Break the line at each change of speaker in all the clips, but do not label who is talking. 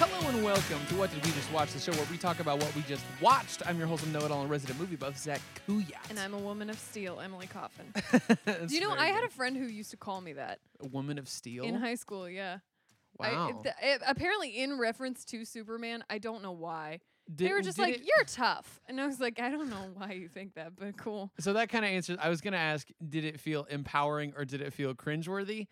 welcome to What Did We Just Watch, the show where we talk about what we just watched. I'm your wholesome know-it-all and resident movie buff, Zach Kuyat.
And I'm a woman of steel, Emily Coffin.
Do
Do you know, I had a friend who used to call me that
a woman of steel?
in high school, yeah.
wow.
I, th- it- apparently, in reference to Superman, I don't know why. they
Did-
were just
did
like,
it-
you're tough. And I was like, I don't know why you think that, but cool.
So that kind of answers. I was gonna ask, did it feel empowering or did it feel cringeworthy?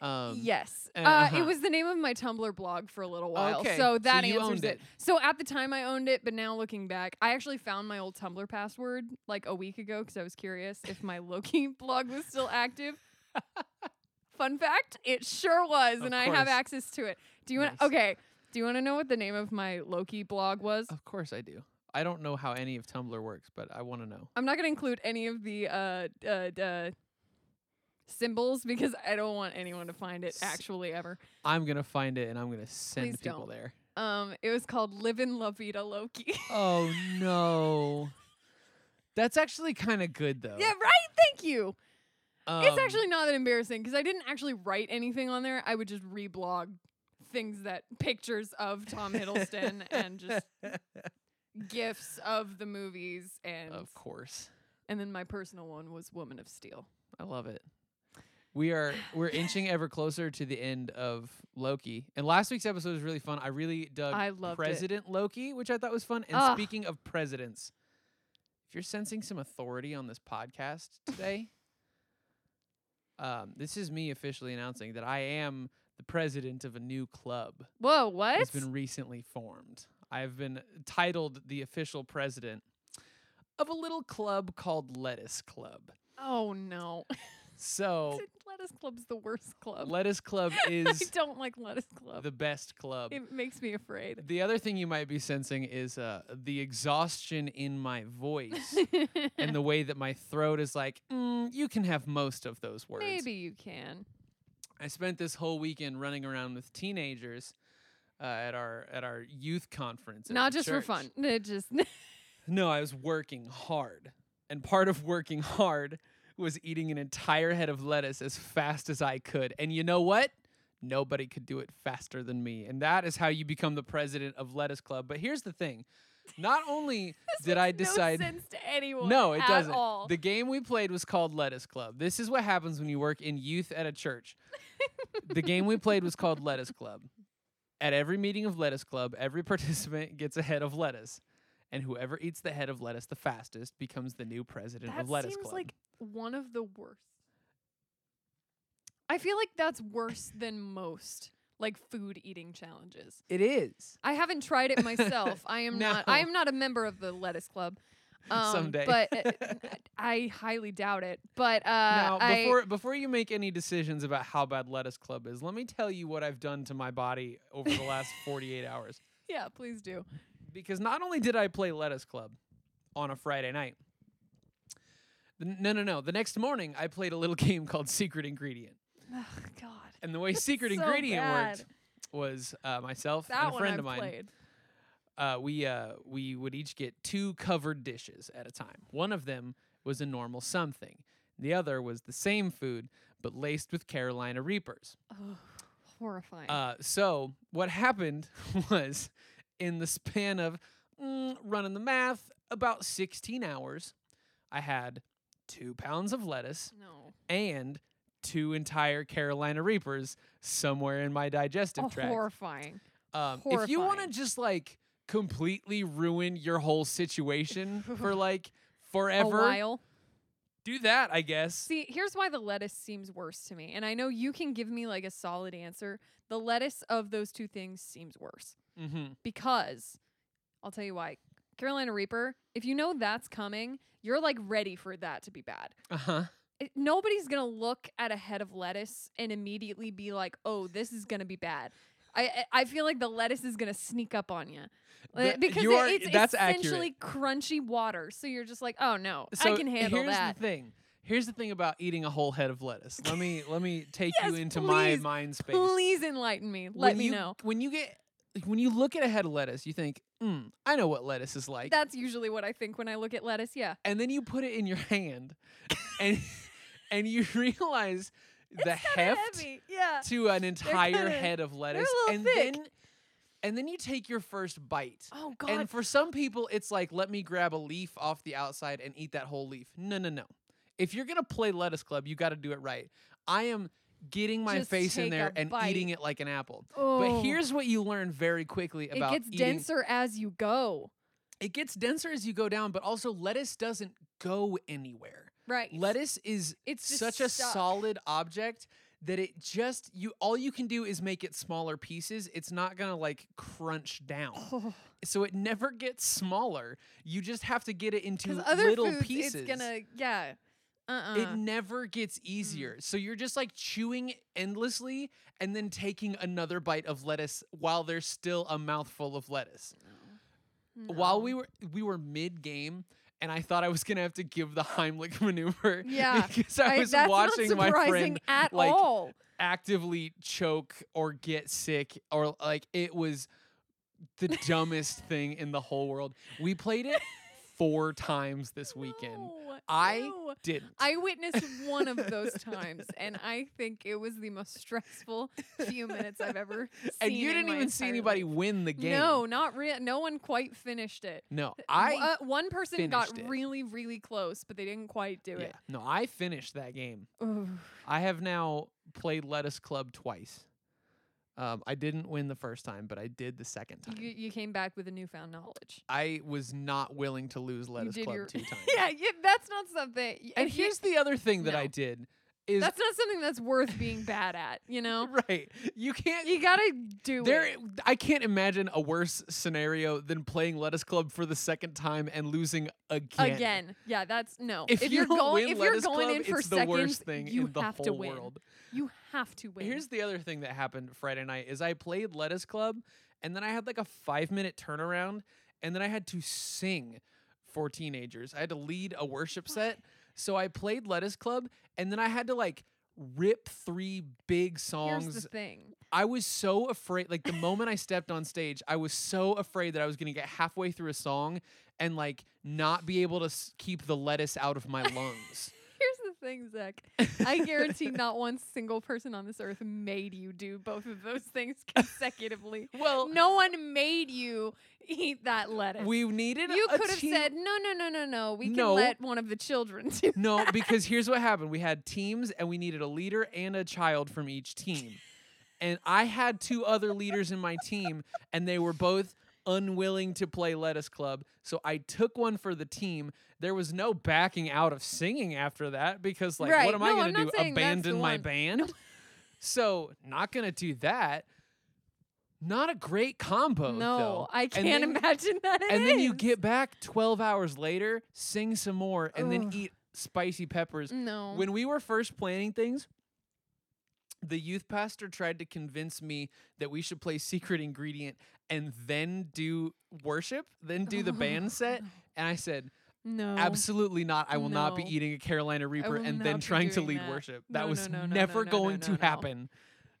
Um,
yes.
uh,
Uh,
uh-huh.
It was the name of my Tumblr blog for a little while.
Okay, so
So that
you
answers
owned it.
So at the time, I owned it, but now looking back, I actually found my old Tumblr password like a week ago because I was curious if my Loki blog was still active. Fun fact, it sure was,
Of
and I have
course.
access to it. Do you want?
Nice.
to Okay. Do you want to know what the name of my Loki blog was?
Of course I do. I don't know how any of Tumblr works, but I want to know.
I'm not going to include any of the uh, uh, d- uh, symbols because I don't want anyone to find it
S-
actually ever.
I'm gonna find it and I'm gonna send
Please
people
don't.
there.
Um, it was called Livin' La Vida Loki.
Oh no, that's actually kind of good though.
yeah, right. Thank you. it's
Um,
actually not that embarrassing because I didn't actually write anything on there. I would just reblog things that pictures of Tom Hiddleston and
Um,
just gifs of the movies and
Of course,
and then my personal one was Woman of Steel.
I love it. We are we're inching ever closer to the end of Loki, and last week's episode was really fun. I really dug
I loved it.
President Loki, which I thought was fun. And
Ugh.
speaking of presidents, if you're sensing some authority on this podcast today, um, this is me officially announcing that I am the president of a new club
Whoa, what?
that's been recently formed. I've been titled the official president of a little club called Lettuce Club.
oh no.
So
lettuce Club's the worst club.
Oh. Lettuce Club
I
is
don't like Lettuce Club.
the best club.
it makes me afraid.
The other thing you might be sensing is uh, the exhaustion in my voice and the way that my throat is like, mm, you can have most of those words.
Maybe you can.
I spent this whole weekend running around with teenagers uh, at our at our youth conference. at
Not
the
just
church.
for fun. It just
No, I was working hard, and part of working hard was eating an entire head of lettuce as fast as I could. And you know what? Nobody could do it faster than me. And that is how you become the president of Lettuce Club. But here's the thing: not only did I decide.
no sense to anyone.
No, it
at
doesn't.
All.
The game we played was called Lettuce Club. This is what happens when you work in youth at a church. the game we played was called Lettuce Club. At every meeting of Lettuce Club, every participant gets a head of lettuce. And whoever eats the head of lettuce the fastest becomes the new president
that
of Lettuce
seems
Club.
like one of the worst. I feel like that's worse than most like food eating challenges.
it is.
I haven't tried it myself. I am not. I
No.
am not a member of the Lettuce Club. Um,
Someday.
but uh, I highly doubt it. But uh,
now,
I-
before before you make any decisions about how bad Lettuce Club is, let me tell you what I've done to my body over the last 48 hours.
yeah, please do.
because not only did I play Lettuce Club on a Friday night, the- no, no, no. The next morning, I played a little game called Secret Ingredient.
Oh God,
And the way Secret
so
Ingredient worked
bad.
was uh, myself
that
and a
one
friend
I've
of mine.
played.
Uh, we uh, we would each get two covered dishes at a time. One of them was a normal something. The other was the same food but laced with Carolina Reapers.
Oh, horrifying.
Uh, so what happened was, in the span of mm, running the math, about 16 hours, I had two pounds of lettuce
no,
and two entire Carolina Reapers somewhere in my digestive
oh,
tract.
horrifying.
um, if you want to
horrifying.
just like completely ruin your whole situation for like forever,
A while.
do that, I guess.
See, here's why the lettuce seems worse to me, and I know you can give me like a solid answer. The lettuce of those two things seems worse.
mm-hmm.
because I'll tell you why. Carolina Reaper, if you know that's coming, you're like ready for that to be bad.
Uh huh.
It- nobody's going to look at a head of lettuce and immediately be like, "Oh, this is going to be bad." I I I feel like the lettuce is going to sneak up on you.
Th-
because
you
it-
are-
it's
that's
essentially crunchy water, so you're just like, "Oh no, I can handle
here's
that."
the thing. Here's the thing about eating a whole head of lettuce. Let me let me take you
Yes,
into my
please,
mind space.
Please enlighten me. Let
when
me
you,
know.
when you get like, when you look at a head of lettuce, you think, mm, "I know what lettuce is like,"
That's usually what I think when I look at lettuce. Yeah.
and then you put it in your hand, and and you realize the
Kinda
heft
heavy. Yeah.
to an entire
kinda-
head of
a
lettuce,
little
and
thick.
then and then you take your first bite.
Oh God.
And for some people, it's like, let me grab a leaf off the outside and eat that whole leaf. No, no, no. If you're gonna play Lettuce Club, you got to do it right. I am getting my
Just
face in
take
there
a
and
bite.
eating it like an apple.
oh,
But here's what you learn very quickly
it
about
gets
eating.
denser as you go.
It gets denser as you go down, but also lettuce doesn't go anywhere.
Right.
Lettuce is
It's just
such a
stuck.
solid object that it just you all you can do is make it smaller pieces. It's not gonna like crunch down.
Oh.
so it never gets smaller. You just have to get it into
Because other
little
foods,
pieces.
it's gonna yeah. Uh uh mm.
It never gets easier. So you're just like chewing endlessly and then taking another bite of lettuce while there's still a mouthful of lettuce. While we were we were mid game and I thought I was gonna have to give the Heimlich maneuver
Yeah.
because I was
that's
watching
not
my
surprising
friend
at
like,
all.
actively choke or get sick or like it was the dumbest thing in the whole world. We played it four times this weekend.
No,
I
ew.
Didn't.
I witnessed one of those times, and I think it was the most stressful few minutes I've ever seen.
and you
in
didn't
my
even see
entire
anybody
life.
win the game.
No, not real. No one quite finished it.
No,
W-
I.
uh, one person got
finished it.
really, really close, but they didn't quite do
yeah, no, I finished that game.
it. Ooh.
I have now played Lettuce Club twice. Um, I didn't win the first time, but I did the second time.
You, you came back with a newfound knowledge.
I was not willing to lose Lettuce
did
Club
your-
two times.
Yeah, yeah, that's not something. y-
and
y-
here's the other thing that
No.
I did is
that's not something that's worth being bad at. You know,
right. You can't.
you gotta do
there,
it.
I can't imagine a worse scenario than playing Lettuce Club for the second time and losing again.
Again, yeah, that's no.
If, you
are
don't
going,
win
if you're
Lettuce
going
Club,
in for
it's
seconds,
the worst thing
you
in the
have
whole
to win.
world.
You have to win.
Here's the other thing that happened Friday night is I played Lettuce Club and then I had like a 5 minute turnaround and then I had to sing for teenagers. I had to lead a worship set. So I played Lettuce Club and then I had to like rip three big
Here's the
songs.
thing.
I was so afraid like the moment I stepped on stage, I was so afraid that I was going to get halfway through a song and like not be able to s- keep the lettuce out of my lungs.
Here's the thing, Zach. I guarantee not one single person on this earth made you do both of those things consecutively.
well,
no one made you eat that lettuce.
we needed
you
a
could have
teen-
said, no, no, no, no, no. We can
No.
let one of the children do
No, because here's what happened. We had teams and we needed a leader and a child from each team. And I had two other leaders in my team, and they were both unwilling to play Lettuce Club. So I took one for the team. There was no backing out of singing after that because, like,
Right.
what am
No,
I
I'm
going to
not
do?
saying that's the
Abandon my
one.
band? So, not going to do that. Not a great combo.
No,
though.
I
Oh, And
can't
then-
imagine that. it
and then you
is.
get back 12 hours later, sing some more, and then
Ugh.
eat spicy peppers.
no.
When we were first planning things, the youth pastor tried to convince me that we should play Secret Ingredient and then do worship, then do the
Oh,
band set.
no.
And I said,
No.
absolutely not. I will not be
No.
eating a Carolina Reaper
will
and
not
then
be
trying to
doing
lead
that.
worship.
No,
That
no,
was
no, no, no,
never
no, no,
going
no,
to
no.
happen.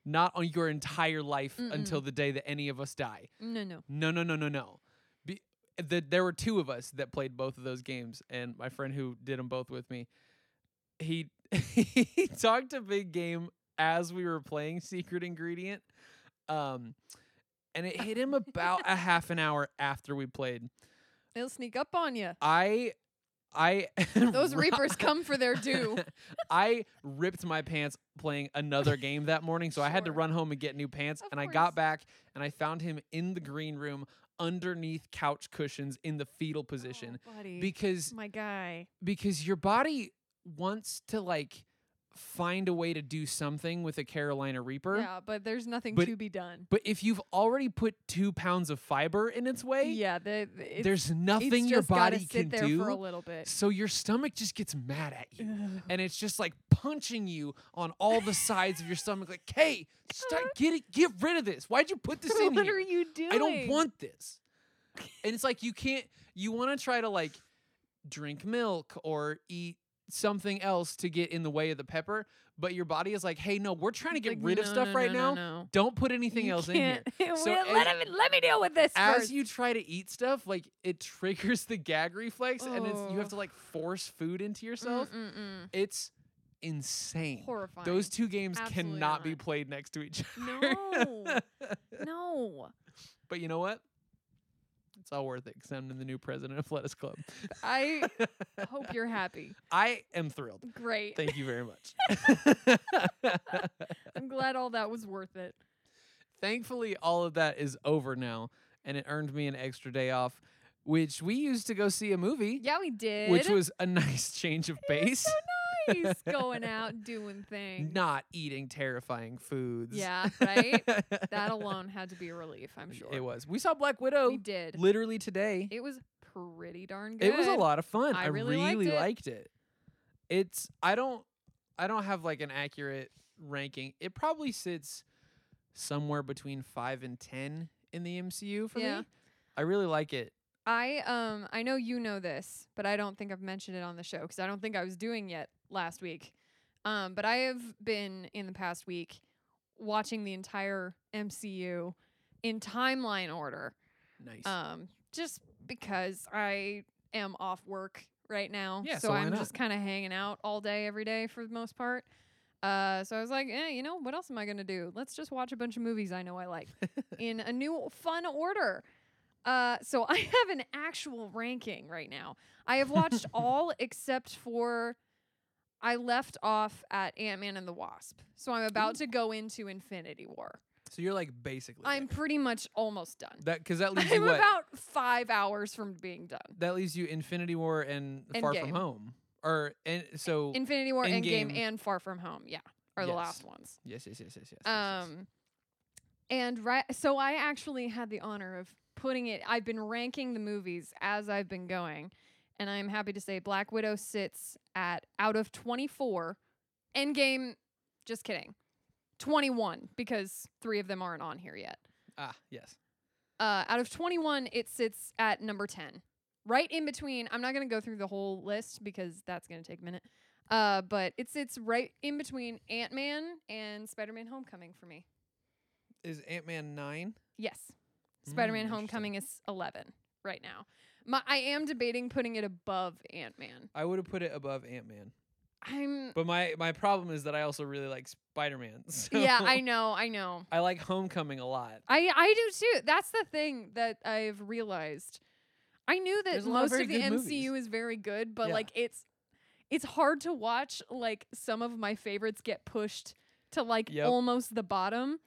Not on your entire life
Mm-mm.
until the day that any of us die.
No, no.
No, no, no, no, no. Be, the, there were two of us that played both of those games, and my friend who did them both with me, he he talked a big game as we were playing Secret Ingredient, um, and it hit him about a half an hour after we played.
They'll sneak up on you.
I, I
Those
ri-
reapers come for their due. Oh,
I ripped my pants playing another game that morning, so I had to
Sure.
run home and get new pants.
Of
and I
course.
got back and I found him in the green room underneath couch cushions in the fetal position
Oh, buddy.
because
my guy.
because your body wants to like find a way to do something with a Carolina Reaper.
Yeah, but there's nothing
But-
to be done.
But if you've already put two pounds of fiber in its way,
Yeah, the, the- it's,
there's
it's
nothing your
just gotta
body can
sit there
do.
for a little bit.
so your stomach just gets mad at you
Ugh.
and it's just like punching you on all the sides of your stomach. Like, hey, start, get it, get rid of this. Why'd you put this in
Uh-huh. what
here?
are you doing?
I don't want this. And it's like you can't. You want to try to like drink milk or eat something else to get in the way of the pepper, but your body is like, hey, no, we're trying to
It's
get
like,
rid of
no,
stuff
no,
right
no,
now.
no, no.
Don't put anything
You
else in here.
can't-
So
Well,
as-
let, me, let me deal with this
As
first.
you try to eat stuff, like it triggers the gag reflex, and it's, you
Oh.
have to like force food into yourself.
Mm, mm,
It's
mm.
insane.
horrifying.
Those two games
Absolutely
cannot be
not.
played next to each other.
no, no.
But you know what? It's all worth it because I'm the new president of Lettuce Club.
I hope you're happy.
I am thrilled.
Great.
Thank you very much.
I'm glad all that was worth it.
Thankfully, all of that is over now, and it earned me an extra day off, which we used to go see a movie,
Yeah, we did.
which was a nice change of
It was
pace.
so nice going out doing things.
Not eating terrifying foods.
Yeah, right? That alone had to be a relief, I'm sure.
It was. We saw Black Widow
We did.
literally today.
It was pretty darn good.
It was a lot of fun. I,
I
really,
really liked it.
liked it. It's I don't I don't have like an accurate ranking. It probably sits somewhere between 5 and 10 in the MCU for
Yeah.
me. I really like it.
I um I know you know this, but I don't think I've mentioned it on the show because I don't think I was doing yet last week. Um, but I have been in the past week watching the entire MCU in timeline order.
Nice.
Um, just because I am off work right now,
Yeah,
so,
so why
I'm
not?
just kind of hanging out all day every day for the most part. Uh, so I was like, eh, you know, what else am I gonna do? Let's just watch a bunch of movies I know I like in a new fun order. Uh, so I have an actual ranking right now. I have watched all except for I left off at Ant Man and the Wasp. So I'm about to go into Infinity War.
so you're like basically
I'm
there.
pretty much almost done.
that cuz that leaves you
I'm
what?
about five hours from being done.
that leaves you Infinity War and Far From
Endgame.
Home. Or and so
Infinity War, Endgame,
Endgame.
and Far From Home, yeah, are the
Yes.
last ones.
yes, yes, yes, yes, yes, yes. yes.
Um, and right, so I actually had the honor of putting it. I've been ranking the movies as I've been going, and I'm happy to say Black Widow sits at out of 24. Endgame, just kidding, 21 because three of them aren't on here yet.
Ah, yes.
Uh, out of 21, it sits at number 10. Right in between, I'm not going to go through the whole list because that's going to take a minute. Uh, but it sits right in between Ant Man and Spider Man Homecoming for me.
Is Ant-Man 9?
Yes. Spider
Mm,
Man
interesting.
Homecoming is 11 right now. My, I am debating putting it above Ant Man.
I would have put it above Ant-Man.
I'm.
But my my problem is that I also really like Spider Man. So
Yeah, I know, I know.
I like Homecoming a lot.
I, I do too. That's the thing that I've realized. I knew that
There's a lot of
most
very
of the
good
MCU
movies.
is very good, but
Yeah.
like it's it's hard to watch like some of my favorites get pushed to like
Yep.
almost the bottom.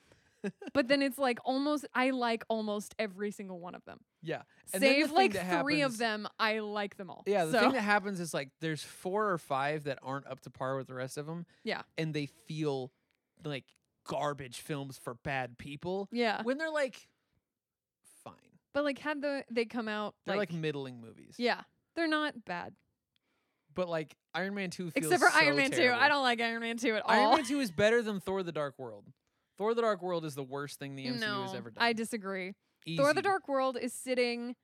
but then it's like almost I like almost every single one of them.
Yeah, And then the
Save
thing
like
that
three
happens-
of them, I like them all.
yeah. The
so,
thing that happens is like there's four or five that aren't up to par with the rest of them.
Yeah.
and they feel like garbage films for bad people
yeah.
when they're like fine.
But like had the they come out
They're like,
like,
middling movies.
Yeah. They're not bad.
but like Iron Man two. Feels
Except for Iron
so
Man
terrible.
2. I don't like Iron Man 2 at all.
Iron Man two is better than Thor: The Dark World. Thor: The Dark World is the worst thing the MCU
no,
has ever done.
I disagree. Thor the
Easy.
Dark World is sitting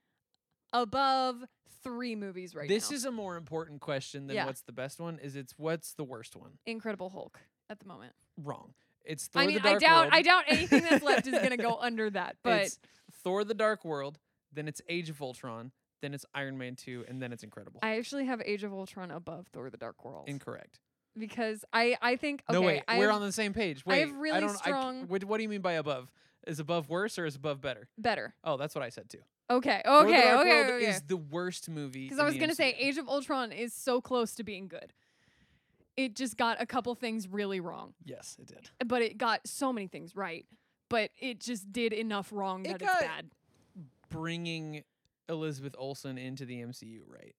above three movies right
this
now.
is a more important question than
Yeah.
what's the best one. Is it's what's the worst one?
Incredible Hulk at the moment.
Wrong. It's Thor
I mean,
the
I
Dark
doubt
World.
I doubt anything that's left is gonna go under that. But
it's Thor the Dark World, then it's Age of Ultron, then it's Iron Man 2, and then it's Incredible.
I actually have Age of Ultron above Thor the Dark World.
Incorrect.
because I, I think okay,
no, wait,
I
we're
have
on the same page.
I
Wait,
have really
don't, I c-
strong-
what, what do you mean by above? Is above worse or is above better?
better.
Oh, that's what I said too.
Okay,
Thor the
okay,
Dark
okay,
World
okay.
is the worst movie.
Because I
in
was
the
gonna say
MCU.
Age of Ultron is so close to being good. It just got a couple things really wrong,
Yes, it did.
but it got so many things right. But it just did enough wrong
It
that it's
got-
bad.
Bringing Elizabeth Olsen into the MCU, right?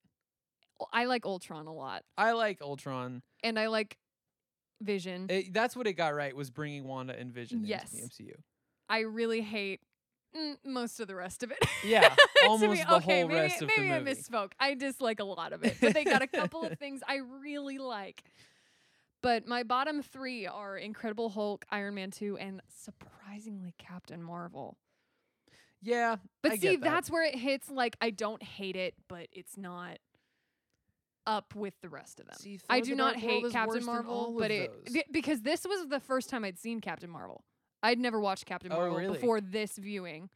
I like Ultron a lot,
I like Ultron.
and I like Vision.
It, that's what it got right was bringing Wanda and Vision
Yes.
into the MCU.
I really hate mm, most of the rest of it.
Yeah,
To
almost
me-
the
okay,
whole
maybe,
rest of
maybe
the
I
movie.
misspoke. I dislike a lot of it, but they got a couple of things I really like. But my bottom three are Incredible Hulk, Iron Man two, and surprisingly Captain Marvel.
yeah,
But
I
see,
get that.
that's where it hits. Like I don't hate it, but it's not up with the rest of them.
See,
I
Thor:
do
The Dark
not
World
hate
is worse
Captain
than
Marvel,
all
but
of
it
those.
be- because this was the first time I'd seen Captain Marvel. I'd never watched Captain
Oh,
Marvel
really?
before this viewing.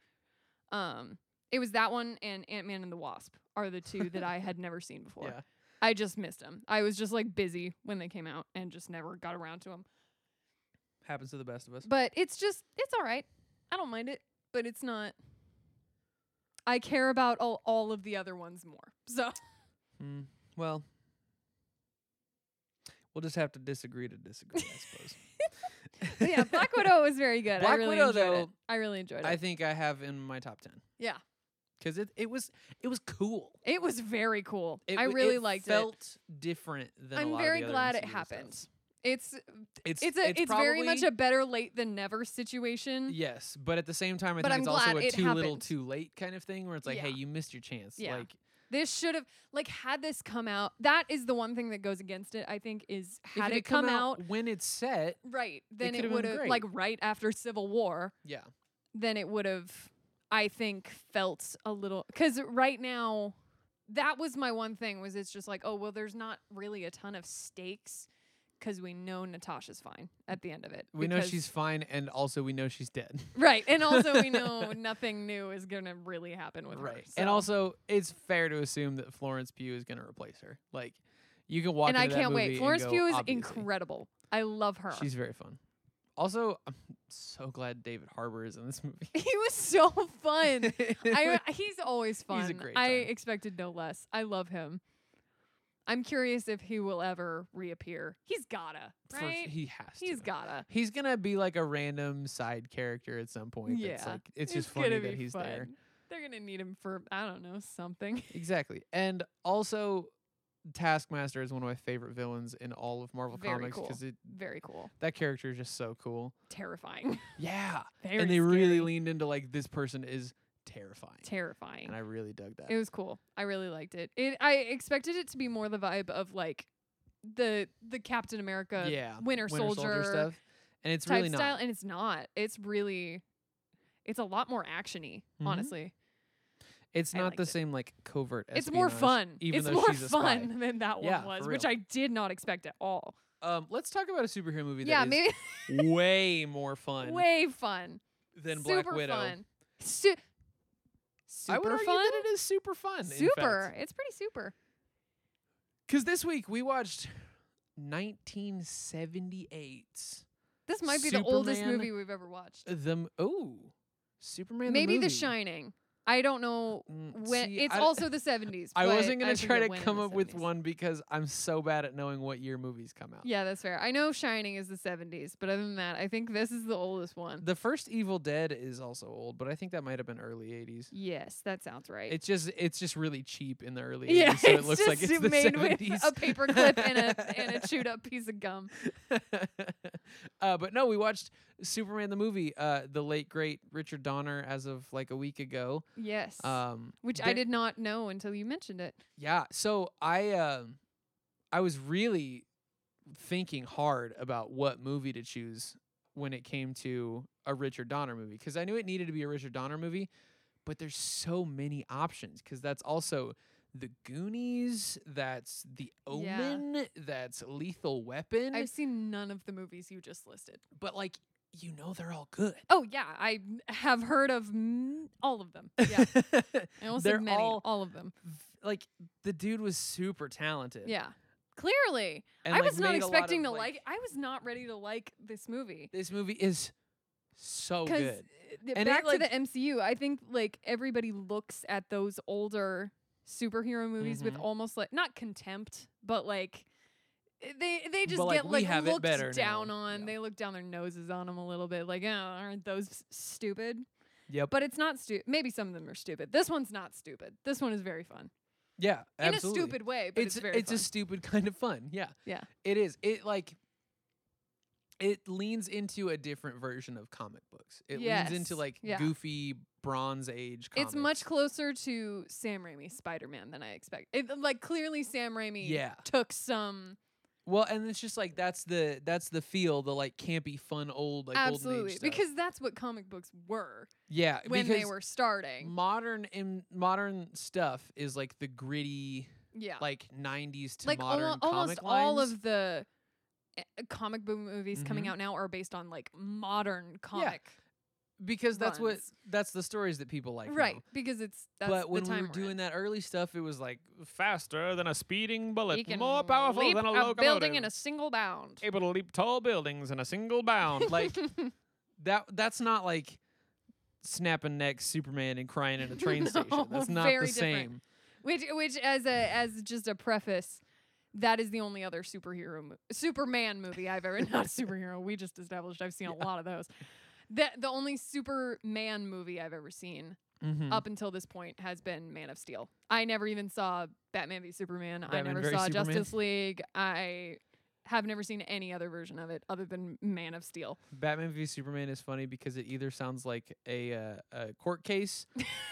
Um, it was that one and Ant Man and the Wasp are the two that I had never seen before.
Yeah.
I just missed them. I was just like busy when they came out and just never got around to them.
happens to the best of us.
But it's just it's all right. I don't mind it. but it's not. I care about all, all of the other ones more. So
Mm, well, we'll just have to disagree to disagree, I suppose.
But yeah, Black Widow was very good. I
Black
really
Widow,
enjoyed it.
though,
I really enjoyed it.
I think I have in my top ten
yeah,
because it, it was it was cool.
it was very cool.
It
I
w-
really
it
liked
felt different than. a
I'm
lot of
very
the other
glad it
MCU
happened.
stuff.
it. It's
It's
it's a it's, very much
probably-
a better late than never situation.
yes, but at the same time, I
But
think
I'm
it's
glad
also a
it
too little,
happened.
too late kind of thing where it's like,
Yeah.
hey, you missed your chance.
Yeah.
Like,
This should have like had this come out. That is the one thing that goes against it. I think is
if
had
it
it come out,
when it's set,
right, then it,
could've been
would have
great.
like right after Civil War.
yeah,
then it would have, I think, felt a little. Because right now, that was my one thing was it's just like, oh well, there's not really a ton of stakes because we know Natasha's fine at the end of it.
we know
because-
she's fine, and also we know she's dead.
right, and also we know nothing new is gonna really happen with her.
right. And
so-
also, it's fair to assume that Florence Pugh is going to replace her. Like, you can walk.
and I
into that
can't
movie
wait.
and
Florence
go,
Pugh is
"Obviously."
incredible. I love her.
She's very fun. Also, I'm so glad David Harbour is in this movie.
he was so fun. I, uh, he's always fun.
He's a great
I
time.
expected no less. I love him. I'm curious if he will ever reappear. He's gotta,
For-
right?
he has.
He's
to.
gotta.
He's gonna be like a random side character at some point. Yeah,
Yeah,
like, it's, just funny
gonna
that
be
he's there.
fun. They're gonna need him for I don't know something.
Exactly, and also. Taskmaster is one of my favorite villains in all of Marvel
Very
Comics
cool.
because
Very cool,
that character is just so cool.
terrifying.
Yeah,
Very
and they really
scary.
leaned into like this person is terrifying,
terrifying.
and I really dug that.
It was cool. I really liked it. It I expected it to be more the vibe of like the the Captain America
yeah,
Winter, Soldier,
stuff, and it's
type
really
style,
not.
and it's not. It's really, it's a lot more actiony.
Mhm.
Honestly,
It's
I
not
liked
the
it.
same like covert.
it's more
espionage,
fun.
even
it's
though
more
she's a spy.
fun than that one
Yeah,
was,
for
which
real.
I did not expect at all.
Um, let's talk about a superhero movie.
yeah,
that is
maybe
way more fun
way fun.
than
super
Black Widow.
Fun. Su- super
I would argue
fun.
that it is super fun.
super. It's pretty super.
Because this week we watched 1978's
This might be the oldest
Superman.
movie we've ever watched.
the m- oh Superman.
maybe
the, movie.
The Shining. I don't know
Mm,
when.
see,
it's
I-
also the seventies.
I wasn't gonna try to
when in
come
the
up with
70s.
one because I'm so bad at knowing what year movies come out.
Yeah, that's fair. I know Shining is the 70s, but other than that, I think this is the oldest one.
The first Evil Dead is also old, but I think that might have been early 80s.
Yes, that sounds right.
It's just it's just really cheap in the early 80s,
yeah,
so it
it's
looks
just
like it's the
made
70s.
with a paper clip and a and a chewed up piece of gum.
uh, but no, we watched Superman the movie, uh, the late great Richard Donner, as of like a week ago.
Yes,
Um,
which I
there-
did not know until you mentioned it.
Yeah, so I um, I was really thinking hard about what movie to choose when it came to a Richard Donner movie because I knew it needed to be a Richard Donner movie, but there's so many options because that's also the Goonies, that's the
Yeah.
Omen, that's Lethal Weapon,
I've seen none of the movies you just listed.
but like you know they're all good.
Oh yeah, I have heard of mm, all of them. Yeah, I almost
They're
said many,
all-
all, of them.
like the dude was super talented.
Yeah, clearly,
and,
I
like,
was not
made a lot
expecting
of,
to like. I was not ready to like this movie.
This movie is so Oh, good.
th-
And
back
it, like-
to the MCU, I think like everybody looks at those older superhero movies with
Mhm.
almost like not contempt, but like eh, they they just
like,
get
we
like
have it
looked
better
down
now.
on.
Yeah.
They look down their noses on them a little bit, like oh, aren't those s- stupid?
Yep.
But it's not stupid. Maybe some of them are stupid. This one's not stupid. This one is very fun
Yeah, absolutely.
in a stupid way, but it's, very
it's
fun.
a stupid kind of fun. Yeah.
Yeah.
It is. It like it leans into a different version of comic books. It leans into
Yes,
like
yeah.
goofy bronze age comics.
it's much closer to Sam Raimi's Spider-Man than I expect. It, like clearly Sam Raimi
Yeah.
took some
Well, and it's just like that's the that's the feel, the like campy fun old like golden
absolutely
age stuff.
because that's what comic books were
yeah,
when
because
they were starting
modern in modern stuff is like the gritty
yeah
like 90s to
Like, almo-
modern
almost
comic
all
lines.
of the uh, comic book movies coming
Mhm.
out now are based on like modern comic
because that's what
runs.
that's the stories that people like now.
right because it's that's
but
the
when we
time
were
we're
doing
in.
that early stuff, it was like faster than a speeding bullet,
You can
more powerful
leap
than a, locomotive,
building in a single bound
able to leap tall buildings in a single bound. like that. That's not like snapping neck Superman and crying in a train
No,
station. That's not the
very different.
same.
Which, which, as a as just a preface, that is the only other superhero mo- Superman movie I've ever not superhero. We just established I've seen a lot of those. The the only Superman movie I've ever seen
Mhm.
up until this point has been Man of Steel. I never even saw Batman v Superman.
Batman
I never
very
saw
Superman.
Justice League. I have never seen any other version of it other than Man of Steel.
Batman v Superman is funny because it either sounds like a uh, a court case,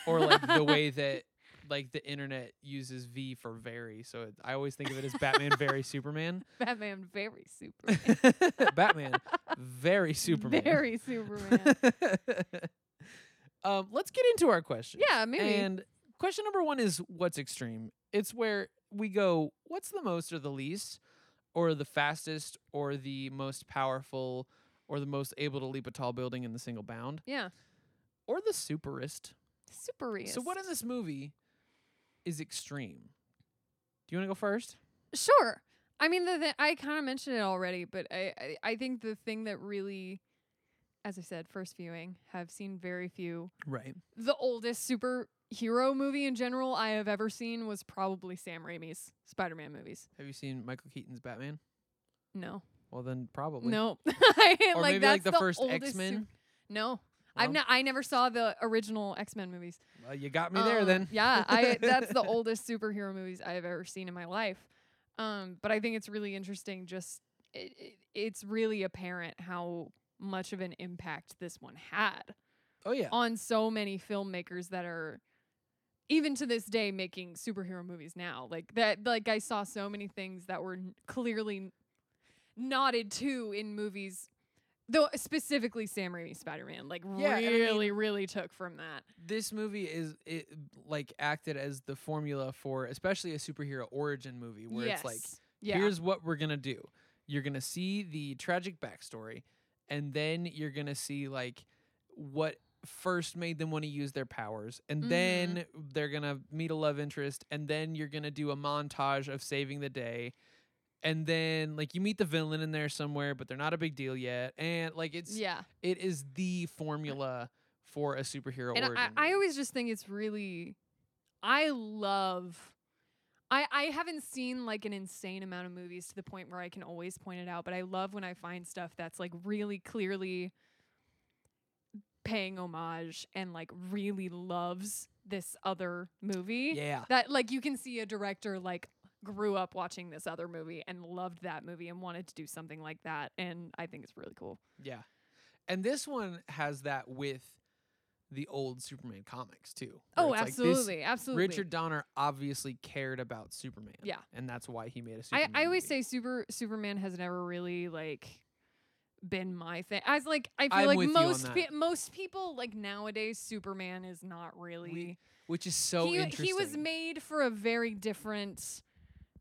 or like the way that like the internet uses V for very. So it, I always think of it as Batman very Superman.
Batman very Superman.
Batman very Superman.
Very Superman.
um, let's get into our questions.
yeah, maybe.
And question number one is what's extreme? It's where we go, what's the most or the least, or the fastest, or the most powerful, or the most able to leap a tall building in the single bound,
yeah.
or the superest.
Superiest.
So, what in this movie is extreme? Do you want to go first?
Sure. I mean, the th- I kind of mentioned it already, but I, I I think the thing that really, as I said, first viewing, have seen very few.
Right.
The oldest superhero movie in general I have ever seen was probably Sam Raimi's Spider-Man movies.
Have you seen Michael Keaton's Batman?
No,
Well, then probably.
no, I,
Or
like
maybe
that's
like the, first
oldest
X Men.
sup- no, I've
Well.
not. I never saw the original X-Men movies.
Well, you got me there
Um,
then.
yeah, I that's the oldest superhero movies I've ever seen in my life. Um, but I think it's really interesting. Just it, it, it's really apparent how much of an impact this one had
Oh, yeah.
on so many filmmakers that are even to this day making superhero movies now. Like that, like I saw so many things that were n- clearly nodded to in movies. Though specifically Sam Raimi's Spider-Man, like
Yeah, and I mean-
really, really took from that.
this movie is it like acted as the formula for especially a superhero origin movie where it's like
Yes. yeah.
here's what we're gonna do you're gonna see the tragic backstory and then you're gonna see like what first made them want to use their powers and then
Mm-hmm.
they're gonna meet a love interest and then you're gonna do a montage of saving the day and then like you meet the villain in there somewhere but they're not a big deal yet and like it's
yeah.
it is the formula for a superhero
and
origin
I, I
movie.
always just think it's really i love I, I haven't seen like an insane amount of movies to the point where i can always point it out but i love when i find stuff that's like really clearly paying homage and like really loves this other movie
yeah
that like you can see a director like grew up watching this other movie and loved that movie and wanted to do something like that and i think it's really cool
Yeah. And this one has that with the old Superman comics too. where
oh
it's like this-
absolutely absolutely
Richard Donner obviously cared about Superman.
Yeah.
And that's why he made a
I,
Superman.
I always
movie.
say super Superman has never really like been my thing. As like I feel
I'm
like
with you on
most
that.
pe- most people like nowadays Superman is not really
which is so
he
interesting.
he was made for a very different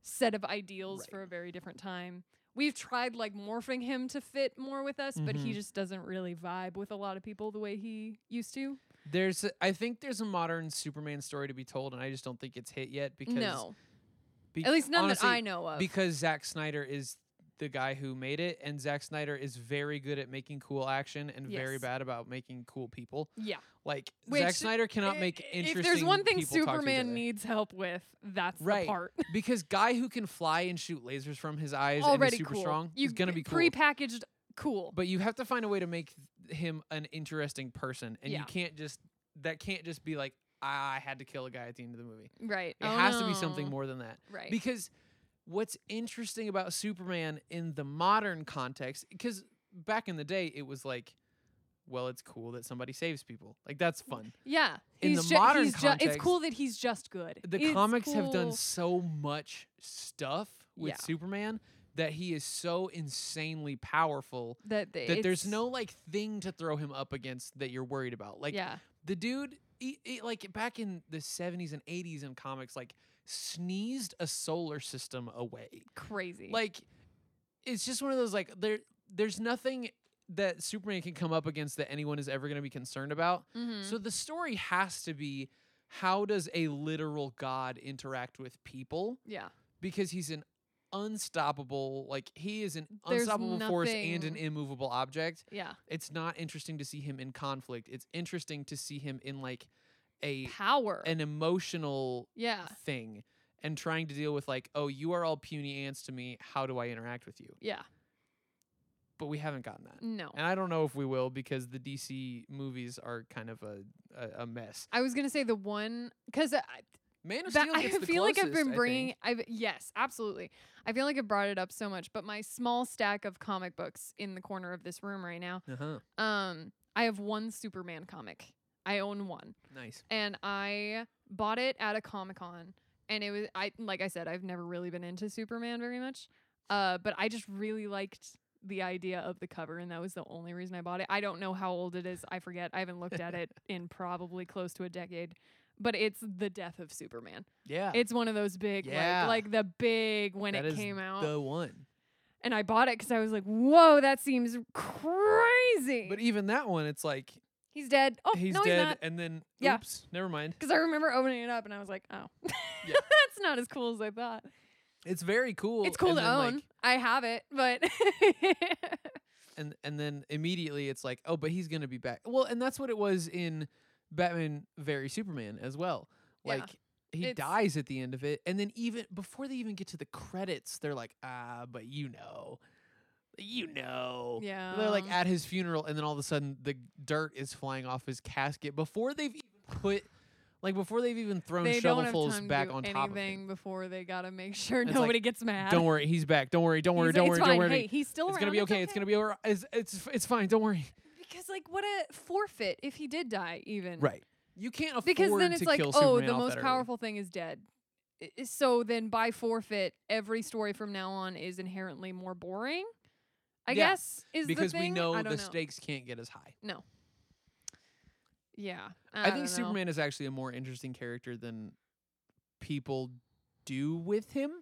set of ideals
Right.
for a very different time. We've tried like morphing him to fit more with us, but he
Mhm.
just doesn't really vibe with a lot of people the way he used to.
There's a, I think there's a modern Superman story to be told and I just don't think it's hit yet because
no,
be-
at least none
honestly,
that I know of.
Because Zack Snyder is the guy who made it and Zack Snyder is very good at making cool action and very
Yes.
bad about making cool people.
yeah,
Like Zack
Which,
Snyder cannot
I-
make interesting
If there's one thing
people talk to each
Superman
other.
needs help with, that's
Right.
the part.
because guy who can fly and shoot lasers from his eyes and
already
is super
cool.
strong
You
is gonna
g-
be cool.
Prepackaged, cool.
but you have to find a way to make th- him an interesting person, and you
Yeah.
can't just that can't just be like "Ah, I had to kill a guy at the end of the movie.
right.
It
Oh,
has to be something
no.
more than that.
Right.
Because what's interesting about Superman in the modern context, because back in the day it was like, well, it's cool that somebody saves people. Like that's fun.
yeah.
in
He's
the
ju-
modern
he's ju-
context,
it's cool that he's just good.
the
It's
comics have done
cool.
so much stuff with
Yeah.
Superman that he is so insanely powerful
that,
that there's no like thing to throw him up against that you're worried about. Like
yeah.
the dude, he, he, like back in the 70s and 80s in comics, like sneezed a solar system away.
Crazy.
Like it's just one of those like there there's nothing that Superman can come up against that anyone is ever going to be concerned about.
Mhm.
So the story has to be how does a literal god interact with people?
yeah.
Because he's an unstoppable. Like he is an
There's
unstoppable force and an
nothing-
immovable object.
Yeah.
It's not interesting to see him in conflict. It's interesting to see him in like a
Power.
an emotional
yeah.
thing and trying to deal with like, oh, you are all puny ants to me. How do I interact with you?
Yeah.
But we haven't gotten that.
No.
And I don't know if we will because the DC movies are kind of a a, a mess.
I was gonna say the one because I,
Man of
that-
Steel
I
gets the
feel like I've
closest,
been
I
bringing.
think.
I've yes, absolutely. I feel like I brought it up so much, but my small stack of comic books in the corner of this room right now.
Uh-huh.
Um, I have one Superman comic. I own one.
Nice.
and I bought it at a Comic Con, and it was I like I said I've never really been into Superman very much, uh, but I just really liked the idea of the cover, and that was the only reason I bought it. I don't know how old it is. I forget. I haven't looked at it in probably close to a decade. But it's the death of Superman.
Yeah.
It's one of those big,
Ah. Yeah.
like, like the big when
That
it
is
came out.
the one.
and I bought it because I was like, "Whoa, that seems crazy."
But even that one, it's like
he's dead. Oh
he's
no,
dead,
he's not.
and then
Yeah.
oops, never mind.
Because I remember opening it up and I was like, oh,
Yeah.
that's not as cool as I thought.
It's very cool.
it's cool
and
to
then,
own.
Like,
I have it, but
and and then immediately it's like, oh, but he's gonna be back. Well, and that's what it was in Batman very Superman as well.
Yeah.
Like he
It's-
dies at the end of it, and then even before they even get to the credits, they're like, ah, but you know, you know.
yeah,
They're like at his funeral, and then all of a sudden the dirt is flying off his casket before they've even put, like before they've even thrown
they don't have
shovelfuls
time to
back
do
on
anything
top of him.
before they gotta make sure
It's like,
nobody gets mad.
Don't worry, he's back. Don't worry, don't worry,
He's-
don't
it's
worry,
fine.
don't worry.
Hey, he's still
it's
around.
gonna be okay. It's, gonna be over. It's it's it's fine. Don't worry.
because like what a forfeit if he did die even
Right. You can't afford
because then it's
to
like
kill
oh
Superman
the
off
most
that early.
powerful thing is dead. I- I- So then by forfeit every story from now on is inherently more boring. I
Yeah,
guess is
because
the
we
thing.
know
I
the
don't know.
stakes can't get as high.
Yeah.
I,
don't know.
think Superman is actually a more interesting character than people do with him.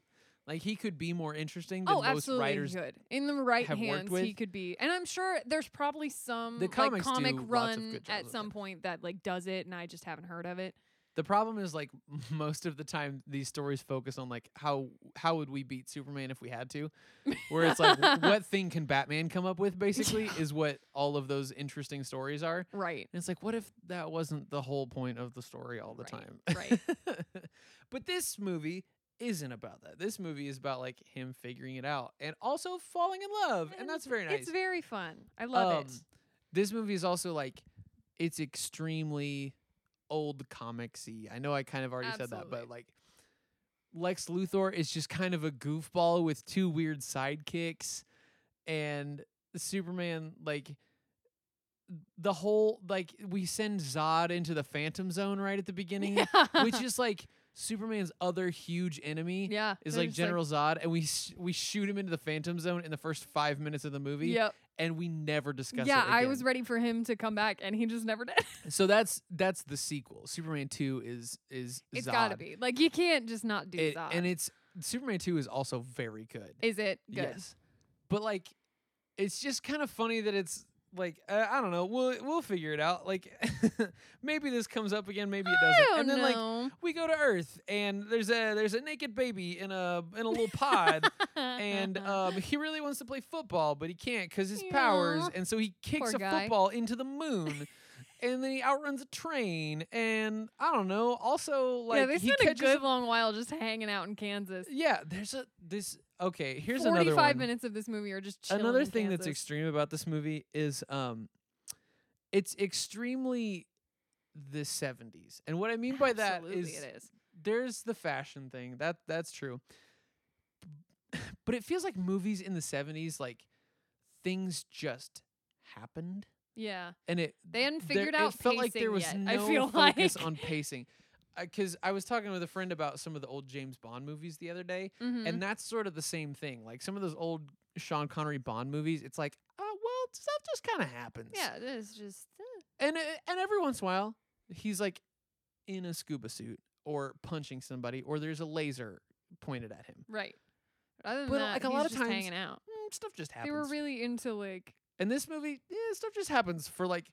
Like he could be more interesting than
Oh,
most
absolutely
writers.
good. In the right
have worked
hands, he
with.
could be. And I'm sure there's probably some
The
like
comics
comic
do lots of
run
good jobs
at
with
some
it.
point that like does it, and I just haven't heard of it.
The problem is like most of the time these stories focus on like how how would we beat Superman if we had to, where it's like w- what thing can Batman come up with basically is what all of those interesting stories are.
Right.
And it's like, what if that wasn't the whole point of the story all the
Right,
time?
right.
but this movie isn't about that. This movie is about like him figuring it out and also falling in love. And, that's very nice.
It's very fun. I love it.
Um, This movie is also like it's extremely old comicsy. I know I kind of already said that,
Absolutely.
but like Lex Luthor is just kind of a goofball with two weird sidekicks and Superman like the whole like we send Zod into the Phantom Zone right at the beginning, which is like Superman's other huge enemy
yeah.
is
they're
like
just
General Zod and we sh- we shoot him into the Phantom Zone in the first 5 minutes of the movie
Yep.
and we never discuss it
Yeah,
again.
I was ready for him to come back, and he just never did.
So that's that's the sequel. Superman 2 is is
It's
Zod.
gotta be like you can't just not do
It-
Zod.
and it's Superman 2 is also very good.
is it good?
Yes. But like it's just kind of funny that it's like uh, I don't know. We'll we'll figure it out. Like maybe this comes up again, maybe it
I
doesn't.
don't
and then like
know.
we go to Earth and there's a there's a naked baby in a in a little pod and um, he really wants to play football, but he can't because his powers.
Yeah.
And so he kicks
Poor
a
guy.
football into the moon, and then he outruns a train. And I don't know. Also, like
yeah, they
he
spent a
catches
good long while just hanging out in Kansas.
yeah, there's a this. Okay, here's another
45
one.
minutes of this movie are just chilling
Another
in
thing that's
Kansas.
extreme about this movie is um, it's extremely the 70s. And what I mean by that
Absolutely
is
it is.
there's the fashion thing that that's true but it feels like movies in the 70s like things just happened
Yeah.
and it
They hadn't
there-
figured out
it felt like there
pacing
was
yet,
no
I feel
focus
like.
on pacing because i was talking with a friend about some of the old james bond movies the other day
Mm-hmm.
and that's sort of the same thing like some of those old sean connery bond movies it's like oh well stuff just kind of happens
yeah, it is just uh,
and uh, and every once in a while he's like in a scuba suit or punching somebody or there's a laser pointed at him
right. But other than
But,
that,
like, a
he's
lot of
just
times
hanging out.
Mm, stuff just happens
They were really into like
and this movie yeah, stuff just happens for like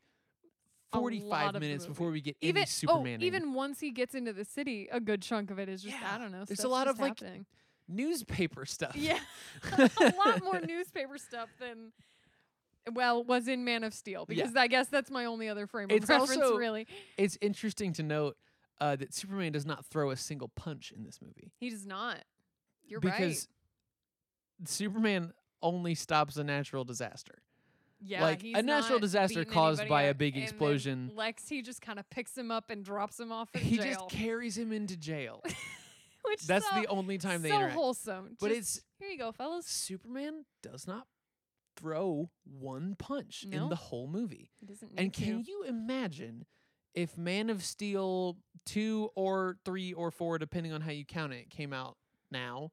A
45
lot of the
minutes
movie.
before we get
even
any superman
oh
in.
even once he gets into the city, a good chunk of it is just I
Yeah,
don't know.
there's a
stuff's
lot
just
of, like,
happening.
newspaper stuff.
Yeah. a lot more newspaper stuff than well was in Man of Steel
Yeah.
because I guess that's my only other frame of
It's
reference
also-
really.
It's interesting to note uh, that Superman does not throw a single punch in this movie.
He does not. You're right.
because Superman only stops a natural disaster.
Yeah,
like, a
he's
natural
not
disaster
beating
caused by
anybody
a
up.
big
And then
explosion.
Lex he just kind of picks him up and drops him off in
He
jail.
just carries him into jail.
which
That's
so,
the only time they
so
interact.
wholesome.
but
Just,
it's
here you go, fellas.
Superman does not throw one punch in
No.
the whole movie.
He doesn't need
And
to.
can you imagine if Man of Steel 2 or 3 or 4 depending on how you count it came out now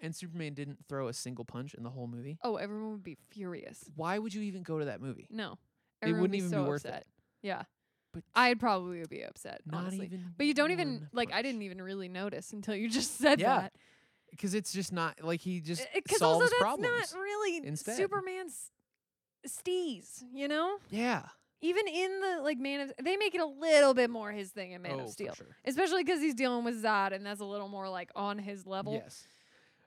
and Superman didn't throw a single punch in the whole movie?
oh, everyone would be furious.
Why would you even go to that movie?
No,
It
everyone would
wouldn't even be
so
worth it.
upset. Yeah,
But
I'd probably be upset.
not
honestly.
even
But you don't even
one
like. I
punch.
didn't even really notice until you just said
Oh, Yeah,
that.
because it's just not like he just
Uh, also
solves
that's
problems.
not really
instead.
Superman's steez. You know,
yeah,
even in the like Man of, they make it a little bit more his thing in Man
Oh,
of
for
Steel,
sure.
especially because he's dealing with Zod, and that's a little more like on his level
Yes,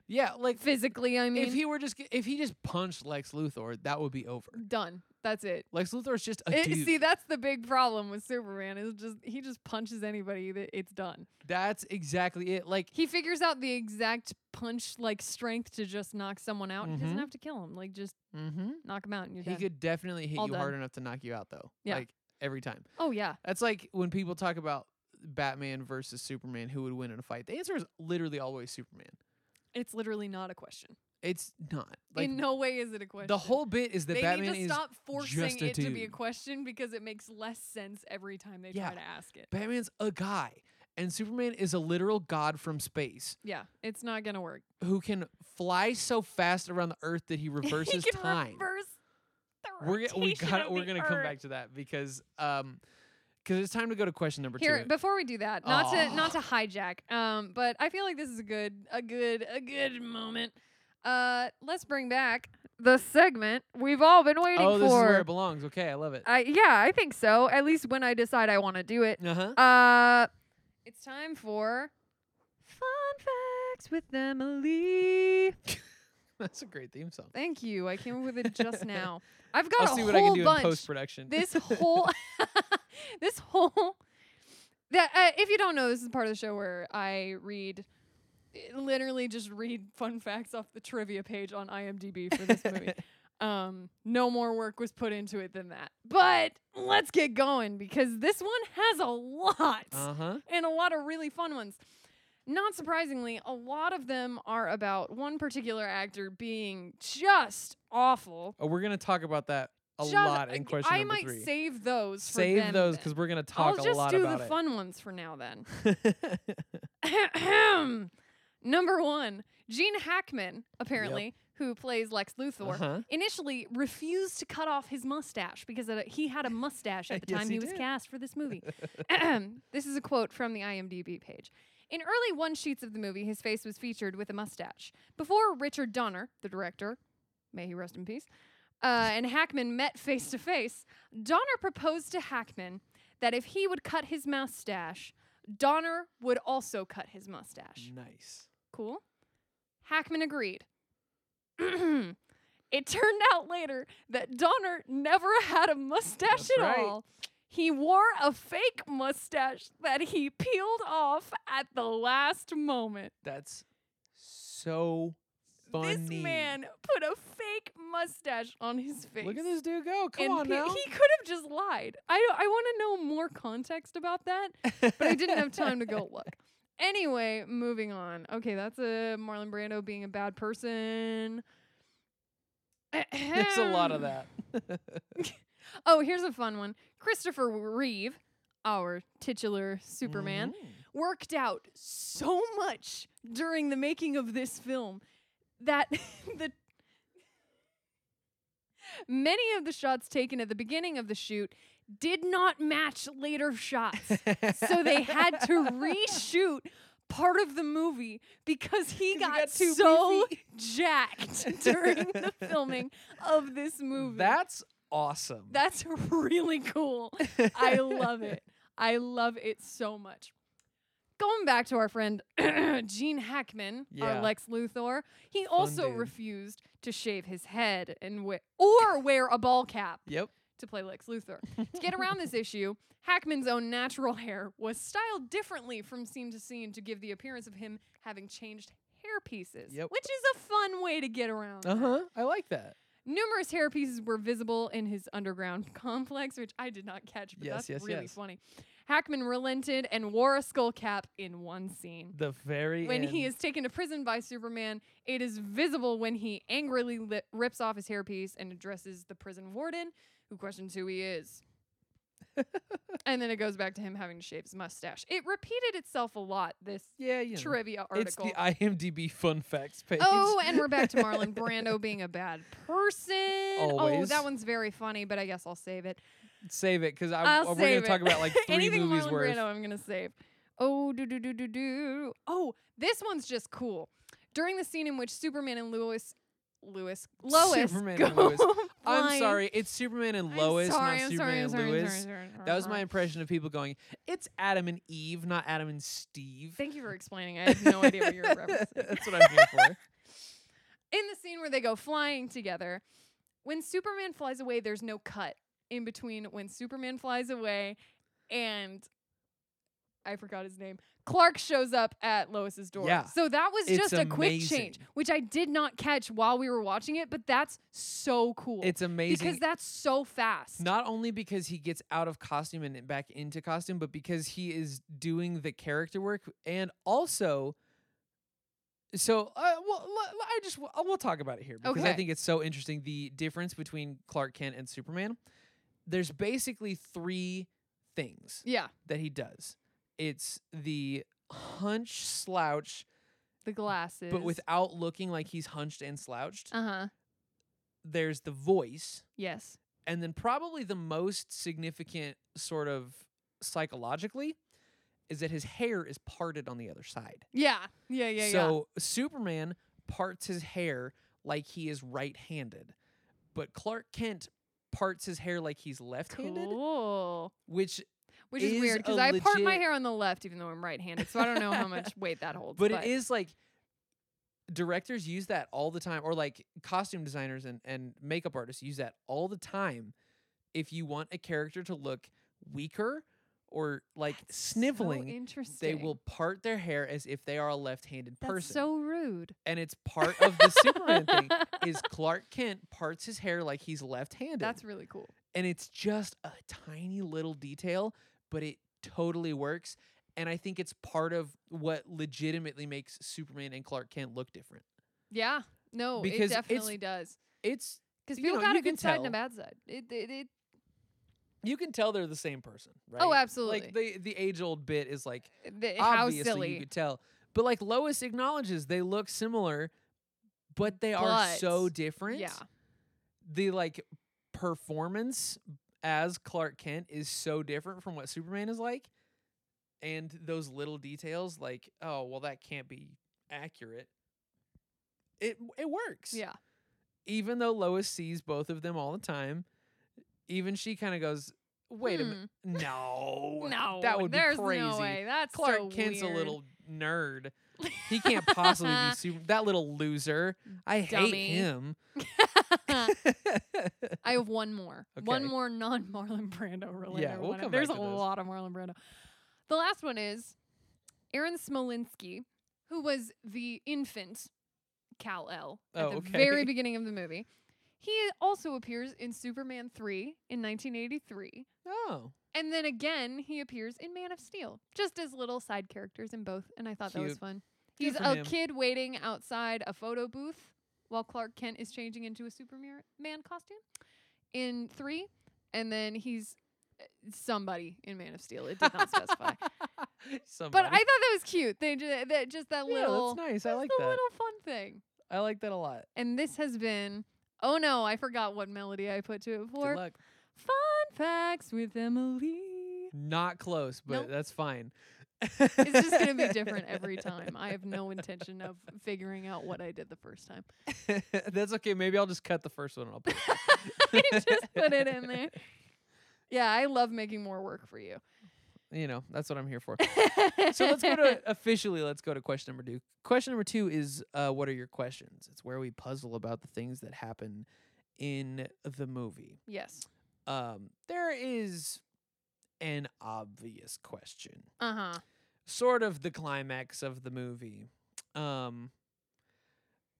yeah. Like
physically. I mean,
if he were just g- if he just punched Lex Luthor, that would be over.
done. That's it.
Lex Luthor's just a
It-
Uh, dude.
Mm. Eh, see, that's the big problem with Superman is just he just punches anybody that it's done.
That's exactly it. Like
He figures out the exact punch like strength to just knock someone out. He
Mhm.
doesn't have to kill him. Like just
mm-hmm.
knock him out and you're
he
done.
could definitely hit
All
you hard enough to knock you out, though.
Yeah.
Like every time.
oh yeah,
That's like when people talk about Batman versus Superman, who would win in a fight. The answer is literally always Superman.
it's literally not a question.
It's not like
In no way is it a question.
the whole bit is that
they
Batman
need to
is
stop forcing
just a
it to be a
dude.
question because it makes less sense every time they
Yeah.
try to ask it.
Batman's a guy, and Superman is a literal god from space.
Yeah, it's not gonna work.
who can fly so fast around the earth that he reverses
he can
time.
Reverse the
we're g- we
rotation
got
of
we're
the
gonna come
Earth.
back to that because um because it's time to go to question number
Here,
two.
before we do that, not to not
Aw.
to hijack, um, but I feel like this is a good a good a good moment. Uh, let's bring back the segment we've all been waiting
oh, this is
for. Uh,
where it belongs. Okay, I love it.
I yeah, I think so. At least when I decide I want to do it.
Uh huh.
Uh, it's time for fun facts with Emily.
That's a great theme song.
Thank you. I came up with it just now. I've got
I'll
a
see
whole
what I can do
bunch.
in post production.
this whole this whole that uh, if you don't know this is part of the show where i read literally just read fun facts off the trivia page on imdb for this movie um no more work was put into it than that but let's get going because this one has a lot
Uh huh.
and a lot of really fun ones not surprisingly a lot of them are about one particular actor being just awful
Oh, we're gonna talk about that a
Just-
lot in
I-
question
I
number
might
three.
save those. for
Save
them
those
then.
because we're gonna talk a
I'll just
lot
do
about
the
it.
fun ones for now. Then, number one, Gene Hackman apparently, who plays Lex Luthor,
Uh-huh.
initially refused to cut off his mustache because of, he had a mustache at the
Yes,
time
he
he, was
did.
cast for this movie. this is a quote from the IMDb page. In early one sheets of the movie, his face was featured with a mustache. Before Richard Donner, the director, may he rest in peace, uh, and Hackman met face to face, Donner proposed to Hackman that if he would cut his mustache, Donner would also cut his mustache.
nice.
Cool. Hackman agreed. it turned out later that Donner never had a mustache
That's
at
right.
all. He wore a fake mustache that he peeled off at the last moment.
That's so funny.
This man put a fake mustache on his face.
Look at this dude go! Come
and
on
pe-
now.
He could have just lied. I don't- I want to know more context about that, but I didn't have time to go look. Anyway, moving on. Okay, that's a Marlon Brando being a bad person.
There's a lot of that.
Oh, here's a fun one. Christopher Reeve, our titular Superman,
Mm-hmm.
worked out so much during the making of this film that the many of the shots taken at the beginning of the shoot did not match later shots. so they had to reshoot part of the movie because
'Cause
he
he
got,
got too
so jacked during the filming of this movie.
That's awesome.
That's really cool. I love it. I love it so much. going back to our friend Gene Hackman,
Yeah.
our Lex Luthor, he also
dude.
refused to shave his head and we- or wear a ball cap
Yep.
to play Lex Luthor. to get around this issue, Hackman's own natural hair was styled differently from scene to scene to give the appearance of him having changed hair pieces,
Yep.
which is a fun way to get around. that.
Uh huh. I like that.
Numerous hair pieces were visible in his underground complex, which I did not catch, but
Yes,
that's
yes,
really
yes.
funny. Hackman relented and wore a skull cap in one scene.
The very
When he
end.
is taken to prison by Superman, it is visible when he angrily li- rips off his hairpiece and addresses the prison warden, who questions who he is. and then it goes back to him having to shave his mustache. It repeated itself a lot, this
yeah, you know,
trivia
It's the
article.
IMDb fun facts page.
Oh, and we're back to Marlon Brando being a bad person. Oh,
Always.
that one's very funny, but I guess I'll save it.
save it because I
I'll
we're
save
gonna talk
it.
about like three
Anything
movies
Marlon
worth.
Brando, I'm gonna save. Oh, do do do do do. Oh, this one's just cool. During the scene in which Superman and Lewis, Lewis, Lois
Superman
go
and Lois. I'm
flying-
sorry, it's Superman and
I'm
Lois,
sorry,
not
I'm sorry,
Superman
I'm
and
sorry, I'm sorry,
Lewis.
I'm sorry, I'm sorry,
That was
I'm
my
sorry.
impression of people going, "It's Adam and Eve, not Adam and Steve."
Thank you for explaining. I have no idea what you're referencing.
That's what I'm here for.
in the scene where they go flying together, when Superman flies away, there's no cut in between when Superman flies away and I forgot his name. Clark shows up at Lois's door.
Yeah.
So that was
It's
just a quick
amazing.
change, which I did not catch while we were watching it, but that's so cool.
It's amazing.
because that's so fast.
not only because he gets out of costume and then back into costume, but because he is doing the character work, and also, so uh, well, l- l- I just w- uh, we'll talk about it here because I
Okay.
think it's so interesting the difference between Clark Kent and Superman. There's basically three things
yeah.
that he does. It's the hunch slouch,
The glasses.
but without looking like he's hunched and slouched.
Uh huh.
There's the voice,
Yes.
and then probably the most significant sort of psychologically is that his hair is parted on the other side.
Yeah. Yeah. Yeah. yeah.
so Superman parts his hair like he is right-handed, but Clark Kent parts his hair like he's left-handed,
Cool.
which
Which is,
is
weird
a
because I part my
legit-
hair on the left even though I'm right handed. So I don't know how much weight that holds.
but, it is like directors use that all the time or like costume designers and, and makeup artists use that all the time if you want a character to look weaker or like
That's so
sniveling they
interesting.
will part their hair as if they are a left-handed
That's
person
so rude.
and it's part of the superman thing is clark kent parts his hair like he's left-handed
That's really cool.
and it's just a tiny little detail, but it totally works. And I think it's part of what legitimately makes Superman and Clark Kent look different.
Yeah. No,
Because
it
it's-
definitely does.
It's
Because
you
people
know,
got
you
a
can
good side and a
tell.
bad side. It, it, it,
you can tell they're the same person, right?
Oh, absolutely.
Like the the age old bit is like
the- how
obviously you
silly.
could tell, but like Lois acknowledges they look similar, but they are so
But,
different.
Yeah.
the like performance as Clark Kent is so different from what Superman is like. And those little details, like, oh, well, that can't be accurate. It it works.
Yeah.
Even though Lois sees both of them all the time, even she kind of goes, wait a minute. No.
Hmm. No.
That would
there's
be crazy.
no way. That's
Clark
so
Kent's
weird.
a little nerd. He can't possibly be super that little loser. I hate
Dummy.
him.
I have one more. One
Okay.
more non Marlon Brando related.
Yeah, we'll
one.
come
There's
back
a
to those.
lot of Marlon Brando. The last one is Aaron Smolinski, who was the infant Cal El at
Oh,
the
okay.
very beginning of the movie. He also appears in Superman 3 in 1983.
oh.
And then again, he appears in Man of Steel, just as little side characters in both. And I thought that was
Cute.
fun.
Good
He's
for
a
him.
kid waiting outside a photo booth while Clark Kent is changing into a Superman costume in three. And then he's uh, somebody in Man of Steel. It did not specify. but
Somebody.
I thought that was cute. They just that, just that
Yeah,
little,
that's nice. I
just
like
the
that.
little fun thing.
I like that a lot.
And this has been. Oh no, I forgot what melody I put to it
Good
for.
luck.
Fun facts with Emily.
Not close, but
Nope.
that's fine.
It's just going to be different every time. I have no intention of figuring out what I did the first time.
that's okay. Maybe I'll just cut the first one and I'll put it
I just put it in there. Yeah, I love making more work for you.
back. you know, that's what I'm here for. so let's go to officially let's go to question number two question number two is uh, what are your questions it's where we puzzle about the things that happen in the movie
yes.
um, there is an obvious question
Uh huh.
sort of the climax of the movie um,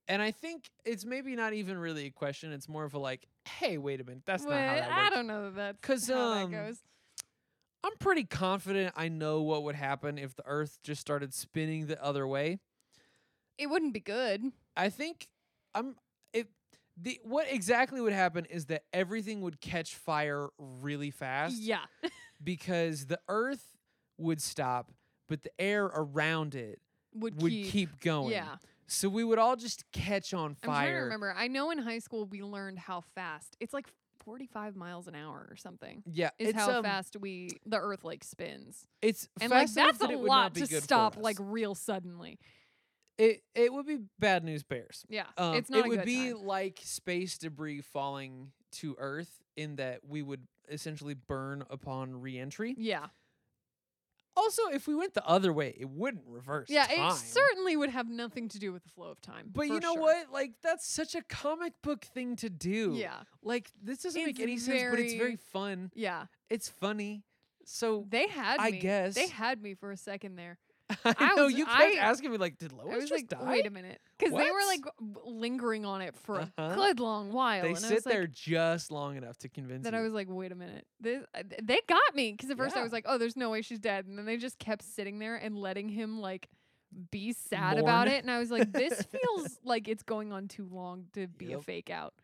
and i think it's maybe not even really a question it's more of a like hey wait a minute that's
well,
not how that
I
works
don't know that that's
'Cause,
how
um,
that goes.
I'm pretty confident I know what would happen if the Earth just started spinning the other way.
It wouldn't be good.
I think I'm it the what exactly would happen is that everything would catch fire really fast
Yeah.
because the earth would stop but the air around it
Would,
would
keep.
keep, going.
Yeah.
So we would all just catch on
I'm trying to
fire.
remember. I know in high school we learned how fast. It's like 45 miles an hour or something.
Yeah,
Is
it's
how
um,
fast we the Earth like spins,
It's
and like
fast enough
that's
that
a
it would
lot
not be
to
good for
stop
us.
like real suddenly.
it. It would be bad news bears.
Yeah,
Um,
it's not.
it
a
would
good
be
time.
like space debris falling to Earth in that we would essentially burn upon reentry.
Yeah,
Also, if we went the other way, it wouldn't reverse.
yeah.
time.
It certainly would have nothing to do with the flow of time.
But you
for
know
sure.
what? Like that's such a comic book thing to do.
Yeah,
Like this doesn't make
It's
any sense, but it's
very-
very fun.
yeah.
It's funny. So
They had.
I
me.
guess-
they had me for a second there.
I,
I
know
was-
you kept
I-
asking me like, did Lois
I was
just
like,
die?
wait a minute, because they were
What?
like w- lingering on it for
Uh-huh.
a good long while.
they
and I
sit
was like,
there just long enough to convince
Then
you.
I was like, wait a minute. This, uh, th- they got me. Because at first
Yeah.
I was like, oh, there's no way she's dead. And then they just kept sitting there and letting him like be sad about
Mourn.
it. And I was like, this feels like it's going on too long to be a
Yep.
fake out.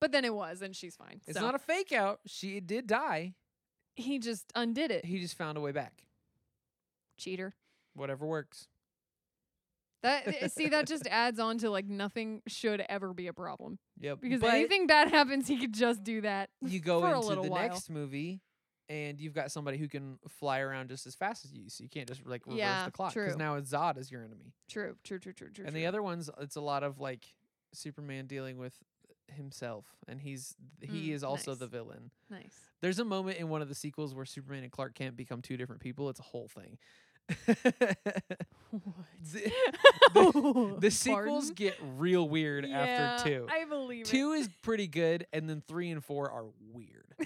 But then it was, and she's fine.
it's
so
not a fake out. She did die.
he just undid it.
He just found a way back.
Cheater.
Whatever works.
That th- see, that just adds on to like nothing should ever be a problem
Yep.
because
But
anything bad happens, he could just do that.
you go
for a
into
little
the
while.
next movie and you've got somebody who can fly around just as fast as you. So you can't just like reverse
Yeah,
the clock
true.
because now it's Zod is your enemy.
True, true, true, true, true.
and
true.
the other ones, it's a lot of like Superman dealing with himself and he's he
Mm,
is also the
nice.
villain.
nice.
There's a moment in one of the sequels where Superman and Clark Kent become two different people. It's a whole thing. the, the sequels
Pardon?
get real weird
Yeah,
after 2.
I believe it.
2 is pretty good and then 3 and 4 are weird.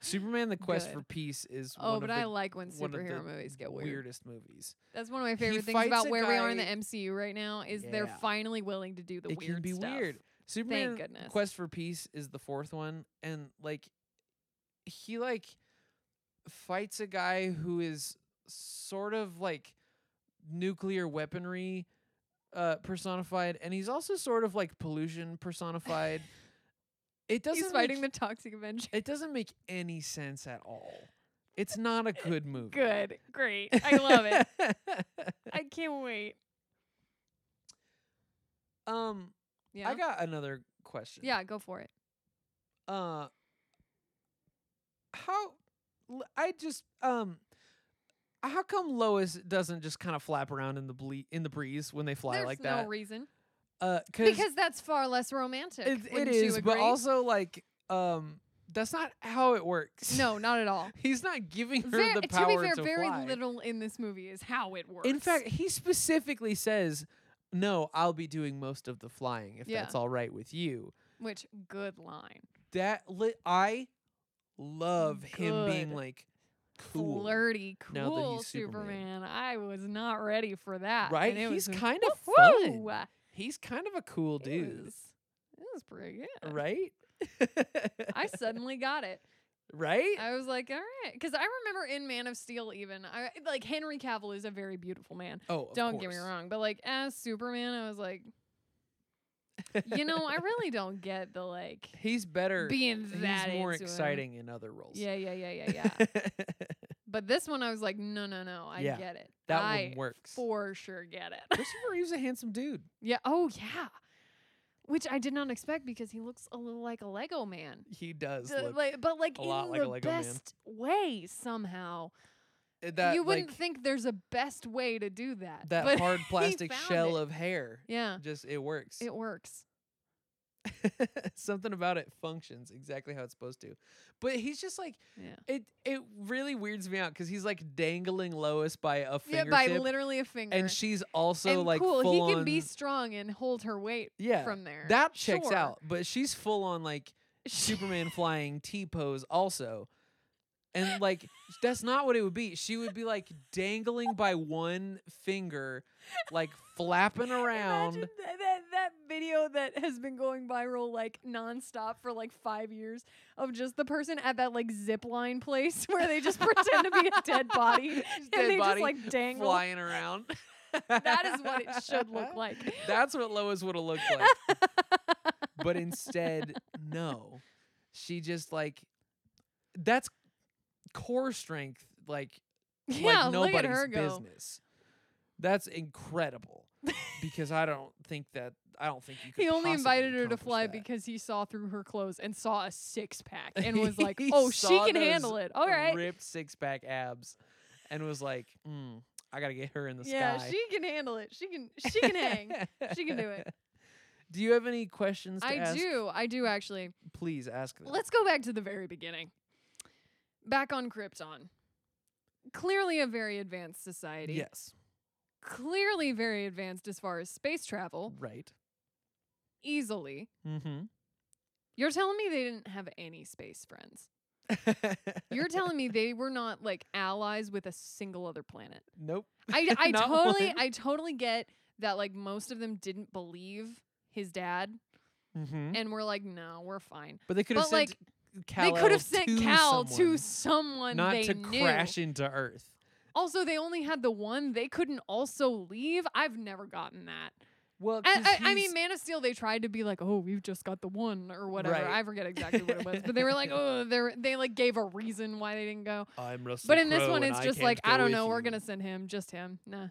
Superman: The Quest
Good.
for Peace is one
oh,
of
but
the
I like when
one of the
superhero movies get weird.
weirdest movies.
That's one of my favorite things
fights
about
a
where we are in the
guy-
MCU right now is they're
Yeah.
finally willing to do the
it
weird
can be
stuff.
weird. Superman:
goodness.
Quest for Peace is the fourth one, and like he like fights a guy who is sort of like nuclear weaponry uh personified and he's also sort of like pollution personified it doesn't
He's fighting
make,
the Toxic Avenger.
it doesn't make any sense at all it's not a good movie
Eh, Good, great, I love it.
it
I can't wait.
Um,
Yeah,
I got another question.
yeah, go for it.
Uh, how? l- I just um, how come Lois doesn't just kind of flap around in the ble- in the breeze when they fly
There's
like
no
that?
reason
uh,
because that's far less romantic.
it, it
wouldn't you
is, but
agree?
also like um, that's not how it works.
no, not at all.
he's not giving her
Ver-
the
to be
power
fair,
to
very
fly.
little in this movie is how it works.
In fact, he specifically says, "No, I'll be doing most of the flying if
Yeah.
that's all right with you."
which good line.
that li- I love him being
Good.
like cool,
flirty, cool
now that he's Superman.
Superman. I was not ready for that.
right?
and it
He's
was-
kind of
Woo-hoo!
fun. He's kind of a cool
It
dude,
was, it was pretty good.
right?
I suddenly got it.
right?
I was like, all right, because I remember in Man of Steel, even I like Henry Cavill is a very beautiful man.
oh, of
don't get me
course.
wrong, but like as Superman, I was like, you know, I really don't get the like
He's better.
being that
he's more
into him.
exciting in other roles.
Yeah, yeah, yeah, yeah, yeah. but this one, I was like, no, no, no, I
Yeah,
get it.
that
I
one works.
for sure get it.
Christopher Reeve's a handsome dude.
Yeah. Oh, yeah. Which I did not expect because he looks a little like a Lego man.
He does.
D-
look,
like- but like
a
in
lot like a
the
Lego man.
best way somehow.
eh, that
you wouldn't
like,
think there's a best way to do that.
that
but
hard
he
plastic
found
shell
it.
of hair.
yeah,
Just it works.
it works.
Something about it functions exactly how it's supposed to. But he's just like
Yeah.
it it really weirds me out cuz he's like dangling Lois by a
Yeah,
fingertip
by literally a finger.
and she's also
And
like
cool,
full
he can be
on-
strong and hold her weight
yeah.
from there.
that checks
Sure.
out, but she's full on like Superman flying T pose also. And like that's not what it would be. She would be like dangling by one finger, like flapping around.
Imagine that, that that video that has been going viral like nonstop for like five years of just the person at that like zip line place where they just pretend to be a dead body
Just
and
dead
they
body
just like dangle.
flying around.
That is what it should look like.
That's what Lois would have looked like. but instead, no. She just like that's core strength like
yeah,
like
look
nobody's
at her go.
business. That's incredible because I don't think that I don't think you. Could
He only
possibly
invited her to
accomplish
fly
that.
because he saw through her clothes and saw a six pack and was like, "Oh, she
saw
can
those
handle it. All right,
ripped six pack abs, and was like, mm, "I gotta get her in the
yeah,
sky."
she can handle it. She can, she can hang. She can do it.
Do you have any questions? To
I
ask?
do, I do actually.
Please ask them.
Let's go back to the very beginning. Back on Krypton. Clearly a very advanced society.
yes,
Clearly very advanced as far as space travel.
right.
Easily.
Mm-hmm.
You're telling me they didn't have any space friends. You're telling me they were not like allies with a single other planet.
nope.
I, I
Not
totally
one.
I totally get that like most of them didn't believe his dad
Mm-hmm.
and were like, no, we're fine.
But they could have
but,
sent Cal.
they could have sent
to
Cal to
someone,
someone
not
they
to
knew.
crash into Earth.
Also, they only had the one. They couldn't also leave. I've never gotten that.
Well,
I,
'cause
I, I
he's-
mean, Man of Steel, they tried to be like, oh, we've just got the one or whatever.
Right.
I forget exactly what it was, but they were like, oh, they are they like gave a reason why they didn't go.
I'm Russell
but in this
Crowe
one,
and
it's just
can't
like,
go
I don't
with
know. We're
you."
gonna send him, just him. Nah,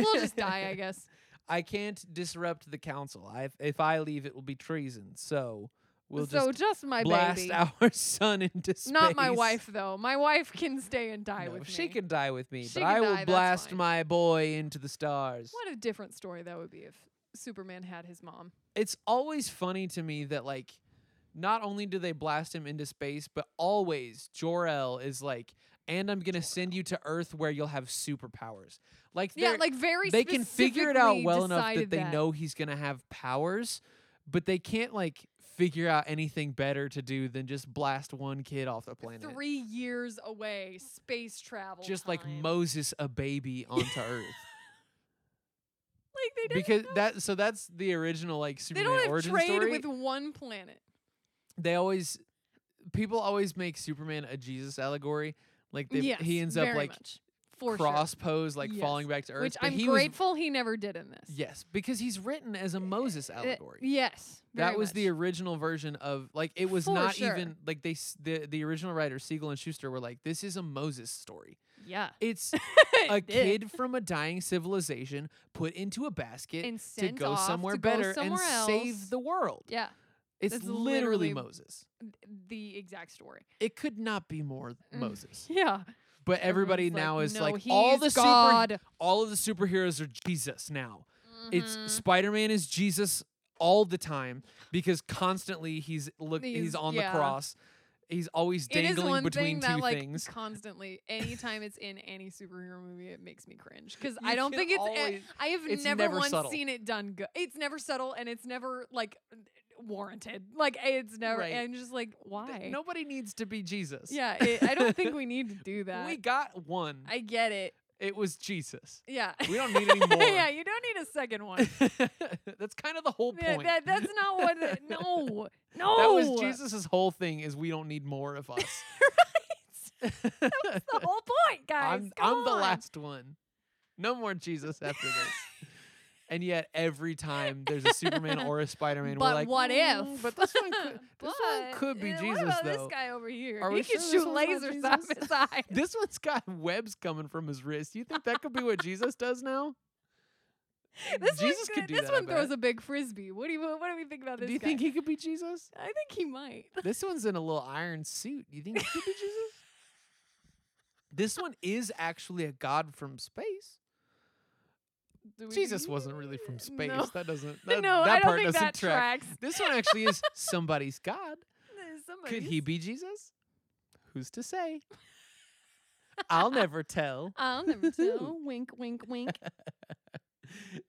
we'll just die, I guess.
I can't disrupt the council. I if I leave, it will be treason. So we'll
so
just
just, my
blast
baby,
our son into space.
not my wife though. My wife can stay and die
No,
with
she
me.
can die with me,
She
but
can
I
die,
will
that's
blast
fine.
my boy into the stars.
What a different story that would be if Superman had his mom.
It's always funny to me that like. Not only do they blast him into space, but always Jor El is like, "And I'm gonna send you to Earth where you'll have superpowers." Like,
Yeah,
they're-
like very.
they can figure it out
specifically
well enough that
decided
they know he's going to have powers, but they can't like figure out anything better to do than just blast one kid off the planet.
Three years away, space travel.
just like
time.
Moses a baby onto earth.
like they don't
Because
know-
that so that's the original like
they
Superman
don't have
origin
trade
story.
with one planet.
they always people always make Superman a Jesus allegory. Like they
yes,
he ends up
very
like
much, for sure.
cross pose like
Yes.
falling back to earth.
which
but
I'm
he was-
grateful he never did in this.
yes, because he's written as a Moses
Uh,
allegory.
yes,
That
very
was the
much.
original version of like it was
For
not
sure.
even like they s- the the original writer Siegel and Schuster were like this is a Moses story.
yeah
It's
It
a
did.
kid from a dying civilization put into a basket
and
to
sent
go
off
somewhere
to go
better
somewhere
and
else.
save the world.
yeah
It's
that's
literally,
literally-
Moses.
the exact story.
It could not be more th-
Mm.
Moses.
Yeah,
But everybody
Everyone's
now is
no,
like all the
he's
super,
God.
all of the superheroes are Jesus now.
Mhm.
It's Spider-Man is Jesus all the time because constantly he's look he's,
He's-
on
yeah.
the cross. He's always
it is
dangling
one
between
thing that
two
like
things.
constantly anytime it's in any superhero movie it makes me cringe because
You
i don't
can
think it's a-
always-
i have
it's
never,
never
once
subtle.
seen it done good it's never subtle and it's never like warranted like it's never
Right.
and just like why
th- nobody needs to be Jesus.
yeah it, i don't think we need to do that
We got one.
i get it
it was Jesus.
yeah
We don't need any more.
yeah you don't need a second one
That's kind of the whole
Yeah,
point.
that, that's not what it, no no
That was Jesus's whole thing is we don't need more of us.
the whole point guys
I'm
Come
I'm the
on.
last one. No more Jesus after this. And yet, every time there's a Superman or a Spider-Man, we're
But
like,
what
"Mm,
if?"
But this one could, this one
But,
could be
uh,
Jesus,
What about
though.
this guy over here?
Are
he
we sure
can
this
shoot
one's not
lasers out of
Jesus?
his eye.
This one's got webs coming from his wrist. You think that could be what Jesus does now?
This
Jesus
one,
could do
This
that, I
one throws
bet.
a big frisbee. What do you? What do we think about this?
Do you
guy?
think he could be Jesus?
I think he might.
This one's in a little iron suit. You think he could be Jesus? This one is actually a god from space.
Do we
Jesus wasn't really from space.
No.
That doesn't.
No,
That, that
I don't
part
think
doesn't
that
track.
tracks.
This one actually is somebody's God.
Somebody
Could he be Jesus? Who's to say? I'll never tell.
I'll never tell. wink, wink, wink.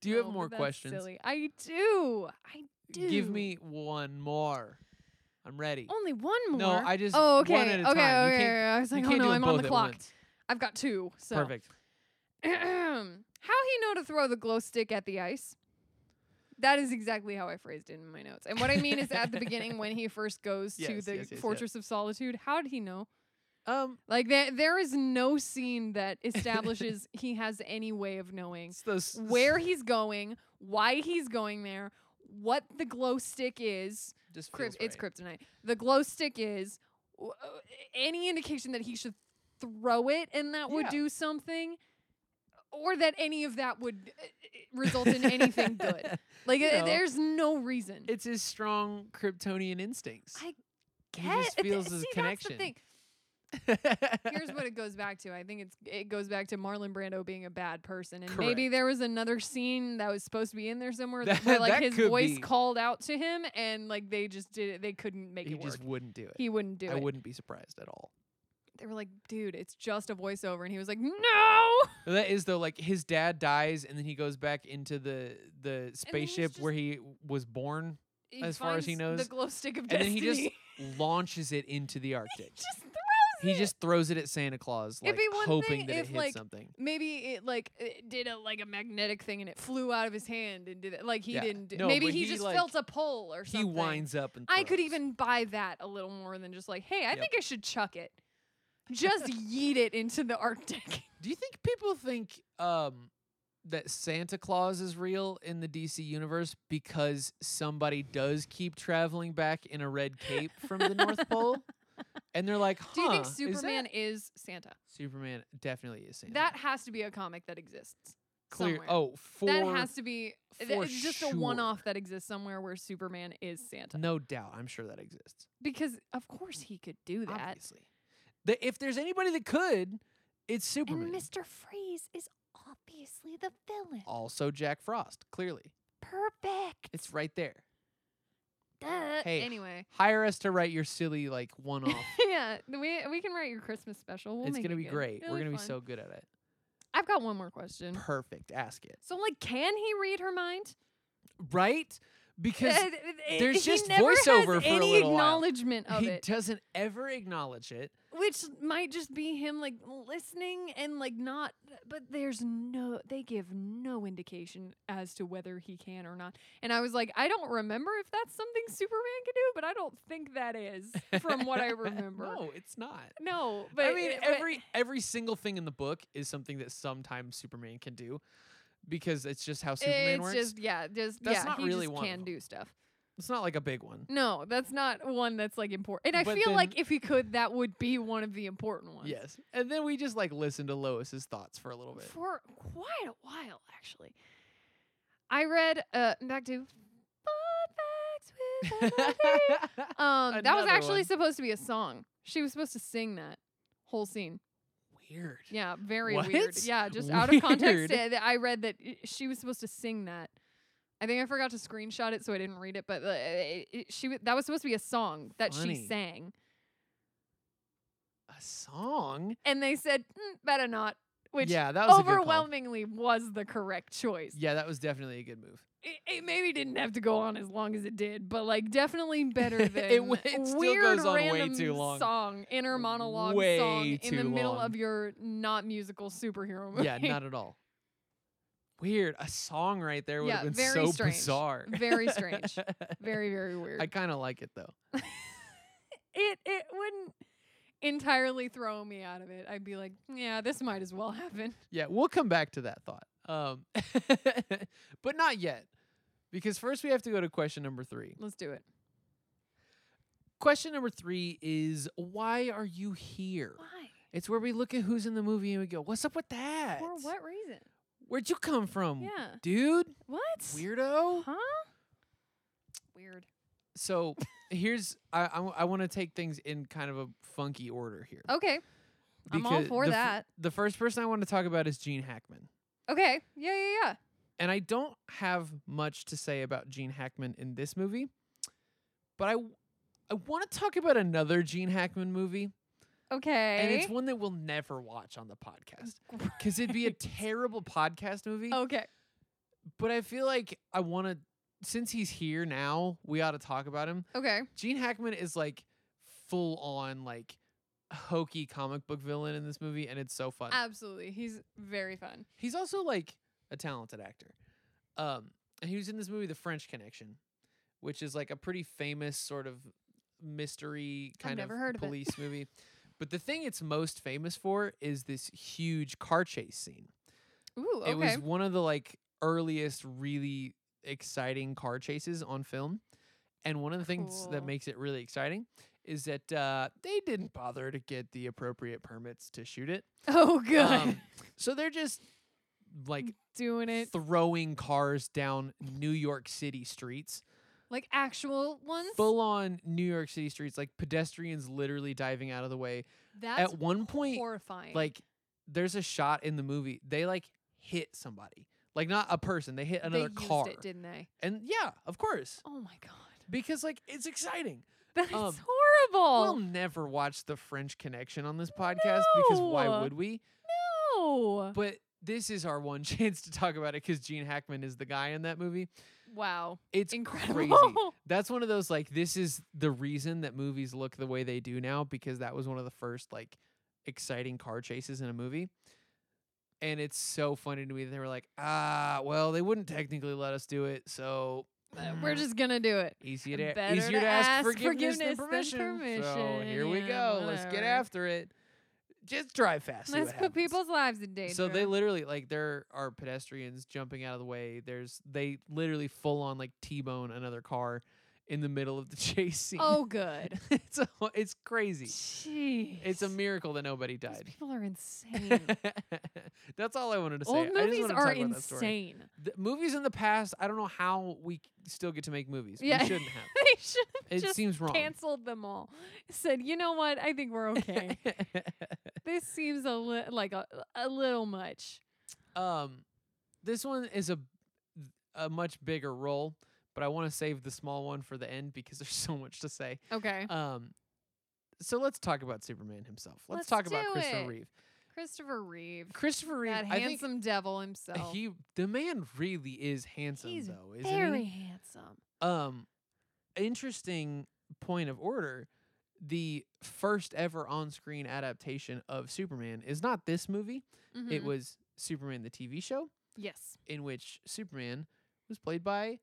Do you have
No, but
more
that's
questions?
Silly. I do. I do.
Give me one more. I'm ready.
only one more.
No, I just
Oh, okay.
one at a time.
okay, okay.
You can't,
okay. I was
you
like, oh
can't do
no,
them
I'm on
both
the
at
clock.
once.
I've got two. So
Perfect.
How he know to throw the glow stick at the ice? That is exactly how I phrased it in my notes. And what I mean is at the beginning when he first goes to
Yes,
the
yes, yes, yes.
Fortress of Solitude, how did he know?
Um,
Like there there is no scene that establishes he has any way of knowing
it's those
where he's going, why he's going there, what the glow stick is.
Just
Kryp-
feels
it's
right.
kryptonite. The glow stick is w- uh, any indication that he should throw it and that would
Yeah.
do something, or that any of that would uh, uh, result in anything good. Like
You
uh,
know,
there's no reason.
It's his strong Kryptonian instincts.
I
he
Get-
just
uh, th-
feels his
see,
connection.
That's the thing. Here's what it goes back to. I think it's it goes back to Marlon Brando being a bad person, and maybe
Correct.
there was another scene that was supposed to be in there somewhere
That-
that, where like
that
his
could
voice
be.
called out to him, and like they just did it. They couldn't make
he
it work.
just wouldn't do it.
he wouldn't do
I
it.
wouldn't be surprised at all.
they were like, dude, it's just a voiceover. And he was like, no.
That is though, like his dad dies, and then he goes back into the the spaceship
just-
where he was born,
He
As far as he
finds
knows.
The glow stick of
and then
destiny.
he just launches it into the Arctic.
just throws
He
it.
just throws it at Santa Claus,
It'd
like
be one
hoping
thing
that it
if,
hits
like,
something.
Maybe it like it did a like a magnetic thing and it flew out of his hand and did it like he
Yeah.
didn't do
No,
maybe
but
he,
he,
just
like-
felt a pull or
He
something.
winds up and
I could
throws.
even buy that a little more than just like, hey, I
Yep.
think I should chuck it. Just yeet it into the Arctic.
Do you think people think um, that Santa Claus is real in the DC universe because somebody does keep traveling back in a red cape from the North Pole? And they're like, huh,
Do you think
is
Superman
that-
is, Santa?
Superman definitely is Santa.
That has to be a comic that exists.
clear.
somewhere.
Oh, for
that has to be th-
for
it's just a one-off that exists somewhere where superman is santa
no doubt. I'm sure that exists.
because of course he could do that
Obviously, the, if there's anybody that could, it's Superman.
and mr freeze is obviously the villain
also, Jack Frost. Clearly,
perfect
it's right there.
Duh.
Hey.
anyway
Hire us to write your silly like one-off.
yeah th- we, we can write your christmas special we'll
it's
make
gonna
it
be
good.
great.
It'll
We're gonna be
fun. Mm.
so good at it.
i've got one more question
Perfect. Ask it.
so like can he read her mind
Right? Because
Uh, th- th-
there's
he
just
never has
voiceover for a
any
little while.
acknowledgement of
he
it
doesn't ever acknowledge it.
which might just be him like listening and like not but there's no they give no indication as to whether he can or not and i was like i don't remember if that's something superman can do but i don't think that is from what i remember
no, it's not.
No, but
I mean,
it- but-
every every single thing in the book is something that sometimes Superman can do because it's just how Superman
it's
works.
just yeah just
That's
yeah
not
he
really
just
one of
can
them.
do stuff
it's not like a big one.
no that's not one that's like important and i
But
feel like
then-
if he could that would be one of the important ones
Yes. And then we just like listen to Lois's thoughts for a little bit.
for quite a while actually. I read uh back to Fun Facts with Emily. Um that was
Another
actually
one.
supposed to be a song. She was supposed to sing that whole scene.
Weird.
Yeah, very
What?
weird. Yeah, just out of context.
Weird.
uh, th- I read that i- she was supposed to sing that. I think I forgot to screenshot it, so I didn't read it. But uh, it, it- she w- that was supposed to be a song that
Funny.
she sang,
A song?
and they said mm, better not, which
yeah, that was a good call.
overwhelmingly was the correct choice.
Yeah, that was definitely a good move.
it, it maybe didn't have to go on as long as it did, but like definitely better
It
than
w- it still
weird
goes on way
random
too long.
song, inner monologue
Way
song in the
too
middle
long.
of your not musical superhero movie.
Yeah, not at all. Weird. A song right there would
Yeah,
have been
very
so
strange.
bizarre.
Very strange. very very weird.
I kind of like it though.
it it wouldn't entirely throw me out of it. I'd be like, yeah, this might as well happen.
Yeah, we'll come back to that thought. Um, but not yet. Because first we have to go to question number three.
Let's do it.
Question number three is why are you here?
Why?
It's where we look at who's in the movie and we go, what's up with that?
For what reason?
Where'd you come from?
Yeah.
Dude,
What?
weirdo.
Huh? Weird.
So here's, I, I, want to take things in kind of a funky order here.
Okay. Oh, I'm all
Because
for
the fir-
that.
the first person I want to talk about is Gene Hackman.
Okay. Yeah, yeah, yeah.
And I don't have much to say about Gene Hackman in this movie, but I w- I want to talk about another Gene Hackman movie,
Okay.
and it's one that we'll never watch on the podcast because it'd be a terrible podcast movie.
okay.
But I feel like I want to, since he's here now, we ought to talk about him.
Okay.
Gene Hackman is like full on like hokey comic book villain in this movie, and it's so fun.
Uh, Absolutely. He's very fun.
He's also like a talented actor. Um, and he was in this movie, The French Connection, which is like a pretty famous sort of mystery kind
never
of
heard of it.
police movie. But the thing it's most famous for is this huge car chase scene.
Ooh,
It
okay.
was one of the like earliest really exciting car chases on film. And one of the things that
Cool.
makes it really exciting is that uh, they didn't bother to get the appropriate permits to shoot it.
oh good.
Um, so they're just like
Doing it.
throwing cars down New York City streets.
like actual ones.
Full on New York City streets, like pedestrians literally diving out of the way.
That's
At one point,
horrifying.
like there's a shot in the movie, they like hit somebody. Like not a person, they hit
they
another
used
car.
it, didn't they?
and yeah, of course.
Oh my god.
Because like it's exciting.
That is
Um, We'll
horrible.
never watch the French connection on this podcast because why
No.
would we?
no.
But this is our one chance to talk about it because Gene Hackman is the guy in that movie.
Wow.
It's
Incredible.
crazy. that's one of those like this is the reason that movies look the way they do now because that was one of the first like exciting car chases in a movie and it's so funny to me that they were like ah well they wouldn't technically let us do it so
Uh, We're
mm,
just gonna do it.
easier to
better
easier
to
ask,
ask
forgiveness, than,
forgiveness than
permission. so
permission,
here we
yeah,
go let's get
whatever.
after it just drive fast see
Let's
what
put
happens.
people's lives in danger.
So they literally like there are pedestrians jumping out of the way. There's they literally full on like T-bone another car in the middle of the chase scene.
Oh good.
it's a, it's crazy.
Jeez.
It's a miracle that nobody
These
died.
people are insane.
That's all I wanted to say.
Old
I just
movies
wanted to
are
talk about that story.
insane.
The, movies in the past, I don't know how we c- still get to make movies.
Yeah.
We shouldn't have.
they should
It
have just
seems wrong.
canceled them all. Said, you know what? I think we're okay. this seems a li- like a, a little much.
um, this one is a a much bigger role, but I want to save the small one for the end because there's so much to say.
Okay.
Um, so let's talk about Superman himself. Let's,
Let's
talk about
do
Christopher
it.
Reeve.
Christopher Reeve.
Christopher Reeve,
that
I think
handsome devil himself.
he the man really is handsome
He's
though, isn't
Very
he?
handsome.
Um, interesting point of order. The first ever on-screen adaptation of Superman is not this movie. It
Mhm.
was Superman the TV show,
yes.
in which Superman was played by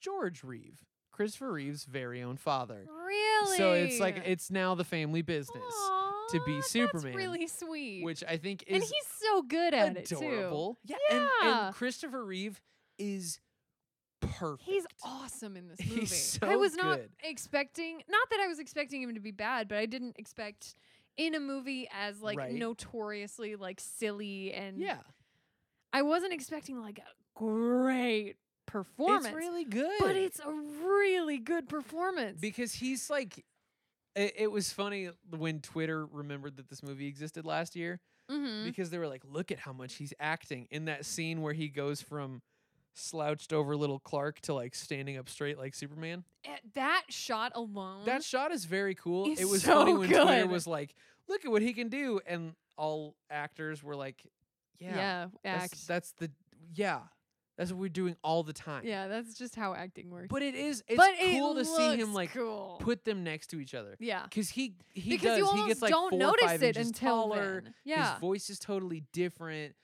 George Reeve, Christopher Reeve's very own father.
Really?
So it's like it's now the family business. to be
Aw, that's
Superman,
really sweet.
Which I think is
and he's so good at
adorable. Yeah. And,
Yeah.
and Christopher Reeve is
it
perfect.
too. He's awesome in this
He's
movie. I
so
was not
good.
expecting not that I was expecting him to be bad, but I didn't expect in a movie as like
Right.
notoriously like silly and
Yeah.
I wasn't expecting like a great performance.
It's really good.
but it's a really good performance.
because he's like it, it was funny when Twitter remembered that this movie existed last year
mm-hmm.
because they were like, look at how much he's acting in that scene where he goes from slouched over little Clark to like standing up straight like Superman.
Eh, that shot alone.
That shot is very cool.
He's
it was
Mm-hmm. so
funny when Twitter
good.
was like, look at what he can do. And all actors were like, yeah.
yeah, act.
That's, that's the yeah. That's what we're doing all the time.
yeah, that's just how acting works.
But it is it's
But it
cool to see him
looks
like
cool.
put them next to each other.
yeah.
Cause he he
because you
does
almost
he gets like
don't
four or
notice
five
it
inches
until
taller.
then. Yeah,
His voice is totally different.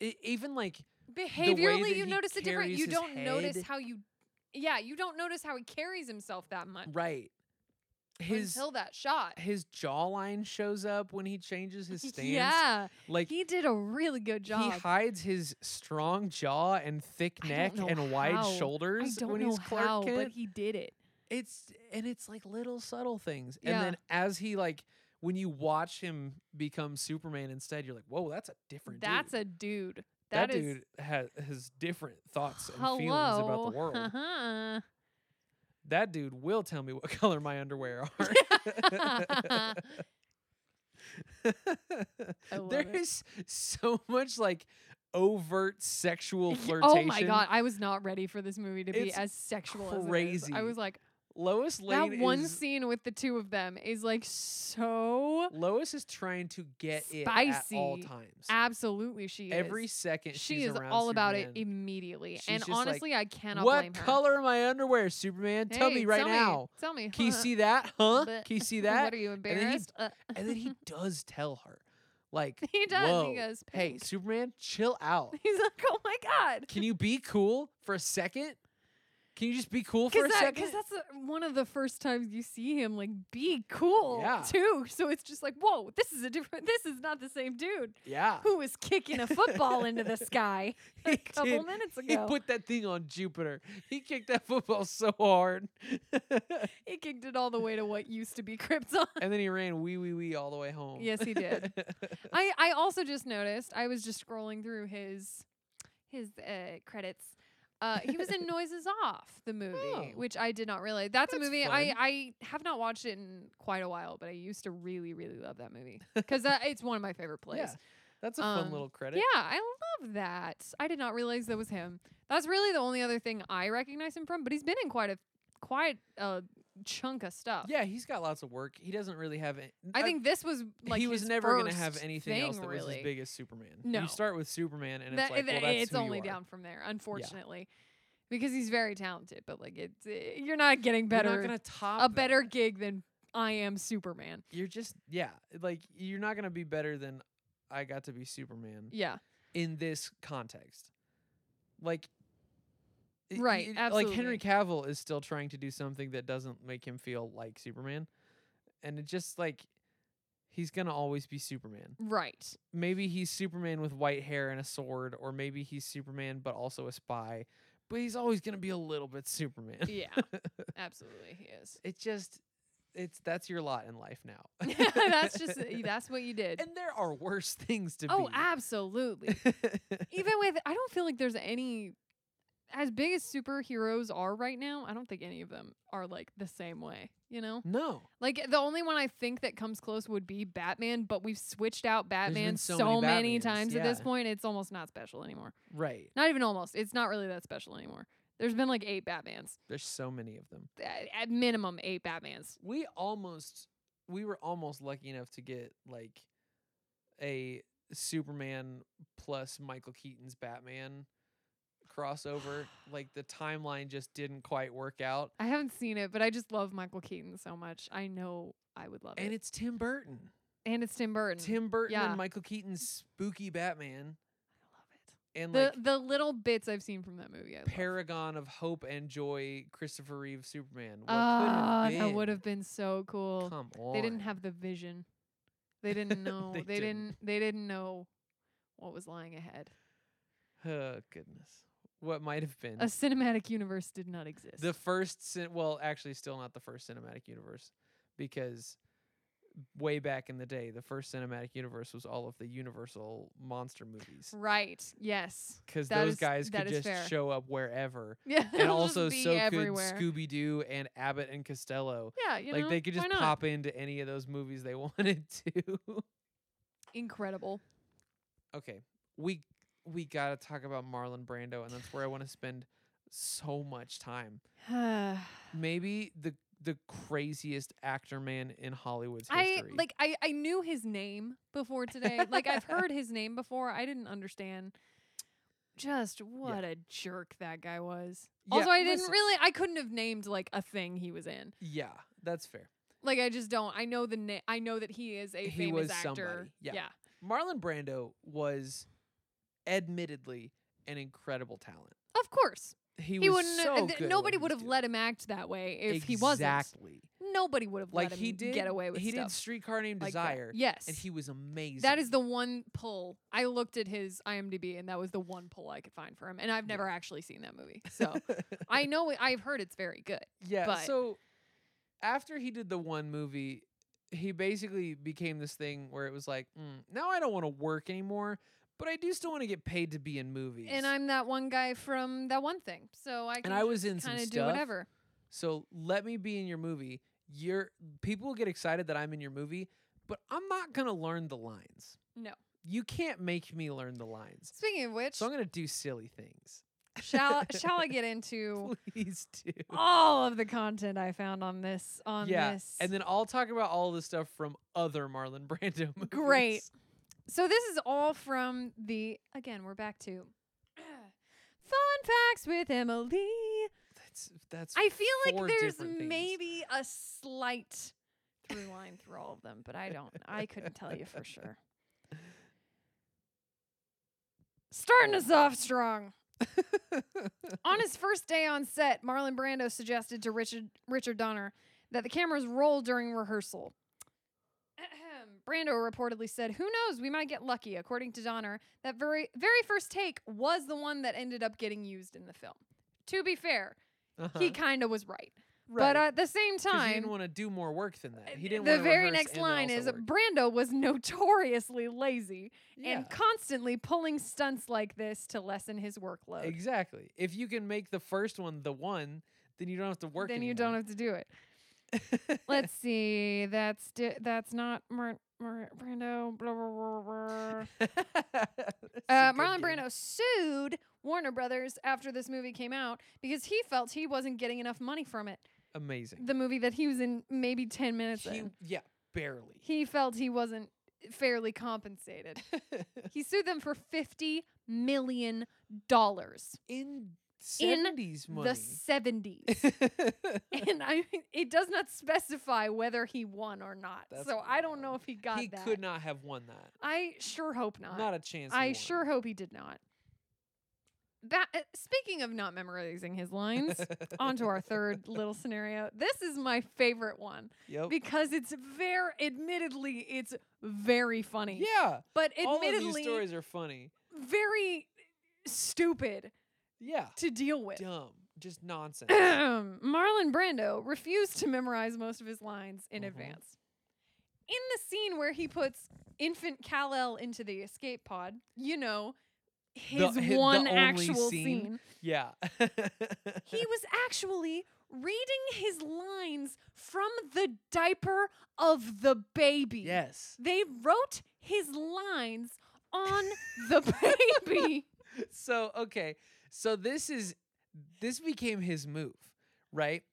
I even like that
behaviorally
he
you notice it different.
carries
You
his
don't notice
head.
how you, yeah, you don't notice how he carries himself that much
right. His
until that shot.
his jawline shows up when he changes his stance.
Yeah,
Like
he did a really good
he
job.
hides his strong jaw and thick
I don't
neck
know
and wide
how. I
shoulders
don't
when
know
he's Clark
how,
Kent.
but he did it.
it's and it's like little subtle things and
Yeah.
then as he like when you watch him become superman instead you're like whoa that's a different
That's
dude.
a dude.
that,
that is-
dude has has different thoughts and feelings about the
Hello.
world that dude will tell me what color my underwear are
I
There
love
is
it.
so much like overt sexual flirtation.
oh my god, I was not ready for this movie to be
It's
as sexual as it
crazy.
is. I was like,
Lois Lane
that one
is
scene with the two of them is like so
Lois is trying to get it at all
Spicy.
times.
absolutely she
Every
is.
second
She
she's
is
around
all about it
Superman.
immediately.
She's
and
just like,
honestly, I cannot
what
blame her.
color am I underwear, Superman? tell me
Hey,
right now.
Tell me.
Can you see that? Huh?
But-
Can you see
What
that?
are you
then he-
embarrassed? Uh,
and then he does tell her, like,
he does.
Whoa.
He goes,
hey,
"Pink."
Superman, chill out.
He's like, oh my god.
Can you be cool for a second? Can you just be cool for
Cause
a
that,
second?
because that's the, one of the first times you see him like be cool
Yeah.
too. So it's just like, whoa, this is a different. This is not the same dude
yeah.
who was kicking a football into the sky a
He
couple
did.
minutes
He
ago. He,
put that thing on Jupiter. He kicked that football so hard. and
kicked it all the way to what used to be Krypton.
then he ran wee wee wee all the way home.
Yes, he did. I I also just noticed. I was just scrolling through his his uh, credits. Uh, he was in Noises Off, the movie,
Oh.
which I did not realize. That's, a
That's
movie
fun.
I, I have not watched it in quite a while, but I used to really, really love that movie because uh, it's one of my favorite plays.
yeah. That's a fun
Um,
little credit.
Yeah, I love that. I did not realize that was him. That's really the only other thing I recognize him from. But he's been in quite a quite a chunk of stuff.
Yeah, he's got lots of work. He doesn't really have. Any,
I think this was like
he was
his
never gonna
first
have anything
thing,
else that
really.
was as big as Superman.
No.
you start with Superman, and
That-
it's like, well,
that-
that's
it's
who you
only
are.
down from there, unfortunately, because he's very talented. But like, it's uh, you're not getting
You're
better
not gonna top
a
that.
better gig than I am Superman.
You're just yeah, like you're not gonna be better than I got to be Superman
Yeah,
in this context. Like, it-
Right,
it- Like Henry Cavill is still trying to do something that doesn't make him feel like Superman, and it just like he's gonna always be Superman.
right.
maybe he's Superman with white hair and a sword, or maybe he's Superman but also a spy. But he's always gonna be a little bit Superman.
Yeah, absolutely, he is.
It just it's that's your lot in life now.
that's just eh, that's what you did.
And there are worse things to
Oh,
be.
absolutely. Even with I don't feel like there's any as big as superheroes are right now. I don't think any of them are like the same way. You know,
no.
Like the only one I think that comes close would be Batman, but we've switched out
been
Batman
so many
so, many,
Batmans,
times at this
yeah.
point, it's almost not special anymore.
Right.
Not even almost. It's not really that special anymore. There's been like eight Batmans,
There's so many of them.
at, at minimum eight Batmans.
We almost we were almost lucky enough to get like a Superman plus Michael Keaton's Batman crossover. like the timeline just didn't quite work out.
I haven't seen it, but I just love Michael Keaton so much. I know I would love
And
it.
it's Tim Burton.
and it's Tim Burton.
Tim Burton
Yeah.
and Michael Keaton's spooky Batman
I
and
love
like
it. The the little bits I've seen from that movie, I love.
paragon of hope and joy, Christopher Reeve Superman. What
Ah,
could have
that
been?
would have been so cool.
Come on.
They didn't have the vision. They didn't know.
They
they,
didn't.
didn't. They didn't know what was lying ahead.
Oh goodness. What might have been
A cinematic universe did not exist.
the first? Cin- well, actually, still not the first cinematic universe, because way back in the day, the first cinematic universe was all of the Universal monster movies.
right. Yes.
Because
That
those
is-
guys
that
could
is
just
fair.
show up wherever,
Yeah.
and
it'll
also
just
so
be everywhere.
could Scooby Doo and Abbott and Costello.
yeah. You
like
know,
they could
why
just
not?
pop into any of those movies they wanted to.
Incredible.
okay, we we gotta talk about Marlon Brando, and that's where I want to spend so much time.
I
Maybe the the craziest actor man in Hollywood's history.
like. I I knew his name before today. like I've heard his name before. I didn't understand. Just what a jerk that guy was.
Yeah,
also, I didn't
listen.
really. I couldn't have named like a thing he was in.
yeah, that's fair.
Like I just don't. I know the name. I know that he is a
He
famous
was
actor.
somebody, yeah. Marlon Brando was admittedly an incredible talent.
Of course.
He,
He,
was
wouldn't.
so
and
good at
th-
what
nobody
he
would
was
have
doing.
let him act that way if
exactly.
he wasn't. Nobody would have
Like
let him
he did
get away with
He
stuff
did Streetcar Named
like that.
Desire.
Yes.
And he was amazing.
that is the one pull. I looked at his IMDb and that was the one pull I could find for him. And I've never actually seen that movie. So I know it, I've heard it's very good.
Yeah.
But-
So after he did the one movie, he basically became this thing where it was like, mm, now I don't want to work anymore, but I do still want to get paid to be in movies.
And I'm that one guy from that one thing. So I can
and I was in some
kind of
stuff.
do whatever.
So let me be in your movie. Your people will get excited that I'm in your movie, but I'm not gonna learn the lines.
No.
you can't make me learn the lines.
Speaking of which,
So I'm gonna do silly things.
shall shall I get into
Please do.
all of the content I found on this on
yeah,
this?
and then I'll talk about all the stuff from other Marlon Brando movies.
Great. so this is all from the again, we're back to Fun facts with Emily.
That's that's.
I feel
four
like there's
different things.
maybe a slight through line through all of them, but I don't I couldn't tell you for sure. Starting us off strong. On his first day on set, Marlon Brando suggested to Richard Richard Donner that the cameras roll during rehearsal. Brando reportedly said, "Who knows? We might get lucky." According to Donner, that very very first take was the one that ended up getting used in the film. To be fair,
Uh-huh.
he kind of was right.
Right.
But at the same
'Cause he
time,
didn't want to do more work than that. He
th-
didn't.
the
wanna
very
rehearse
next
and
line
also
is
work.
Brando was notoriously lazy
Yeah,
and constantly pulling stunts like this to lessen his workload.
exactly. If you can make the first one the one, then you don't have to work.
then you don't have to do it. Let's see. That's di- that's not Mar- Mar- Brando. Blah, blah, blah, blah. Uh, Marlon Brando sued Warner Brothers after this movie came out because he felt he wasn't getting enough money from it.
Amazing.
The movie that he was in maybe ten minutes.
He,
in.
yeah, barely.
he felt he wasn't fairly compensated. he sued them for fifty million dollars
In seventies money.
the seventies, and I mean, it does not specify whether he won or not.
That's
so I don't know if he got
he
that.
could not have won that.
I sure hope not.
Not a chance. he
I
won.
sure hope he did not. That uh, speaking of not memorizing his lines, onto our third little scenario. This is my favorite one
Yep.
because it's very, admittedly, it's very funny.
yeah.
but
All of
admittedly,
these stories are funny.
very stupid
Yeah.
to deal with.
Dumb. Just nonsense.
Marlon Brando refused to memorize most of his lines in
Mhm.
advance. In the scene where he puts infant Kal-El into the escape pod, you know, his
hi- the
one
only
actual
scene?
scene
yeah.
he was actually reading his lines from the diaper of the baby.
yes.
They wrote his lines on the baby.
so okay so this is this became his move right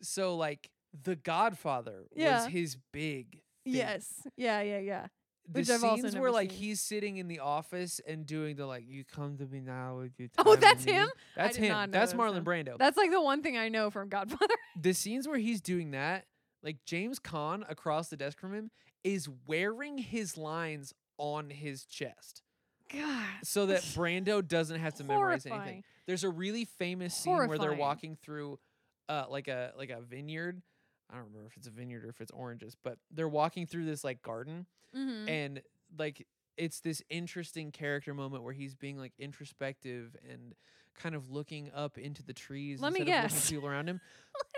so like the godfather
Yeah.
was his big thing.
Yeah, yeah, yeah.
the
which
scenes
I've also
where
never
like
seen.
he's sitting in the office and doing the like you come to me now with your
Oh,
time to
that's
me."
him?
that's
did
him
not know
that's
that was
marlon
him.
brando
That's like the one thing I know from Godfather.
the scenes where he's doing that like james Caan across the desk from him is wearing his lines on his chest
God.
so that Brando doesn't have to memorize anything.
Horrifying.
There's a really famous scene where they're
Horrifying.
walking through uh like a like a vineyard. I don't remember if it's a vineyard or if it's oranges, but they're walking through this like garden
Mhm.
and like it's this interesting character moment where he's being like introspective and kind of looking up into the trees
Let me
instead of looking
guess.
at people around him.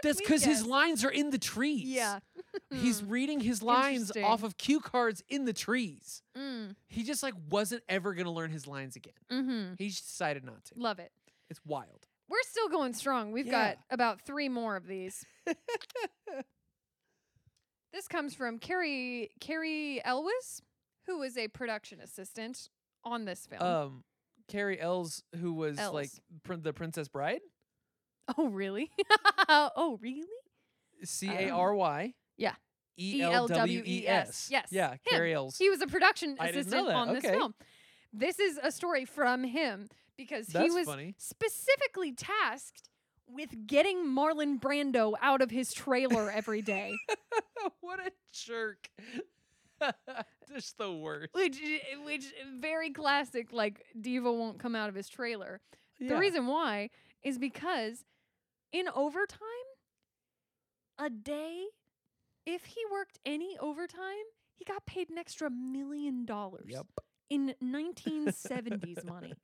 That's
me
because his
guess.
lines are in the trees.
yeah. Mm.
He's reading his lines off
Interesting.
of cue cards in the trees.
Mm.
He just like wasn't ever gonna learn his lines again.
Mm-hmm.
He just decided not to.
Love it.
It's wild.
We're still going strong. We've
Yeah.
got about three more of these. this comes from Carrie Carrie Elwes, who was a production assistant on this film.
Um, Carrie Ells, who was like
Ells.
prin- the Princess Bride,
oh, really? oh, really?
C A R Y.
Oh. yeah.
E L W E S.
Yes,
Yeah,
him.
Carrie Ells.
He was a production
I didn't know
assistant
that.
on this
Okay.
film. This is a story from him because
That's
he was
funny.
specifically tasked with getting Marlon Brando out of his trailer every day.
what a jerk. Just the worst.
which which very classic like diva won't come out of his trailer the reason why is because in overtime a day if he worked any overtime he got paid an extra million dollars
Yep.
in 1970s money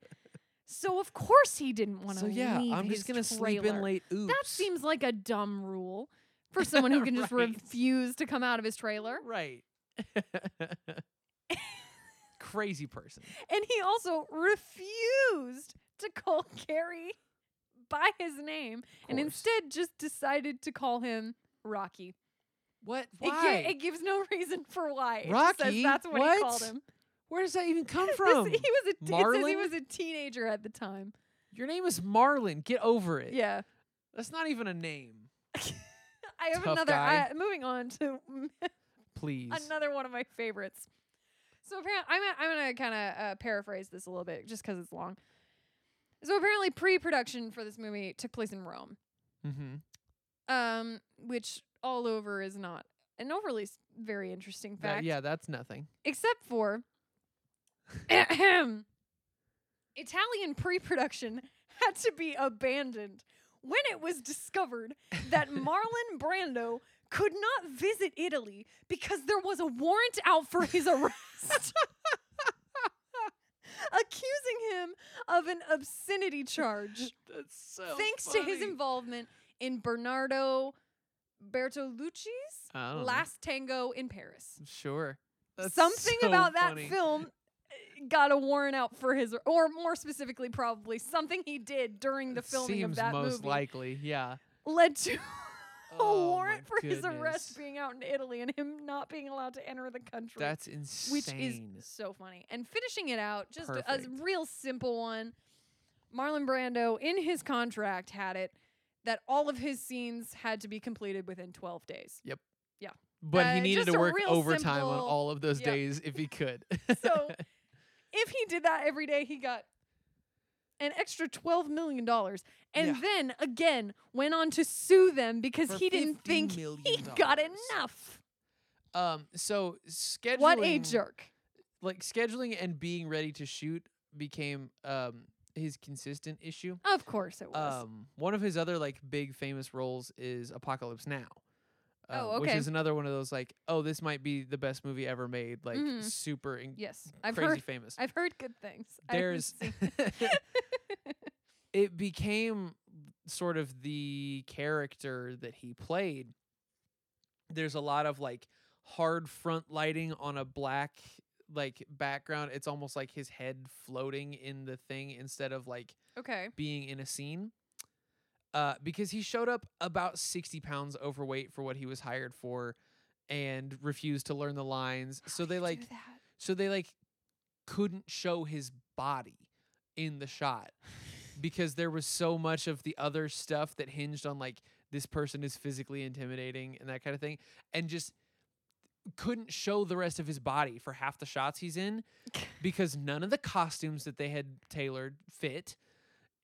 so of course he didn't want to
So yeah,
leave
I'm just
his
gonna sleep in
trailer.
late. Oops.
that seems like a dumb rule for someone who can just
Right.
refuse to come out of his trailer
right. Crazy person.
And he also refused to call Gary by his name and
course.
instead just decided to call him Rocky.
What?
It, gi-
Why?
it gives no reason for why. It just says
Rocky?
that's what, he called
What?
him.
Where does that even come
This-
from?
he was a, it says he
Marlon?
was a teenager at the time.
Your name is Marlon. Get over it.
Yeah.
That's not even a name.
I have
Tough
another.
guy.
I, moving on to
Please.
another one of my favorites. So apparently, I'm gonna, I'm gonna kind of uh, paraphrase this a little bit just because it's long. So apparently, pre-production for this movie took place in Rome,
Mm-hmm.
um, which all over is not an overly s- very interesting fact,
yeah, that's nothing.
except for Italian pre-production had to be abandoned when it was discovered that Marlon Brando could not visit Italy because there was a warrant out for his arrest. Accusing him of an obscenity charge,
That's so.
thanks to his involvement in Bernardo Bertolucci's
I don't
Last Tango in Paris.
know. Sure. That's
Something
so
about
funny.
that film uh, got a warrant out for his, or more specifically, probably something he did during the
It
filming
seems
of that
most
movie
likely. Yeah.
led to a
Oh,
warrant
my
for his arrest
goodness.
being out in Italy and him not being allowed to enter the country.
That's insane.
which is so funny. And finishing it out, just a- a
Perfect.
real simple one. Marlon Brando in his contract had it that all of his scenes had to be completed within 12 days.
but he
uh,
needed
just
to
a
work
real
overtime on
simple-
all of those
yeah.
days if he could.
So if he did that every day, he got an extra twelve million dollars. And
Yeah.
then again went on to sue them because
For
he didn't
$50
think he
million
got
dollars.
enough.
um, so scheduling.
What a jerk.
Like scheduling and being ready to shoot became um his consistent issue.
Of course it was.
Um, one of his other like big famous roles is Apocalypse Now.
Oh,
um, Which
okay.
is another one of those like, oh, this might be the best movie ever made, like
Mhm.
super in-
yes. I've
crazy
heard
famous.
I've heard good things. I haven't
There's
seen-
it became sort of the character that he played. There's a lot of like hard front lighting on a black like background. It's almost like his head floating in the thing instead of like
Okay.
being in a scene uh, because he showed up about 60 pounds overweight for what he was hired for and refused to learn the lines so
How do
they
you
like
do that?
so they like couldn't show his body in the shot because there was so much of the other stuff that hinged on like this person is physically intimidating and that kind of thing and just couldn't show the rest of his body for half the shots he's in because none of the costumes that they had tailored fit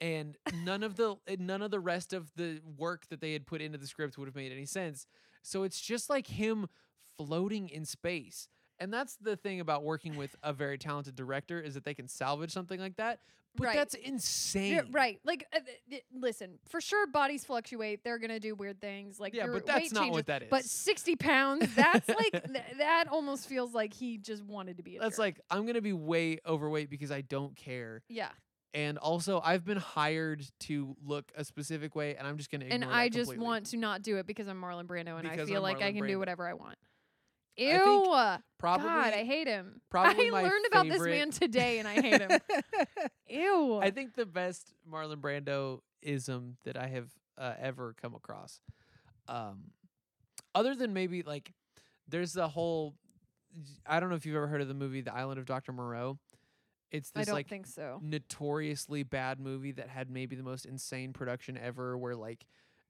and none of the and none of the rest of the work that they had put into the script would have made any sense so it's just like him floating in space and that's the thing about working with a very talented director is that they can salvage something like that but
Right.
that's insane
Yeah, right. Like, uh, th- th- listen, for sure, bodies fluctuate. They're gonna do weird things. Like,
yeah
your
but that's
weight
not
changes.
what that is
But 60 pounds, that's like, th- that almost feels like he just wanted to be a
that's
jerk.
like i'm gonna be way overweight because i don't care
yeah.
and also i've been hired to look a specific way and i'm just gonna
And
ignore
I
that
just
completely.
want to not do it because I'm Marlon Brando and I
Because
feel
I'm
like I
Marlon
can
Brando.
do whatever I want. Ew.
think
God,
probably
I hate him.
probably
I
my
learned about this
favorite-
man today and I hate him. Ew.
I think the best Marlon Brando ism that I have uh, ever come across, um, other than maybe like, there's the whole. I don't know if you've ever heard of the movie The Island of Dr. Moreau. It's
I
this
don't
like
think so.
notoriously bad movie that had maybe the most insane production ever, where like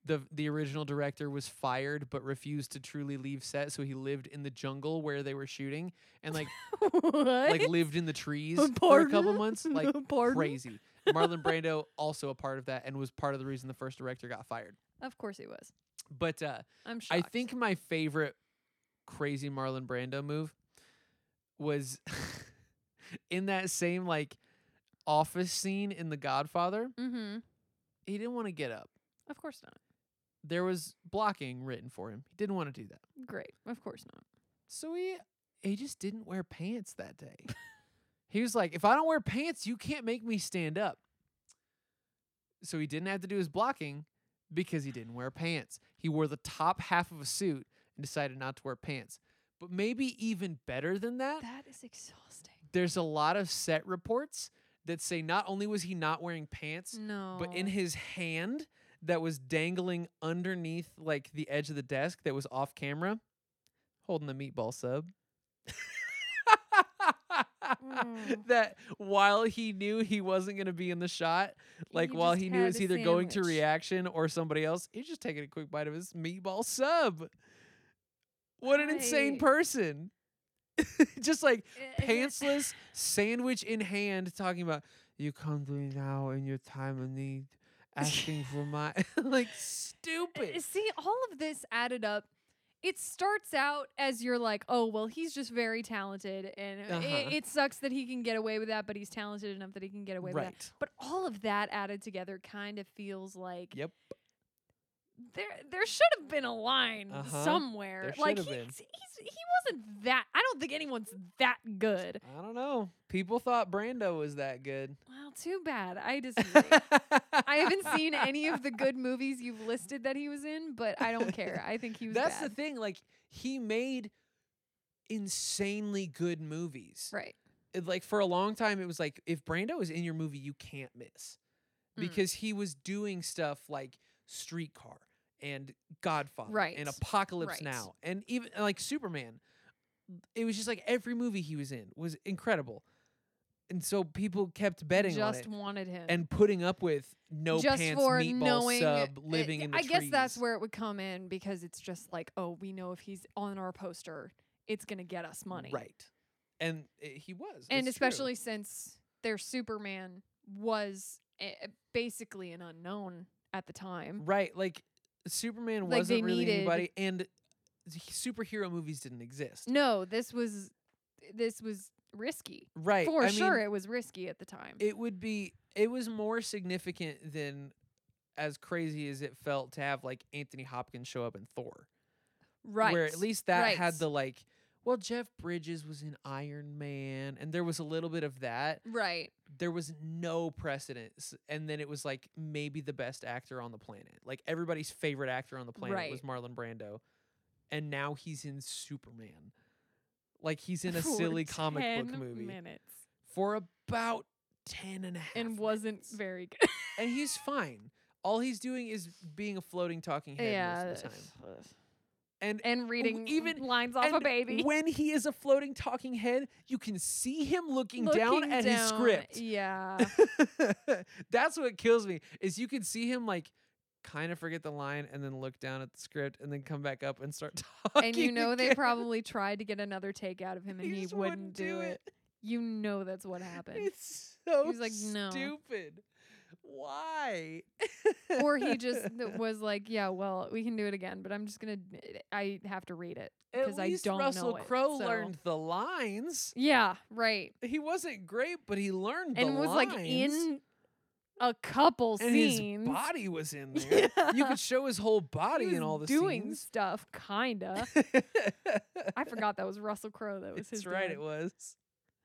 the the original director was fired but refused to truly leave set, so he lived in the jungle where they were shooting and like
what?
like lived in the trees for a couple
Pardon?
months. Like
Pardon?
crazy. Marlon Brando also a part of that and was part of the reason the first director got fired.
Of course he was.
But uh,
I'm shocked.
I think my favorite crazy Marlon Brando move was in that same like office scene in The Godfather.
Mm-hmm.
He didn't want to get up.
Of course not.
There was blocking written for him. He didn't want to do that.
Great. Of course not.
So he he just didn't wear pants that day. he was like, if I don't wear pants, you can't make me stand up. So he didn't have to do his blocking because he didn't wear pants. He wore the top half of a suit and decided not to wear pants. But maybe even better than that,
That is exhausting.
there's a lot of set reports that say not only was he not wearing pants,
No.
but in his hand that was dangling underneath like the edge of the desk that was off camera holding the meatball sub
Mm.
that while he knew he wasn't going to be in the shot, like while
just
he knew it
had
was
a
either going to
sandwich.
reaction or somebody else, he's just taking a quick bite of his meatball sub. What an insane
Right.
person. just like
Uh, uh,
pantsless, sandwich in hand, talking about, you come to me now in your time of need, asking for my, like,
uh,
stupid.
See, all of this added up. It starts out as you're like, oh, well, he's just very talented, and i-
Uh-huh.
it, sucks that he can get away with that, but he's talented enough that he can get away with that.
Right.
But all of that added together kind of feels like
Yep.
there there should have been a line
Uh-huh. There
somewhere.
should
Like
have
he's,
been.
he's he wasn't that. I don't think anyone's that good.
I don't know. People thought Brando was that good.
Well, too bad. I disagree. I haven't seen any of the good movies you've listed that he was in, but I don't care. I think he was
That's
bad.
the thing. Like he made insanely good movies.
right.
It- like for a long time, it was like if Brando is in your movie, you can't miss
Mm.
because he was doing stuff like Streetcar and Godfather
Right.
and Apocalypse
Right.
Now and even like Superman. It was just like every movie he was in was incredible, and so people kept betting on it
Just wanted him.
and putting up with no
just
pants
for
meatball
knowing
sub
uh,
living in the
I guess that's
trees.
where it would come in because it's just like, oh, we know if he's on our poster, it's gonna get us money.
Right. And uh, he was.
and
it's true.
especially since their Superman was uh, basically an unknown at the time.
Right. Like Superman
Like, they
wasn't really
needed-
anybody and the superhero movies didn't exist.
No, this was this was risky.
Right.
For
I
sure
mean,
it was risky at the time.
it would be it was more significant than as crazy as it felt to have like Anthony Hopkins show up in Thor.
right.
Where at least that had
right.
the like well, Jeff Bridges was in Iron Man, and there was a little bit of that.
Right.
There was no precedence, and then it was like maybe the best actor on the planet. Like everybody's favorite actor on the planet was Marlon Brando, and now he's in Superman. Like he's in a
For
silly comic book
10
movie
Minutes.
for about ten and a half,
And wasn't
minutes.
very good.
and he's fine. All he's doing is being a floating talking head
yeah.
most of the time. And
And reading
even-
even lines off a
and
baby.
when he is a floating talking head, you can see him looking, down
Looking
at his
down,
script.
Yeah.
That's what kills me is you can see him like kind of forget the line and then look down at the script and then come back up and start talking.
and you know they
again.
probably tried to get another take out of him and he,
just
wouldn't, do it. You know that's what happened.
It's so
was like, "No."
stupid. Why?
or he just th- was like, "Yeah, well, we can do it again, but I'm just gonna. I have to read it
At
because I
least
don't
Russell
know it."
Crowe
so-
learned the lines.
Yeah, right.
He wasn't great, but he learned
And
the
was
lines.
like in a couple
and
scenes.
his body was in there. You
Yeah.
could show his whole body
he was
in all the
doing
scenes.
stuff, kinda. I forgot that was Russell Crowe. That was
That's
his.
right.
dad.
It was.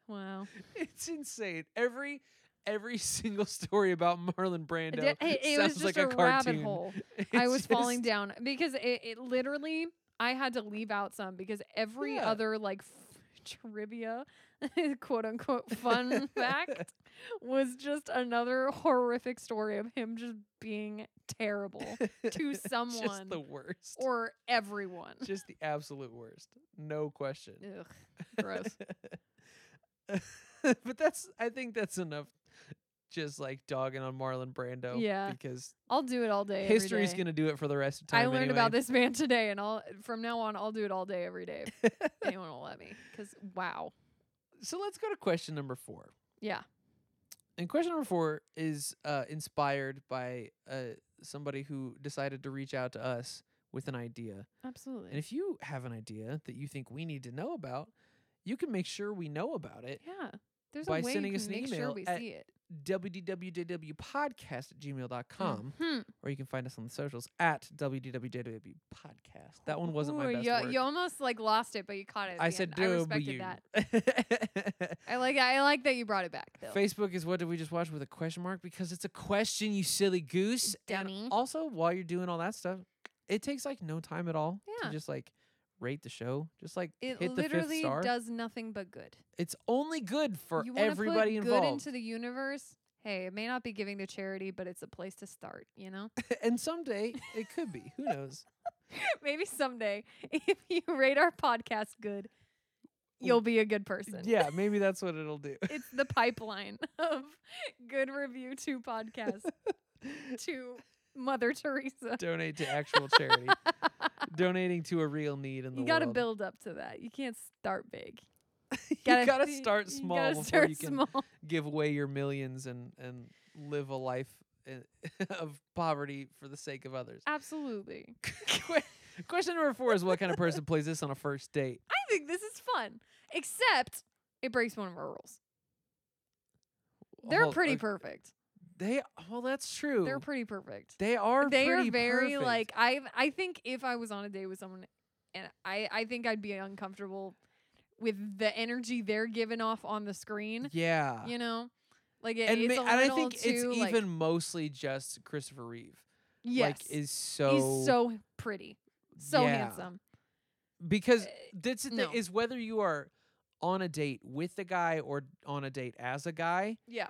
Wow.
It's insane. Every every single story about Marlon Brando
It, it- it was
sounds
just
like
a,
a,
rabbit
cartoon.
hole. I
It's
was falling
just-
down because it, it literally I had to leave out some because every
Yeah.
other like f- trivia quote unquote fun fact was just another horrific story of him just being terrible to
just
someone
the worst.
or everyone.
just the absolute worst. No question.
Ugh, gross.
but that's I think that's enough just like dogging on Marlon Brando.
Yeah.
Because
I'll do it all day. every
history's
day.
gonna do it for the rest of time.
I learned about
anyway.
this man today, and I'll from now on I'll do it all day every day. If anyone will let me, because wow,
So let's go to question number four.
yeah,
And question number four is uh, inspired by uh, somebody who decided to reach out to us with an idea.
absolutely.
And if you have an idea that you think we need to know about, you can make sure we know about it.
Yeah. There's
by
a way
sending
you
us
can
an
make sure
email
we
at
see it.
www.podcast at gmail.com. com,
Mhm.
Or you can find us on the socials at www podcast. That one wasn't my
Ooh,
best
you,
work.
you almost like lost it, but you caught it. at
I
the
said
end. I
W.
respected that. I like I like that you brought it back though.
Facebook is what did we just watch with a question mark because it's a question, you silly goose. And
Dummy.
also, while you're doing all that stuff, it takes like no time at all
Yeah.
to just like rate the show. Just like
it
hit the fifth
literally
star.
does nothing but good.
It's only good for
you wanna
everybody
put
involved.
good into the universe. Hey, it may not be giving to charity, but it's a place to start, you know?
and someday it could be. Who knows?
Maybe someday if you rate our podcast good, you'll be a good person.
Yeah, maybe that's what it'll do.
It's the pipeline of good review to podcast to Mother Teresa.
Donate to actual charity. Donating to a real need in the
You got to
world.
build up to that. You can't start big.
you gotta start
you
small
gotta
before
start
you can
small.
give away your millions and and live a life i- of poverty for the sake of others.
Absolutely.
Que- Question number four is what kind of person plays this on a first date?
I think this is fun, except it breaks one of our rules. They're
Hold-
pretty
uh,
perfect.
They well, that's true.
They're pretty perfect.
they are.
they are
pretty
very
perfect.
like I. I think if I was on a date with someone, and I, I think I'd be uncomfortable with the energy they're giving off on the screen.
Yeah.
You know, like it,
and,
it's
ma-
a
and I
little
think it's
too, like-
even mostly just Christopher Reeve.
yes,
Like is so
he's so pretty, so
yeah.
handsome.
Because
Uh,
that's the thing
no.
is whether you are on a date with a guy or on a date as a guy,
Yeah,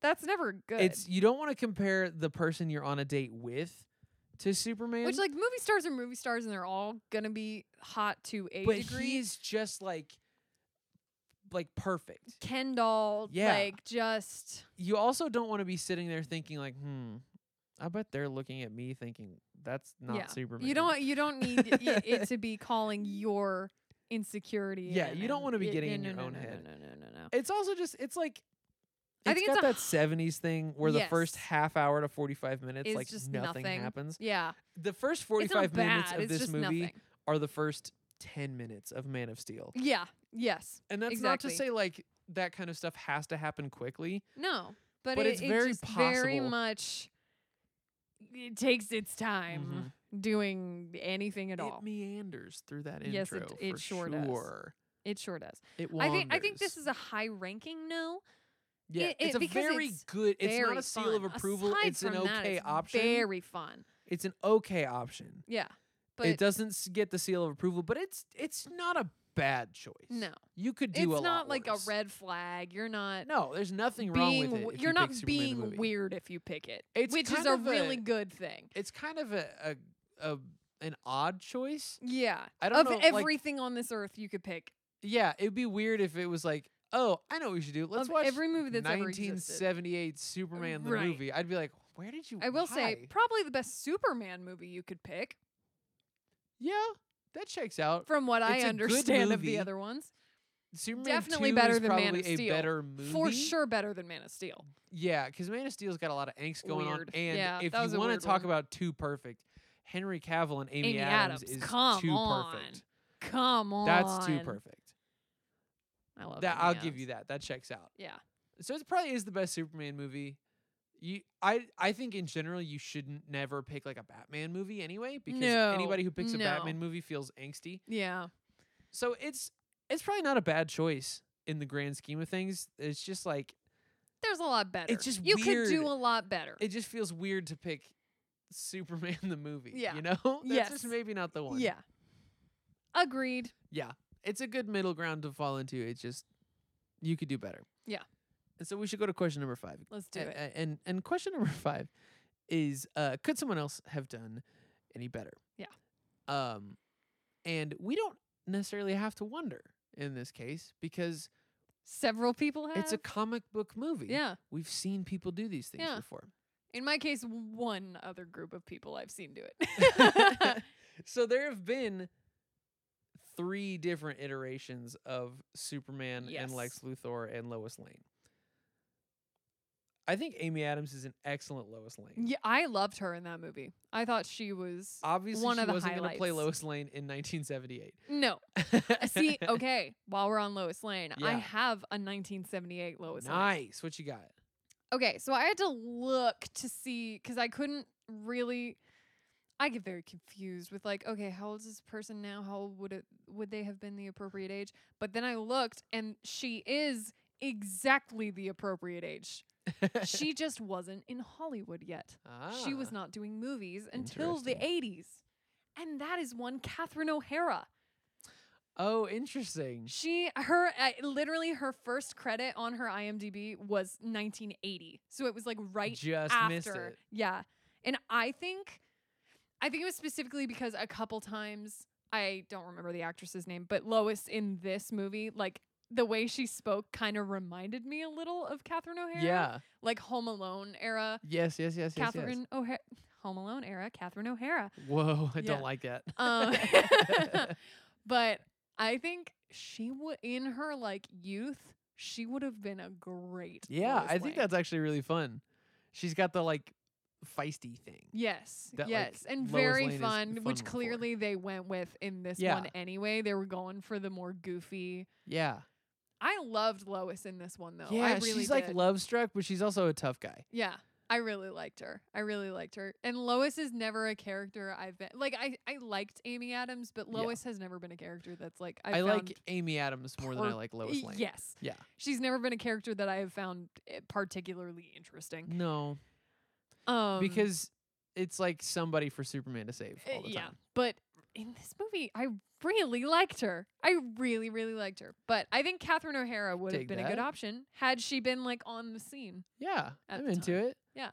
that's never good.
it's you don't want to compare the person you're on a date with to Superman.
Which like movie stars are movie stars, and they're all gonna be hot to a
but
degree.
he's just like like perfect.
Ken doll,
Yeah.
like just
You also don't want to be sitting there thinking like, hmm, I bet they're looking at me thinking that's not
Yeah.
Superman.
you don't you don't need y- it to be calling your insecurity.
Yeah,
in
you don't
and-
wanna be
y-
getting
yeah,
in
no,
your
no,
own
no,
head.
No, no, no, no, no.
It's also just it's like
I
it's
think it's
got
a
that seventies thing where the first
Yes.
half hour to forty five minutes
It's
like
just
nothing,
nothing.
happens.
Yeah,
The first forty
it's not
five
bad.
minutes of
it's
this
just
movie
nothing.
are the first ten minutes of Man of Steel.
Yeah. Yes.
And that's not to
Exactly.
say like that kind of stuff has to happen quickly.
No. But,
But
it,
it's
it
very
just very
possible.
much. It takes its time
Mm-hmm.
doing anything at
it
all.
meanders through that intro.
Yes, it- it
for
sure does.
sure.
It sure does.
It
I think I think this
wanders.
is a high ranking no.
yeah.
it-
it's
it-
a
because
very
it's
good. It's
very
not a seal of
fun.
approval.
Aside
it's an
from that,
okay
it's
option.
Very fun.
it's an okay option.
Yeah. But
it doesn't s- get the seal of approval, but it's it's not a bad choice.
no.
you could do
It's
a lot
not like
worse.
a red flag. You're not
No, there's nothing
being
wrong with it.
w-
if you
you're
pick
not
Superman the
being
movie.
weird if you pick it.
It's
which is
kind
a
of
really
a-
good thing.
It's kind of a, a a an odd choice.
Yeah.
I don't
Of
know. like-
everything on this earth you could pick.
yeah, it'd be weird if it was like, oh, I know what we should do. Let's
Of
watch
every movie that's ever existed.
1978 Superman the
Right.
movie. I'd be like, where did you?
I will say
why?"
probably the best Superman movie you could pick
yeah, that checks out.
from what I
It's a good
understand of
movie.
the other ones.
Superman
definitely
2
better
is
than Man
probably
of
a
Steel.
better movie
For sure better than Man of Steel.
Yeah, because Man of Steel's got a lot of angst going
Weird.
on. And
Yeah,
if
that was
you
a
want
weird
to talk
one.
about too perfect, Henry Cavill and Amy,
Amy
Adams,
Adams,
is
come
too
on.
perfect.
Come on.
That's too perfect.
I love
That
Amy
I'll give
Adams.
you that. That checks out.
Yeah.
So it probably is the best Superman movie. You, I, I think in general you shouldn't never pick like a Batman movie anyway because
No,
anybody who picks a
no.
Batman movie feels angsty.
Yeah.
So it's it's probably not a bad choice in the grand scheme of things. It's just like
There's a lot better.
just
you could
weird.
do a lot better.
it just feels weird to pick Superman the movie.
Yeah.
You know? That's just
Yes.
maybe not the one.
Yeah. Agreed.
Yeah. It's a good middle ground to fall into. It's just you could do better.
Yeah.
And so we should go to question number five.
Let's do
A-
it.
a- And and question number five is uh could someone else have done any better?
Yeah.
Um and we don't necessarily have to wonder in this case because
Several people have.
it's a comic book movie.
yeah.
We've seen people do these things
Yeah.
before.
In my case, one other group of people I've seen do it.
so there have been three different iterations of Superman
Yes.
and Lex Luthor and Lois Lane. I think Amy Adams is an excellent Lois Lane.
yeah, I loved her in that movie. I thought she was
Obviously,
One
she
of the
wasn't going to play
highlights.
Lois Lane in 1978.
no. See, oh, okay. While we're on Lois Lane, I
Yeah.
have a 1978 Lois Lane.
nice. What you got?
Okay, so I had to look to see because I couldn't really. I get very confused with like, okay, how old is this person now? How old would it would they have been the appropriate age? But then I looked, and she is exactly the appropriate age. she just wasn't in Hollywood yet. She was
Ah,
not doing movies until the
Interesting.
80s. And that is one Catherine O'Hara.
Oh, interesting.
She, her, uh, literally her first credit on her IMDb was 1980. So it was like right
Just
after.
missed it.
Yeah. And I think I think it was specifically because a couple times I don't remember the actress's name, but Lois in this movie, like the way she spoke kind of reminded me a little of Catherine O'Hara.
Yeah.
Like Home Alone era
Yes, yes, yes, yes,
Catherine O'Hara. Home Alone era Catherine O'Hara.
yes. Whoa, I
Yeah.
don't like that.
Um, but I think she would, in her like youth, she would have been a great.
yeah,
Lois
I think
Lane.
that's actually really fun. She's got the like feisty thing.
Yes,
that, like,
yes, and
Lois
very
Lane is
fun,
fun
which
for.
clearly they went with in this one
Yeah.
anyway. They were going for the more goofy.
Yeah.
I loved Lois in this one though.
yeah,
I really
she's like
did.
love struck, but she's also a tough guy.
Yeah. I really liked her. I really liked her. And Lois is never a character I've been like I, I liked Amy Adams, but
Yeah.
Lois has never been a character that's like I've
I
found
like Amy Adams more than I
per-
like Lois
Y-
Lane.
Yes.
Yeah.
She's never been a character that I have found eh, particularly interesting.
No,
Um
because it's like somebody for Superman to save
eh,
all the
yeah,
time.
but in this movie I really liked her. I really really liked her. But I think Catherine O'Hara would have
Dig
been a
that.
good option had she been like on the scene.
Yeah,
At
I'm
the
into
time.
it.
Yeah.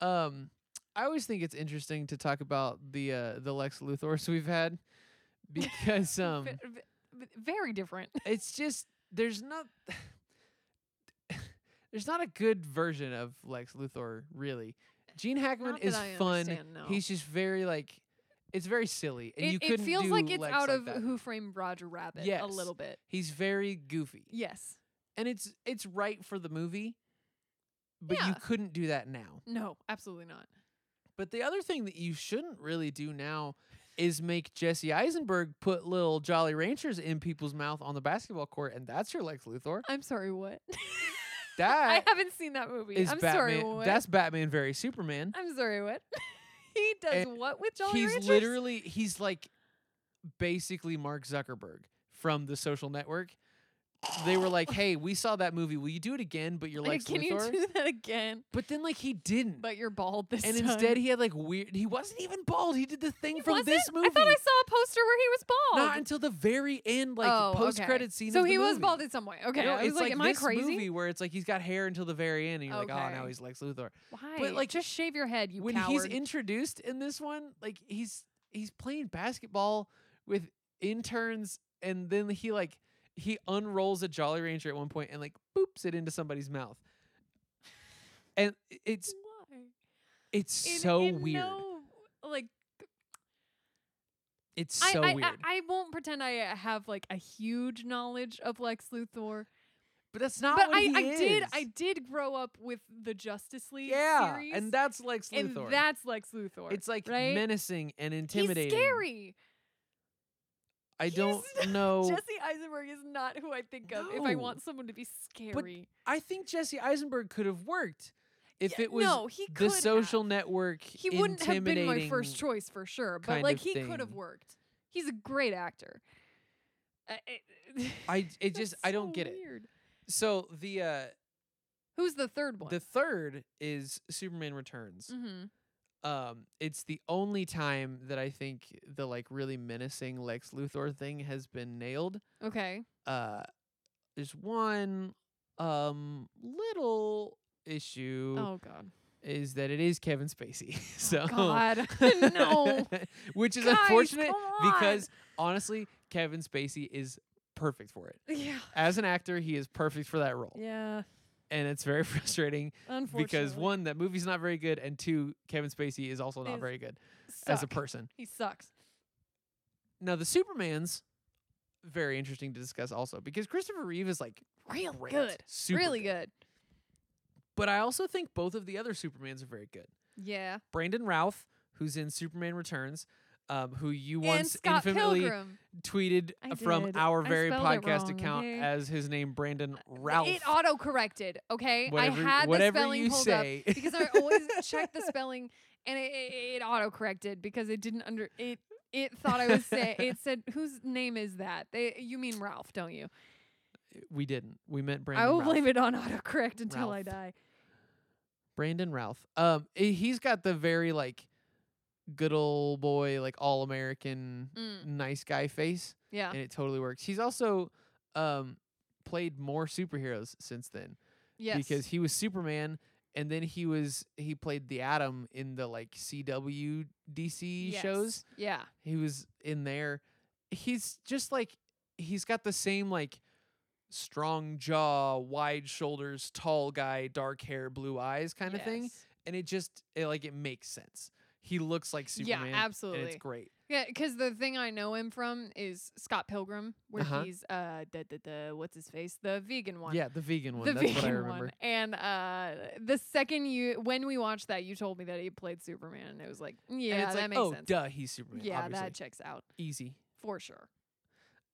Um, I always think it's interesting to talk about the uh, the Lex Luthors we've had because um,
Ve- ve- ve- very different.
it's just there's not there's not a good version of Lex Luthor really. Gene Hackman
Not that
is
I
fun.
understand, no.
He's just very like it's very silly, and
it,
you
it
couldn't
feels
do
like it's
Lex
out
like
of
that.
Who Framed Roger Rabbit a
Yes.
little bit.
He's very goofy,
Yes.
and it's it's right for the movie, but you
Yeah.
couldn't do that now.
No, absolutely not.
But the other thing that you shouldn't really do now is make Jesse Eisenberg put little Jolly Ranchers in people's mouth on the basketball court, and that's your Lex Luthor.
I'm sorry, what? I
That
haven't seen that movie.
is
I'm
Batman.
sorry, what?
That's Batman very Superman.
I'm sorry, what? he does
And
what with Jolly
he's
Ranchers?
literally he's like basically Mark Zuckerberg from the social network. They were like, "Hey, we saw that movie. Will you do it again?" But you're
Like,
Lex
can
Luthor.
you do that again?
but then, like, he didn't.
But you're bald this
and
time.
instead, he had like weird. He wasn't even bald. He did the thing
He
from
wasn't?
this movie.
I thought I saw a poster where he was bald.
Not until the very end, like
Oh, okay.
post credit scene.
So
of the
he was
movie.
bald in some way. Okay,
No,
I was
it's
like, am I
this
crazy?
Movie where it's like he's got hair until the very end, and you're like, oh, now
Okay.
he's Lex Luthor.
Why?
like,
just shave your head, you
when
coward.
he's introduced in this one, like he's he's playing basketball with interns, and then he like he unrolls a Jolly Rancher at one point and like boops it into somebody's mouth, and i- it's
Why?
it's
In-
so
in
weird.
no, like
it's
I-
so
I, I,
weird.
I won't pretend I uh, have like a huge knowledge of Lex Luthor,
but that's not
but
what
I,
he
I did
is.
I did grow up with the Justice League
yeah,
series,
and that's Lex
and
Luthor.
that's Lex Luthor.
it's like
right?
menacing and
He's
intimidating.
scary.
I
He's
don't know.
Jesse Eisenberg is not who I think of if I
Oh. No.
want someone to be scary.
I think Jesse Eisenberg could have worked if
Yeah,
it was
no, he
the
could
social
have.
network.
He wouldn't have been my
intimidating-
first choice for sure, but
kind
like
of
he could have
thing.
worked. He's a great actor. I it,
I it just I don't get it.
weird.
So the uh
Who's the third one?
the third is Superman Returns.
mm-hmm.
Um it's the only time that I think the like really menacing Lex Luthor thing has been nailed.
Okay.
Uh there's one um little issue
Oh God.
is that it is Kevin Spacey. so
God. no.
Which is
Guys,
unfortunate
come
because honestly, Kevin Spacey is perfect for it.
Yeah.
As an actor, he is perfect for that role.
Yeah.
And it's very frustrating
Unfortunately.
because one, that movie's not very good, and two, Kevin Spacey is also not
Is
very good as a
Suck.
person.
He sucks.
Now, the Superman's very interesting to discuss also because Christopher Reeve is like
Real
great,
good.
super
really good.
But I also think both of the other Supermans are very good.
Yeah.
Brandon Routh, who's in Superman Returns, um, who you
and
once
Scott
infamously
Pilgrim.
tweeted
I
uh, from
did.
our
I
very
spelled it
podcast
wrong,
account
okay?
as his name Brandon Ralph.
It auto corrected. Okay.
whatever,
I had the
whatever
spelling
you
pulled
say.
up because I always check the spelling and it, it, it auto corrected because it didn't under it. It thought I was say it said whose name is that? They, you mean Ralph, don't you?
we didn't. We meant Brandon.
I will
Ralph.
blame it on autocorrect until I
Ralph.
die.
Brandon Ralph. Um, i- he's got the very like good old boy, like all American,
Mm,
nice guy face,
yeah.
and it totally works. He's also um played more superheroes since then
Yes.
because he was Superman. And then he was he played the Atom in the like CW DC shows.
Yeah.
He was in there. he's just like he's got the same like strong jaw, wide shoulders, tall guy, dark hair, blue eyes kind of thing,
Yes.
and it just it, like it makes sense. He looks like
Yeah,
Superman. And it's
absolutely.
great.
Yeah, because the thing I know him from is Scott Pilgrim, where
Uh-huh.
he's uh, da, da, da, what's his face, the vegan one.
Yeah, the vegan one.
the
That's
vegan
what I remember.
one. And uh, the second you, when we watched that, you told me that he played Superman, and it was like, "Mm, yeah,
and it's
that
like,
makes
oh,
sense.
duh, he's Superman.
yeah,
obviously.
that checks out
easy.
for sure.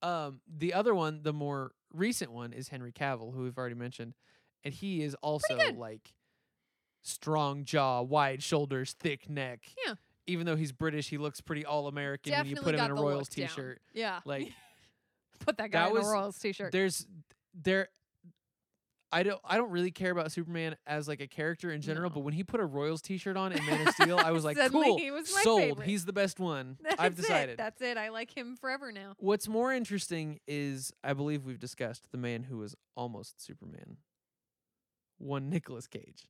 Um, the other one, the more recent one, is Henry Cavill, who we've already mentioned, and he is also
good.
like strong jaw, wide shoulders, thick neck.
Yeah.
Even though he's British, he looks pretty all American when you
Definitely
put him in
got
a
the
Royals
look down.
t-shirt.
Yeah,
Like
put that guy
that
in
was-
a Royals t-shirt.
there's there I don't I don't really care about Superman as like a character in general,
No.
but when he put a Royals t-shirt on in Man of Steel, I was like,
Suddenly
cool,
he was my
sold.
favorite."
He's the best one.
That's
I've decided.
It. That's it. I like him forever now.
What's more interesting is I believe we've discussed the man who was almost Superman. One Nicolas Cage.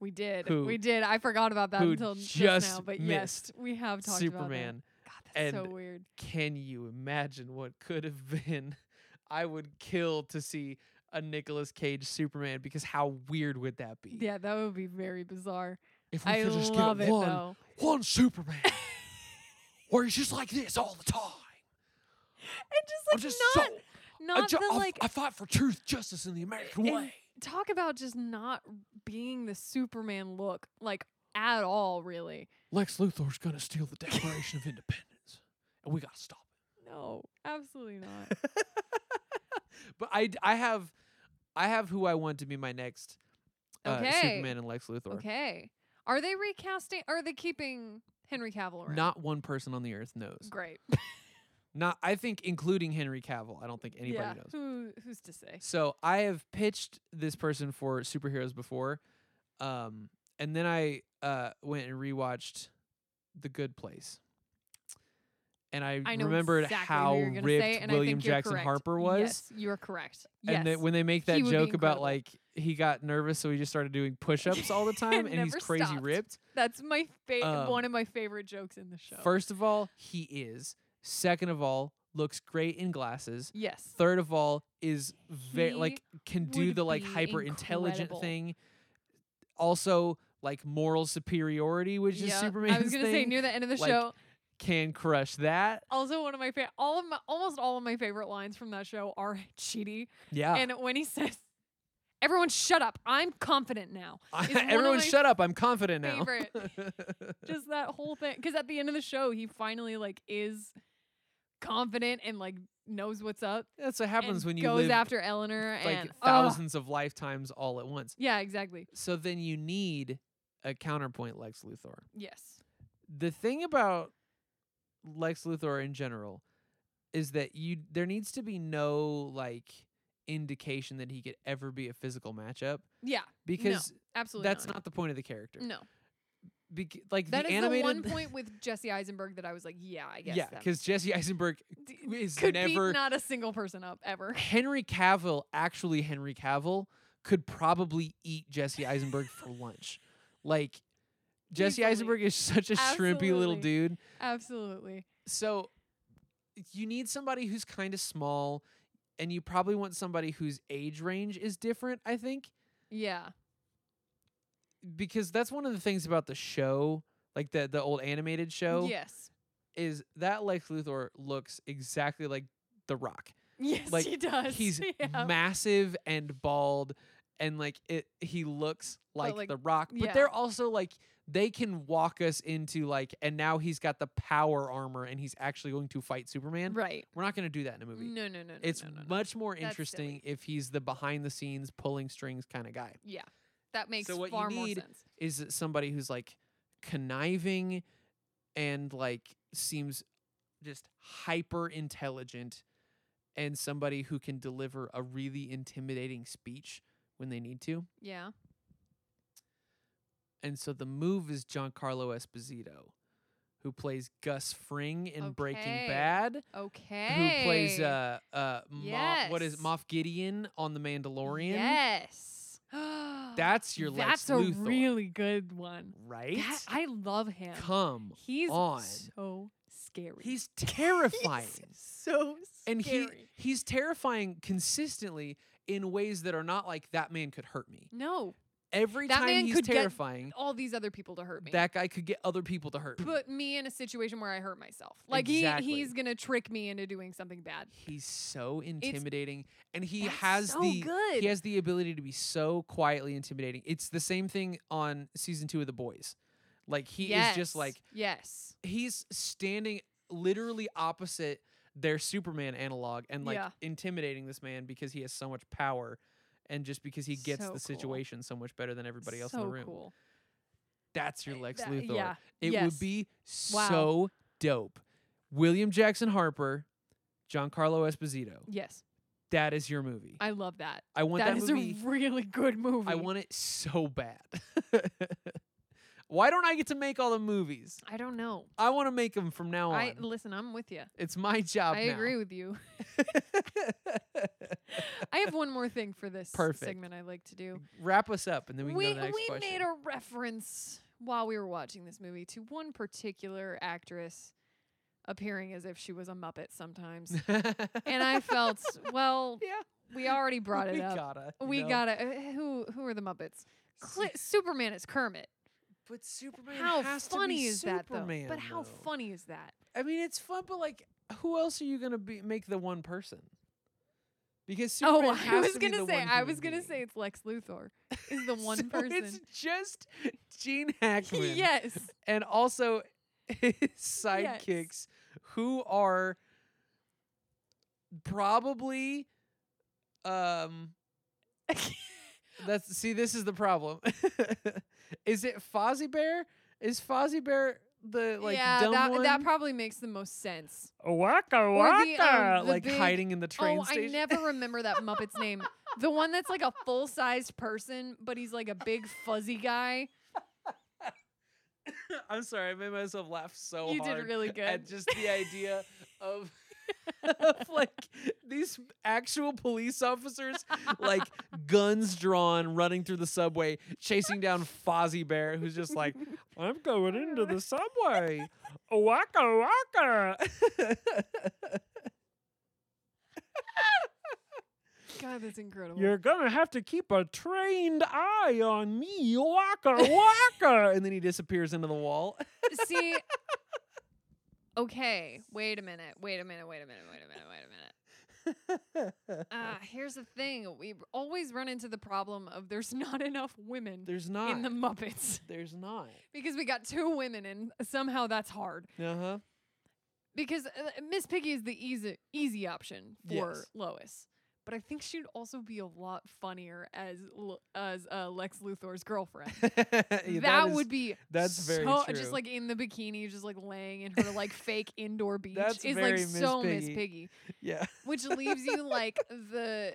We did.
Who-
we did. I forgot about that
who
until just now.
just
But yes,
missed
we have talked
Superman.
about that. God, that's so
and
weird.
Can you imagine what could have been? I would kill to see a Nicolas Cage Superman because how weird would that be?
Yeah, that would be very bizarre.
If we
I
could just
love
get
it
one
though.
one Superman where he's just like this all the time.
And just like
I'm just
not,
so I,
not
ju-
the
I f-
like
I fight for truth, justice, and the American
And-
way.
talk about just not being the Superman look like at all. Really,
Lex Luthor's gonna steal the Declaration of Independence, and we gotta stop
no, absolutely not.
it. But I, d- I have, I have who I want to be my next uh,
Okay.
Superman and Lex Luthor.
okay, are they recasting? Are they keeping Henry Cavill around?
Not one person on the earth knows.
great.
Not I think including Henry Cavill. I don't think anybody
yeah,
knows.
who who's to say?
So I have pitched this person for superheroes before, um, and then I uh, went and rewatched The Good Place, and I,
I know
remembered
exactly
how
who you're gonna
ripped
say, and I
William
think you're
Jackson
correct.
Harper was.
Yes, you're correct. Yes.
And that when they make that
He would be
joke about
incredible.
like he got nervous, so he just started doing push-ups all the time, and he's
Never
crazy
stopped.
ripped.
That's my fa-
Um,
one of my favorite jokes in the show.
First of all, he is. Second of all, looks great in glasses.
yes.
Third of all, is very
He
like can do
would
the like
be
hyper intelligent
incredible.
thing. Also, like moral superiority, which is
Yeah,
Superman's
I was gonna
thing,
say near the end of the
like-
show.
can crush that.
Also, one of my favorite, all of my, almost all of my favorite lines from that show are cheaty.
Yeah,
And when he says, "Everyone, shut up! I'm confident now." is one of
everyone
my
shut up. I'm confident now.
favorite. Just that whole thing, because at the end of the show, he finally like is confident and like knows what's up.
That's what happens
and
when you
goes
live
after Eleanor and
like
ugh.
thousands of lifetimes all at once.
yeah, exactly.
So then you need a counterpoint Lex Luthor.
Yes.
The thing about Lex Luthor in general is that you there needs to be no like indication that he could ever be a physical matchup
Yeah.
because
Absolutely.
that's not the point of the character.
No.
Bec- like
That
the
is
animated
the one point with Jesse Eisenberg that I was like, yeah, I guess.
yeah,
that
because Jesse Eisenberg
d-
is
could
never
beat not a single person up ever.
Henry Cavill, actually Henry Cavill, could probably eat Jesse Eisenberg for lunch. Like Jesse
Easily.
Eisenberg is such a shrimpy little
Absolutely.
dude.
Absolutely.
So you need somebody who's kind of small and you probably want somebody whose age range is different, I think,
Yeah.
because that's one of the things about the show, like the the old animated show
Yes.
is that Lex Luthor looks exactly like The Rock.
Yes,
like,
he does.
he's
yeah.
massive and bald and like it he looks like,
like,
the rock but
yeah.
they're also like they can walk us into like and now he's got the power armor and he's actually going to fight superman
right.
we're not going to do that in a movie
No, no, no, no.
it's
no, no, no.
much more
That's
interesting
silly.
if he's the behind the scenes pulling strings kind of guy
Yeah. That makes
what you
far more
need
sense.
is it somebody who's like conniving and like seems just hyper intelligent and somebody who can deliver a really intimidating speech when they need to.
Yeah.
And so the move is Giancarlo Esposito, who plays Gus Fring in Breaking
Okay.
Bad,
Okay.
who plays uh uh Mo- what is
Yes.
Moff Gideon on The Mandalorian.
Yes.
That's your Lex
That's a
Luthor,
really good one.
right?
That- I love him.
Come
He's
on.
so scary.
He's
He's
terrifying.
so
and
scary.
he he's terrifying consistently in ways that are not like that man could hurt me.
no,
Every
That
time
man
he's
could get
terrifying,
all these other people to hurt me.
that guy could get other people to hurt me.
put me in a situation where I hurt myself. Like
Exactly.
he he's gonna trick me into doing something bad.
He's so intimidating, and he
That's
has
so
the
good.
he has the ability to be so quietly intimidating. It's the same thing on season two of The Boys. Like he is
Yes,
just like
yes,
he's standing literally opposite their Superman analog and like
Yeah.
intimidating this man because he has so much power and just because he gets the
So cool.
situation so much better than everybody else
so
in the room.
cool.
That's your Lex
That-
Luthor.
Yeah,
It
yes.
would be
Wow.
so dope. William Jackson Harper, Giancarlo Esposito.
yes.
That is your movie. I,
I love that.
want
that
that,
is
movie.
a really good movie.
I want it so bad. Why don't I get to make all the movies?
I don't know.
I want to make them from now on.
I listen. I'm with you.
it's my job
I
now.
agree with you. I have one more thing for this
Perfect.
segment I like to do.
Wrap us up, and then we
We
can go to the next
we
question.
made a reference while we were watching this movie to one particular actress appearing as if she was a Muppet sometimes. and I felt, well,
Yeah.
we already brought it
we
up.
Gotta, you
we
know?
gotta. Uh, who who are the Muppets? Cli Superman is Kermit.
But Superman
How
has to be
funny is
Superman,
that though? But how
though.
funny is that?
I mean, it's fun, but like, who else are you gonna be? Make the one person. Because Superman
oh, I
has
was
to be the
gonna say
one
I
human
was gonna
being.
say it's Lex Luthor is the one
So It's
person.
just Gene Hackman.
yes,
and also his sidekicks who are probably um that's see this is the problem is it Fozzie Bear is Fozzie Bear the like
yeah,
dumb
that
one
that probably makes the most sense.
waka
the, um, the
like
big-
hiding in the train
oh,
station
I never remember that Muppet's name. The one that's like a full-sized person, but he's like a big fuzzy guy.
I'm sorry I made myself laugh so
you
hard
did really good.
at just the idea of, of like these actual police officers, like guns drawn, running through the subway, chasing down Fozzie Bear, who's just like, I'm going into the subway. Waka waka.
God, that's incredible.
going to have to keep a trained eye on me. Waka waka. and then he disappears into the wall.
See. Okay, wait a minute. Wait a minute. Wait a minute. Wait a minute. Wait a minute. Uh, here's the thing. We b- always run into the problem of there's not enough women
There's not.
in the Muppets
There's not.
because we got two women and somehow that's hard.
Uh huh.
Uh-huh. Because uh, Miss Piggy is the easy easy option for
Yes.
Lois. But I think she'd also be a lot funnier as L- as uh, Lex Luthor's girlfriend. that would be
that's very
so,
true.
Just like in the bikini, just like laying in her like fake indoor beach
That's
is
very
like
Miss
so Miss
Piggy.
Piggy.
yeah.
which leaves you like the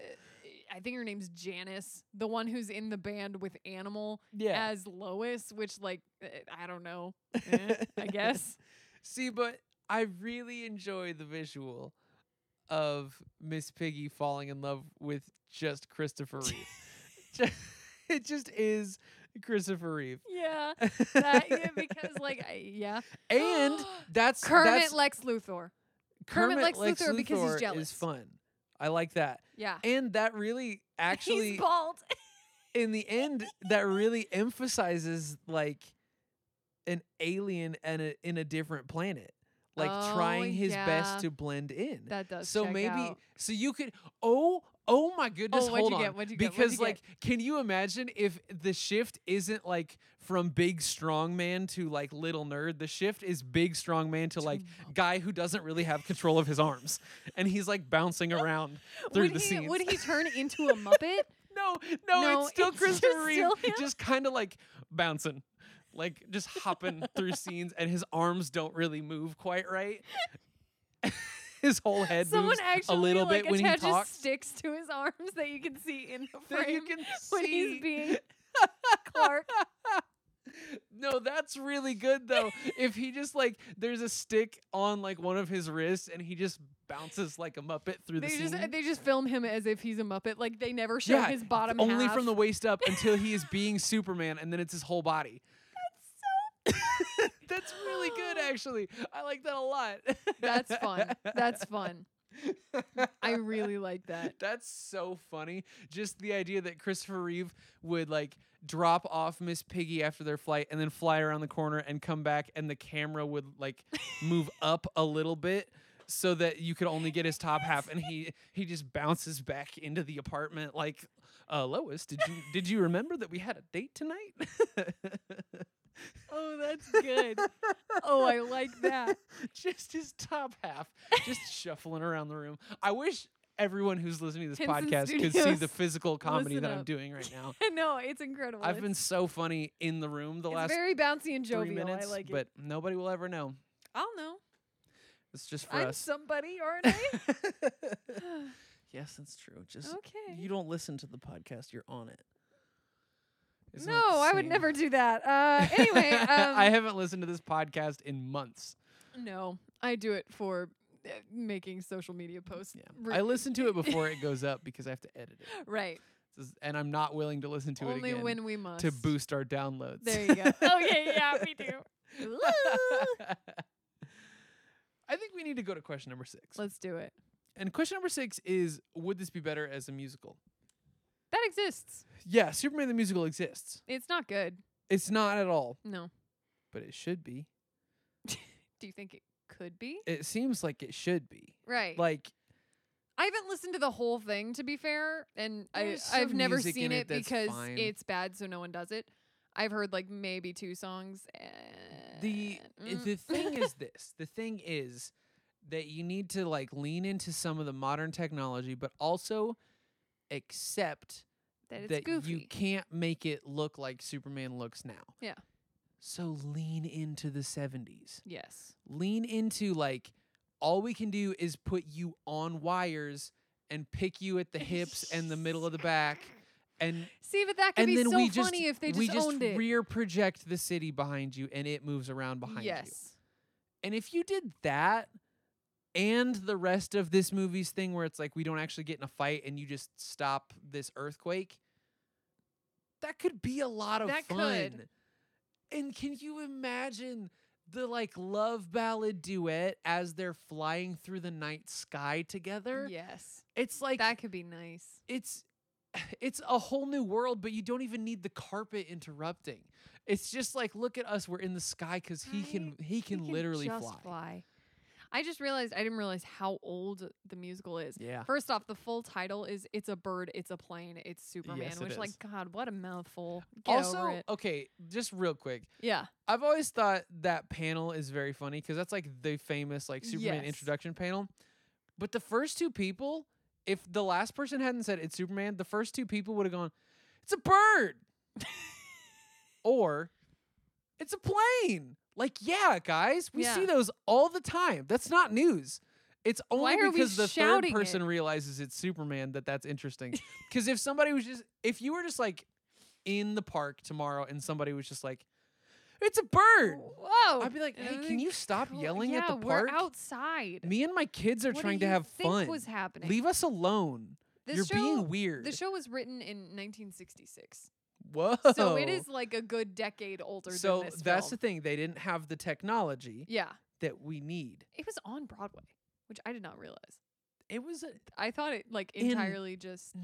I think her name's Janice, the one who's in the band with Animal
Yeah.
as Lois, which like eh, I don't know, eh, I guess.
See, but I really enjoy the visual of Miss Piggy falling in love with just Christopher Reeve. Ju- it just is Christopher Reeve.
Yeah, that, yeah, because like I, yeah,
and that's
Kermit
that's,
Lex Luthor.
Kermit,
Kermit Lex
Lex
Luthor because he's
Luthor Is
jealous.
fun. I like that.
Yeah,
And that really actually
he's bald.
in the end that really emphasizes like an alien and a, in a different planet like
Oh,
trying his
yeah.
best to blend in
That does
so
check
maybe
out.
so you could oh oh my goodness
what'd
hold
you
on
get? What'd you get? What'd
because
you
like
get?
can you imagine if the shift isn't like from big strong man to like little nerd the shift is big strong man to like guy who doesn't really have control of his arms and he's like bouncing around through
would
the
he
scenes
would he turn into a Muppet?
no, no,
No,
it's still
it's just
Christopher Reeve,
still him.
just kind of like bouncing, like just hopping through scenes, and his arms don't really move quite right. his whole head
Someone
moves
actually
a little
like
bit when he
attaches
talks.
sticks to his arms that you can see in the frame
that you can
when
see.
he's being Clark.
no, that's really good though. if he just like there's a stick on like one of his wrists, and he just bounces like a muppet through
They
the scene.
just they just film him as if he's a Muppet. Like they never show
yeah,
his bottom
only
half.
from the waist up until he is being Superman, and then it's his whole body. That's really good, actually. I like that a lot.
That's fun. That's fun. I really like that.
That's so funny. Just the idea that Christopher Reeve would like drop off Miss Piggy after their flight and then fly around the corner and come back and the camera would like move up a little bit so that you could only get his top half and he he just bounces back into the apartment like uh Lois, did you did you remember that we had a date tonight?
Oh, that's good. oh, I like that.
just his top half, just shuffling around the room. I wish everyone who's listening to this
Henson
podcast could see
Studios,
the physical comedy
listen
that I'm
up.
doing right now.
no, it's incredible.
I've
It's-
been so funny in the room the
it's
last
very bouncy and jovial.
three minutes,
I like it.
but nobody will ever know.
I'll know.
It's just for
I'm
us.
somebody, aren't I?
yes, that's true. Just
okay.
you don't listen to the podcast; you're on it. Isn't that
no,
the
I would
same?
never do that. Uh, anyway, um,
I haven't listened to this podcast in months.
no, I do it for uh, making social media posts.
Yeah,
Re-
I listen to it before it goes up because I have to edit it.
right.
This is- and I'm not willing to listen to it
Only
again
when we must.
to boost our downloads.
There you go. oh yeah, yeah, we do. Ooh.
I think we need to go to question number six.
Let's do it.
And question number six is Would this be better as a musical?
That exists.
Yeah, Superman the Musical exists.
It's not good.
It's not at all,
No.
but it should be.
Do you think it could be?
It seems like it should be.
Right.
Like,
I haven't listened to the whole thing to be fair, and I,
There's some
I've never
music in
seen
it
it,
that's
because
fine.
it's bad, so no one does it. I've heard like maybe two songs. And
the eh,
mm.
the thing is this. The thing is that you need to like lean into some of the modern technology, but also accept
that it's
that
goofy.
you can't make it look like Superman looks now.
Yeah.
So lean into the 70s.
yes,
Lean into like all we can do is put you on wires and pick you at the hips and the middle of the back and
see, but that could
and
be
then
so
we
funny
just
if they
we
just,
just
owned it.
rear project the city behind you and it moves around behind
yes,
you. And if you did that and the rest of this movie's thing where it's like we don't actually get in a fight and you just stop this earthquake, that could be a lot of
That
fun.
could.
And can you imagine the like love ballad duet as they're flying through the night sky together?
yes,
It's like
that could be nice.
it's it's a whole new world, but you don't even need the carpet interrupting. It's just like look at us, we're in the sky because he can
Right?
he can,
We
literally
just I just realized I didn't realize how old the musical is.
Yeah.
First off, the full title is "It's a Bird, It's a Plane, It's Superman,"
Yes, it
which, like,
is.
God, what a mouthful. Get
also,
over it.
okay, just real quick.
Yeah,
I've always thought that panel is very funny because that's like the famous like Superman
Yes.
introduction panel. But the first two people, if the last person hadn't said it's Superman, the first two people would have gone, "It's a bird," or "It's a plane." Like, yeah, guys, we see
Yeah.
those all the time. That's not news. It's only
Why are we
because the third
shouting
person
it?
realizes it's Superman that that's interesting. Because if somebody was just, if you were just like in the park tomorrow and somebody was just like, "It's a bird,"
Whoa!
I'd be like,
And
"Hey,
I'm
can you stop
"Cool,
yelling at the
Oh, yeah,
park?
We're outside.
Me and my kids are
What do
trying to
you
have
think
fun.
Was happening.
Leave us alone.
This
You're
show,
being weird."
The show was written in 1966,
Whoa.
so it is like a good decade older.
Oh. So
than this
that's the
film.
thing. They didn't have the technology
yeah.
that we need.
It was on Broadway, which I did not realize.
It was a-
I thought it like
In-
entirely just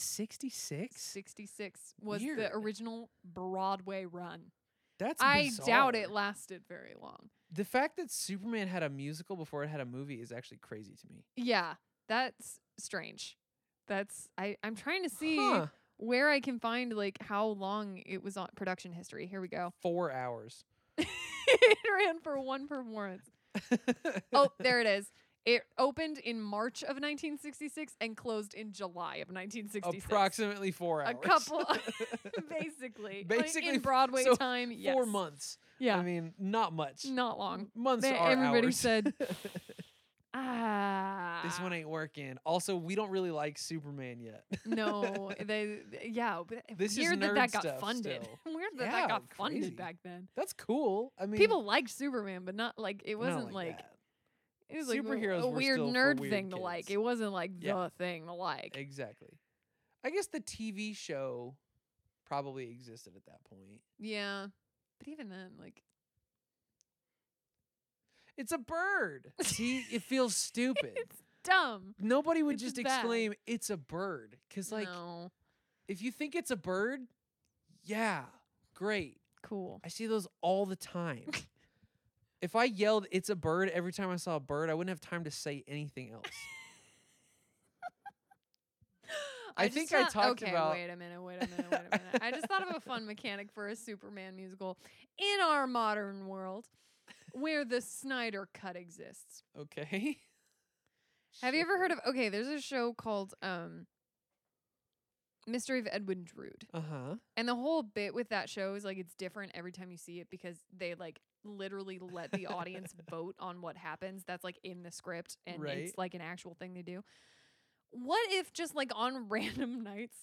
1966.
66 was
Weird.
the original Broadway run.
That's
I doubt it
bizarre.
lasted very long.
The fact that Superman had a musical before it had a movie is actually crazy to me.
Yeah, that's strange. That's I. I'm trying to see.
Huh.
where I can find like how long it was on production history. Here we go.
Four hours.
it ran for one performance. Oh, there it is. It opened in March of 1966 and closed in July of 1966.
Approximately four
A
hours.
couple, basically, Like,
Basically,
in
f-
Broadway
so
time. Yes.
Four months.
Yeah,
I mean, not much.
not long.
Months
They-
are
everybody
hours.
said, Ah,
this one ain't working. Also, we don't really like Superman yet.
no, they yeah. But
This is
weird that
nerd
that got
stuff
funded.
still.
weird that
Yeah,
that got
crazy.
funded back then.
That's cool. I mean,
People liked Superman, but not like it
I don't
wasn't like,
that.
it was like a-
Superheroes
a
were
weird
still for
nerd
weird
thing to
kids.
like. It wasn't like
Yeah.
the thing to like.
exactly. I guess the TV show probably existed at that point.
yeah, but even then, like
It's a bird. See, it feels stupid.
It's dumb.
Nobody would
it's
just
bad.
exclaim it's a bird cuz like
no.
if you think it's a bird, yeah, great.
Cool.
I see those all the time. if I yelled it's a bird every time I saw a bird, I wouldn't have time to say anything else. I
just
think I
thought-
talked
okay,
about-
Wait a minute. Wait a minute. Wait a minute. I just thought of a fun mechanic for a Superman musical in our modern world, where the Snyder Cut exists.
Okay.
Have you
Sure.
ever heard of okay, there's a show called um Mystery of Edwin Drood.
Uh-huh.
And the whole bit with that show is like it's different every time you see it because they like literally let the audience vote on what happens. That's like in the script and
Right.
it's like an actual thing they do. What if just like on random nights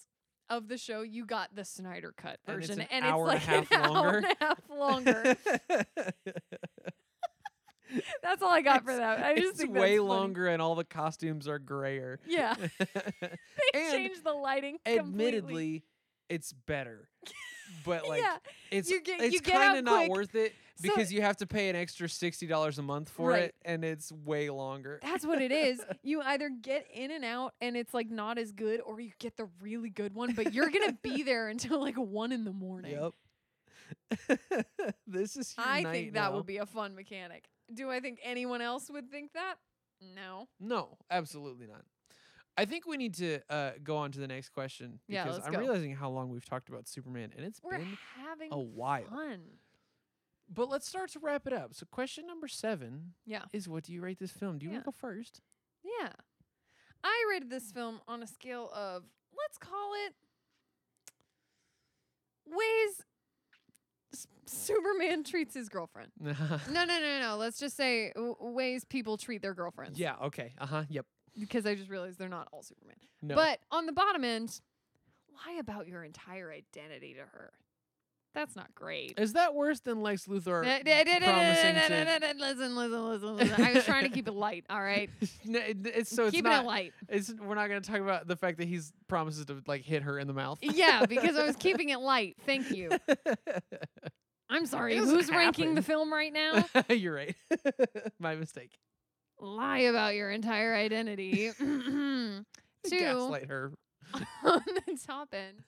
of the show you got the Snyder cut
And it's
version
an
and
hour and a
it's like an
half
hour
longer.
and a half longer. That's all I got for
It's-
that. I just
it's
think
way
that's funny.
longer and all the costumes are grayer.
Yeah. They
And
changed the lighting. completely.
Admittedly, it's better. But like
yeah,
it's
You get-
it's
you get
kind
out
of not
quick.
worth it
So-
because you have to pay an extra $60 a month for
Right.
it and it's way longer.
that's what it is. You either get in and out and it's like not as good, or you get the really good one, but you're gonna be there until like one in the morning.
Yep. this is your
I
night
think that
now.
would be a fun mechanic. Do I think anyone else would think that? No.
No, absolutely not. I think we need to uh, go on to the next question
Yeah,
because
let's
I'm
go.
realizing how long we've talked about Superman and it's
We're
been
having
a while.
fun.
But let's start to wrap it up. So question number 7
Yeah.
is what do you rate this film? Do you want to
Yeah.
go first?
Yeah. I rated this film on a scale of, let's call it, ways S- Superman treats his girlfriend. No, no, no, no. Let's just say w- ways people treat their girlfriends.
yeah, okay. Uh-huh. Yep.
Because I just realized they're not all Superman.
No.
But on the bottom end, lie about your entire identity to her. That's not great.
is that worse than Lex Luthor promising to
Listen, listen, listen, listen. I was trying to keep it light, all right?
No, it- it's so it's
Keeping
not
it light.
it's we're not going to talk about the fact that he's promises to like hit her in the mouth.
Yeah, because I was keeping it light. Thank you. I'm sorry.
doesn't
Who's ranking the
happen.
film right now?
You're right. My mistake.
lie about your entire identity. Two.
Gaslight her.
on the top end,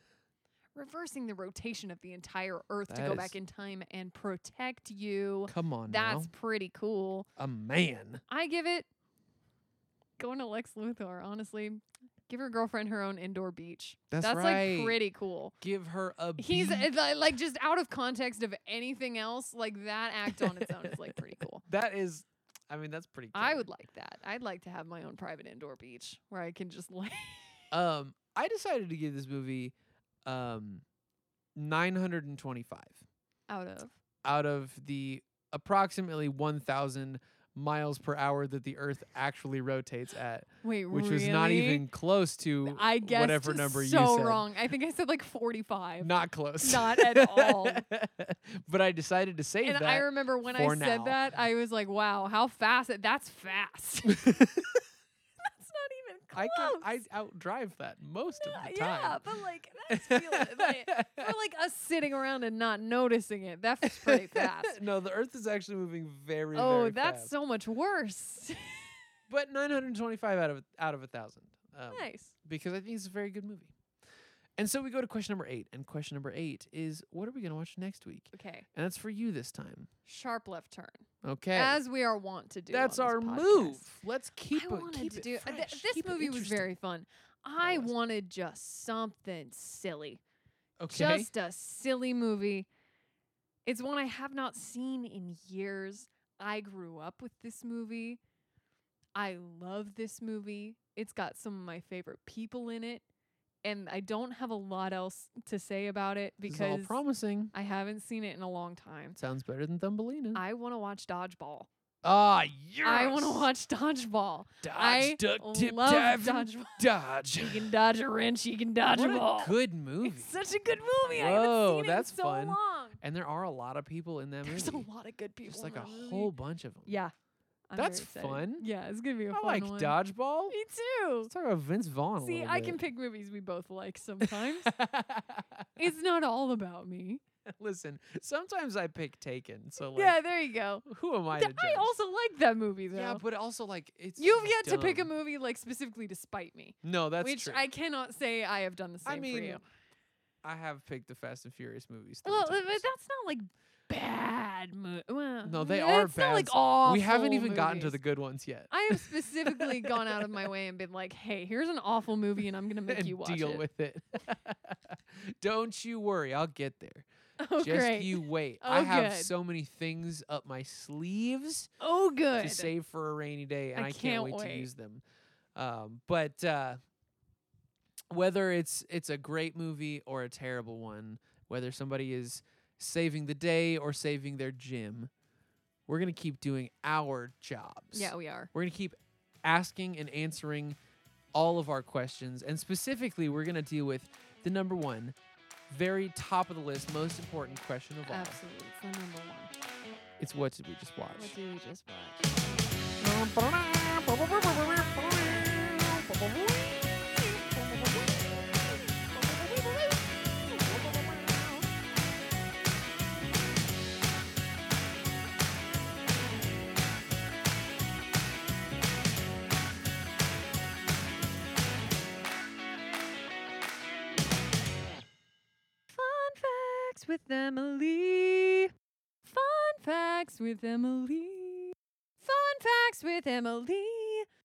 reversing the rotation of the entire Earth to
That
go
is-
back in time and protect you.
Come on
That's pretty cool.
now. A man.
I give it going to Lex Luthor, honestly. Give your girlfriend her own indoor beach.
That's
like
right.
pretty cool.
Give her a
He's
beat.
it's like like, just out of context of anything else, like that act on its own is like pretty cool.
That is I mean that's pretty
I
good.
would like that. I'd like to have my own private indoor beach where I can just lay.
Um I decided to give this movie um 925
out of.
out of the approximately 1000 miles per hour that the earth actually rotates at,
Wait,
which was not
really?
even close to
I guess
whatever number
so
you said.
wrong. I think I said like 45.
Not close.
Not at all.
but I decided to save
and
that.
I remember when I
for
said
now.
that, I was like, "Wow, how fast! It, that's fast. that's not even close." Uh,
I can I outdrive that most of the
yeah,
time.
but like that's feeling like, for like us sitting around and not noticing it. That's pretty fast.
no, the Earth is actually moving very.
oh,
very
that's
fast.
so much worse.
but 925 out of out of a thousand. Um,
nice.
Because I think it's a very good movie. And so we go to question number eight, and question number eight is what are we going to watch next week?
Okay,
And that's for you this time.
sharp left turn,
Okay.
as we are wont to do.
that's
on this
our
podcast.
move. Let's keep
I
it.
wanted
keep
to
it
do uh, th-
fresh,
this
keep it
movie was
interesting.
very fun. I
was.
wanted just something silly,
okay.
just a silly movie. It's one I have not seen in years. I grew up with this movie. I love this movie. It's got some of my favorite people in it, and I don't have a lot else to say about it
This is all
because
promising.
I haven't seen it in a long time.
Sounds better than Thumbelina.
I want to watch Dodgeball.
Ah, yes.
I want to watch Dodgeball.
Dodge,
I
duck, tip,
love
dive, and
Dodgeball.
dodge.
You can dodge a wrench. You can dodge
what
a ball.
a good movie.
It's such a good movie. I haven't
Whoa,
seen
that's
it in so
fun.
long.
And there are a lot of people in that
There's
movie.
a lot of good people.
There's
in
like a
that movie.
whole bunch of them.
Yeah, I'm
That's
very excited.
fun.
Yeah, it's gonna be a
I
fun
like
one.
dodgeball.
Me too.
Let's talk about Vince Vaughn. a
See,
little
I
bit.
can pick movies we both like sometimes. it's not all about me.
Listen, sometimes I pick Taken, so like,
yeah, there you go.
who am I
Th-
to
I
judge?
also like that movie though.
yeah, but also like it's
You've yet to pick a
dumb.
movie like specifically to spite me,
No, that's
which
true.
I cannot say I have done the same
I mean,
for you.
I have picked the Fast and Furious movies. three
Well, but
times.
that's not like bad movie. Well,
No, they
yeah,
are
it's Not like
bads.
awful.
we haven't even gotten to
movies.
the good ones yet.
I have specifically gone out of my way and been like, "Hey, here's an awful movie, and I'm gonna make
and
you watch
deal
it."
with it. Don't you worry, I'll get there.
oh,
Just
great.
you wait.
Oh,
I have
good.
so many things up my sleeves
oh,
to
good.
save for a rainy day, and I,
I
can't,
can't
wait, to
wait.
use them. Um, but uh, whether it's it's a great movie or a terrible one, whether somebody is saving the day or saving their gym, we're gonna keep doing our jobs.
yeah, we are.
We're going to keep asking and answering all of our questions. And specifically, we're going to deal with the number one, very top of the list, most important question of all.
Absolutely, it's the number one.
It's what did we just watch?
What did we just watch? Fun facts with Emily. Fun facts with Emily. Fun facts with Emily.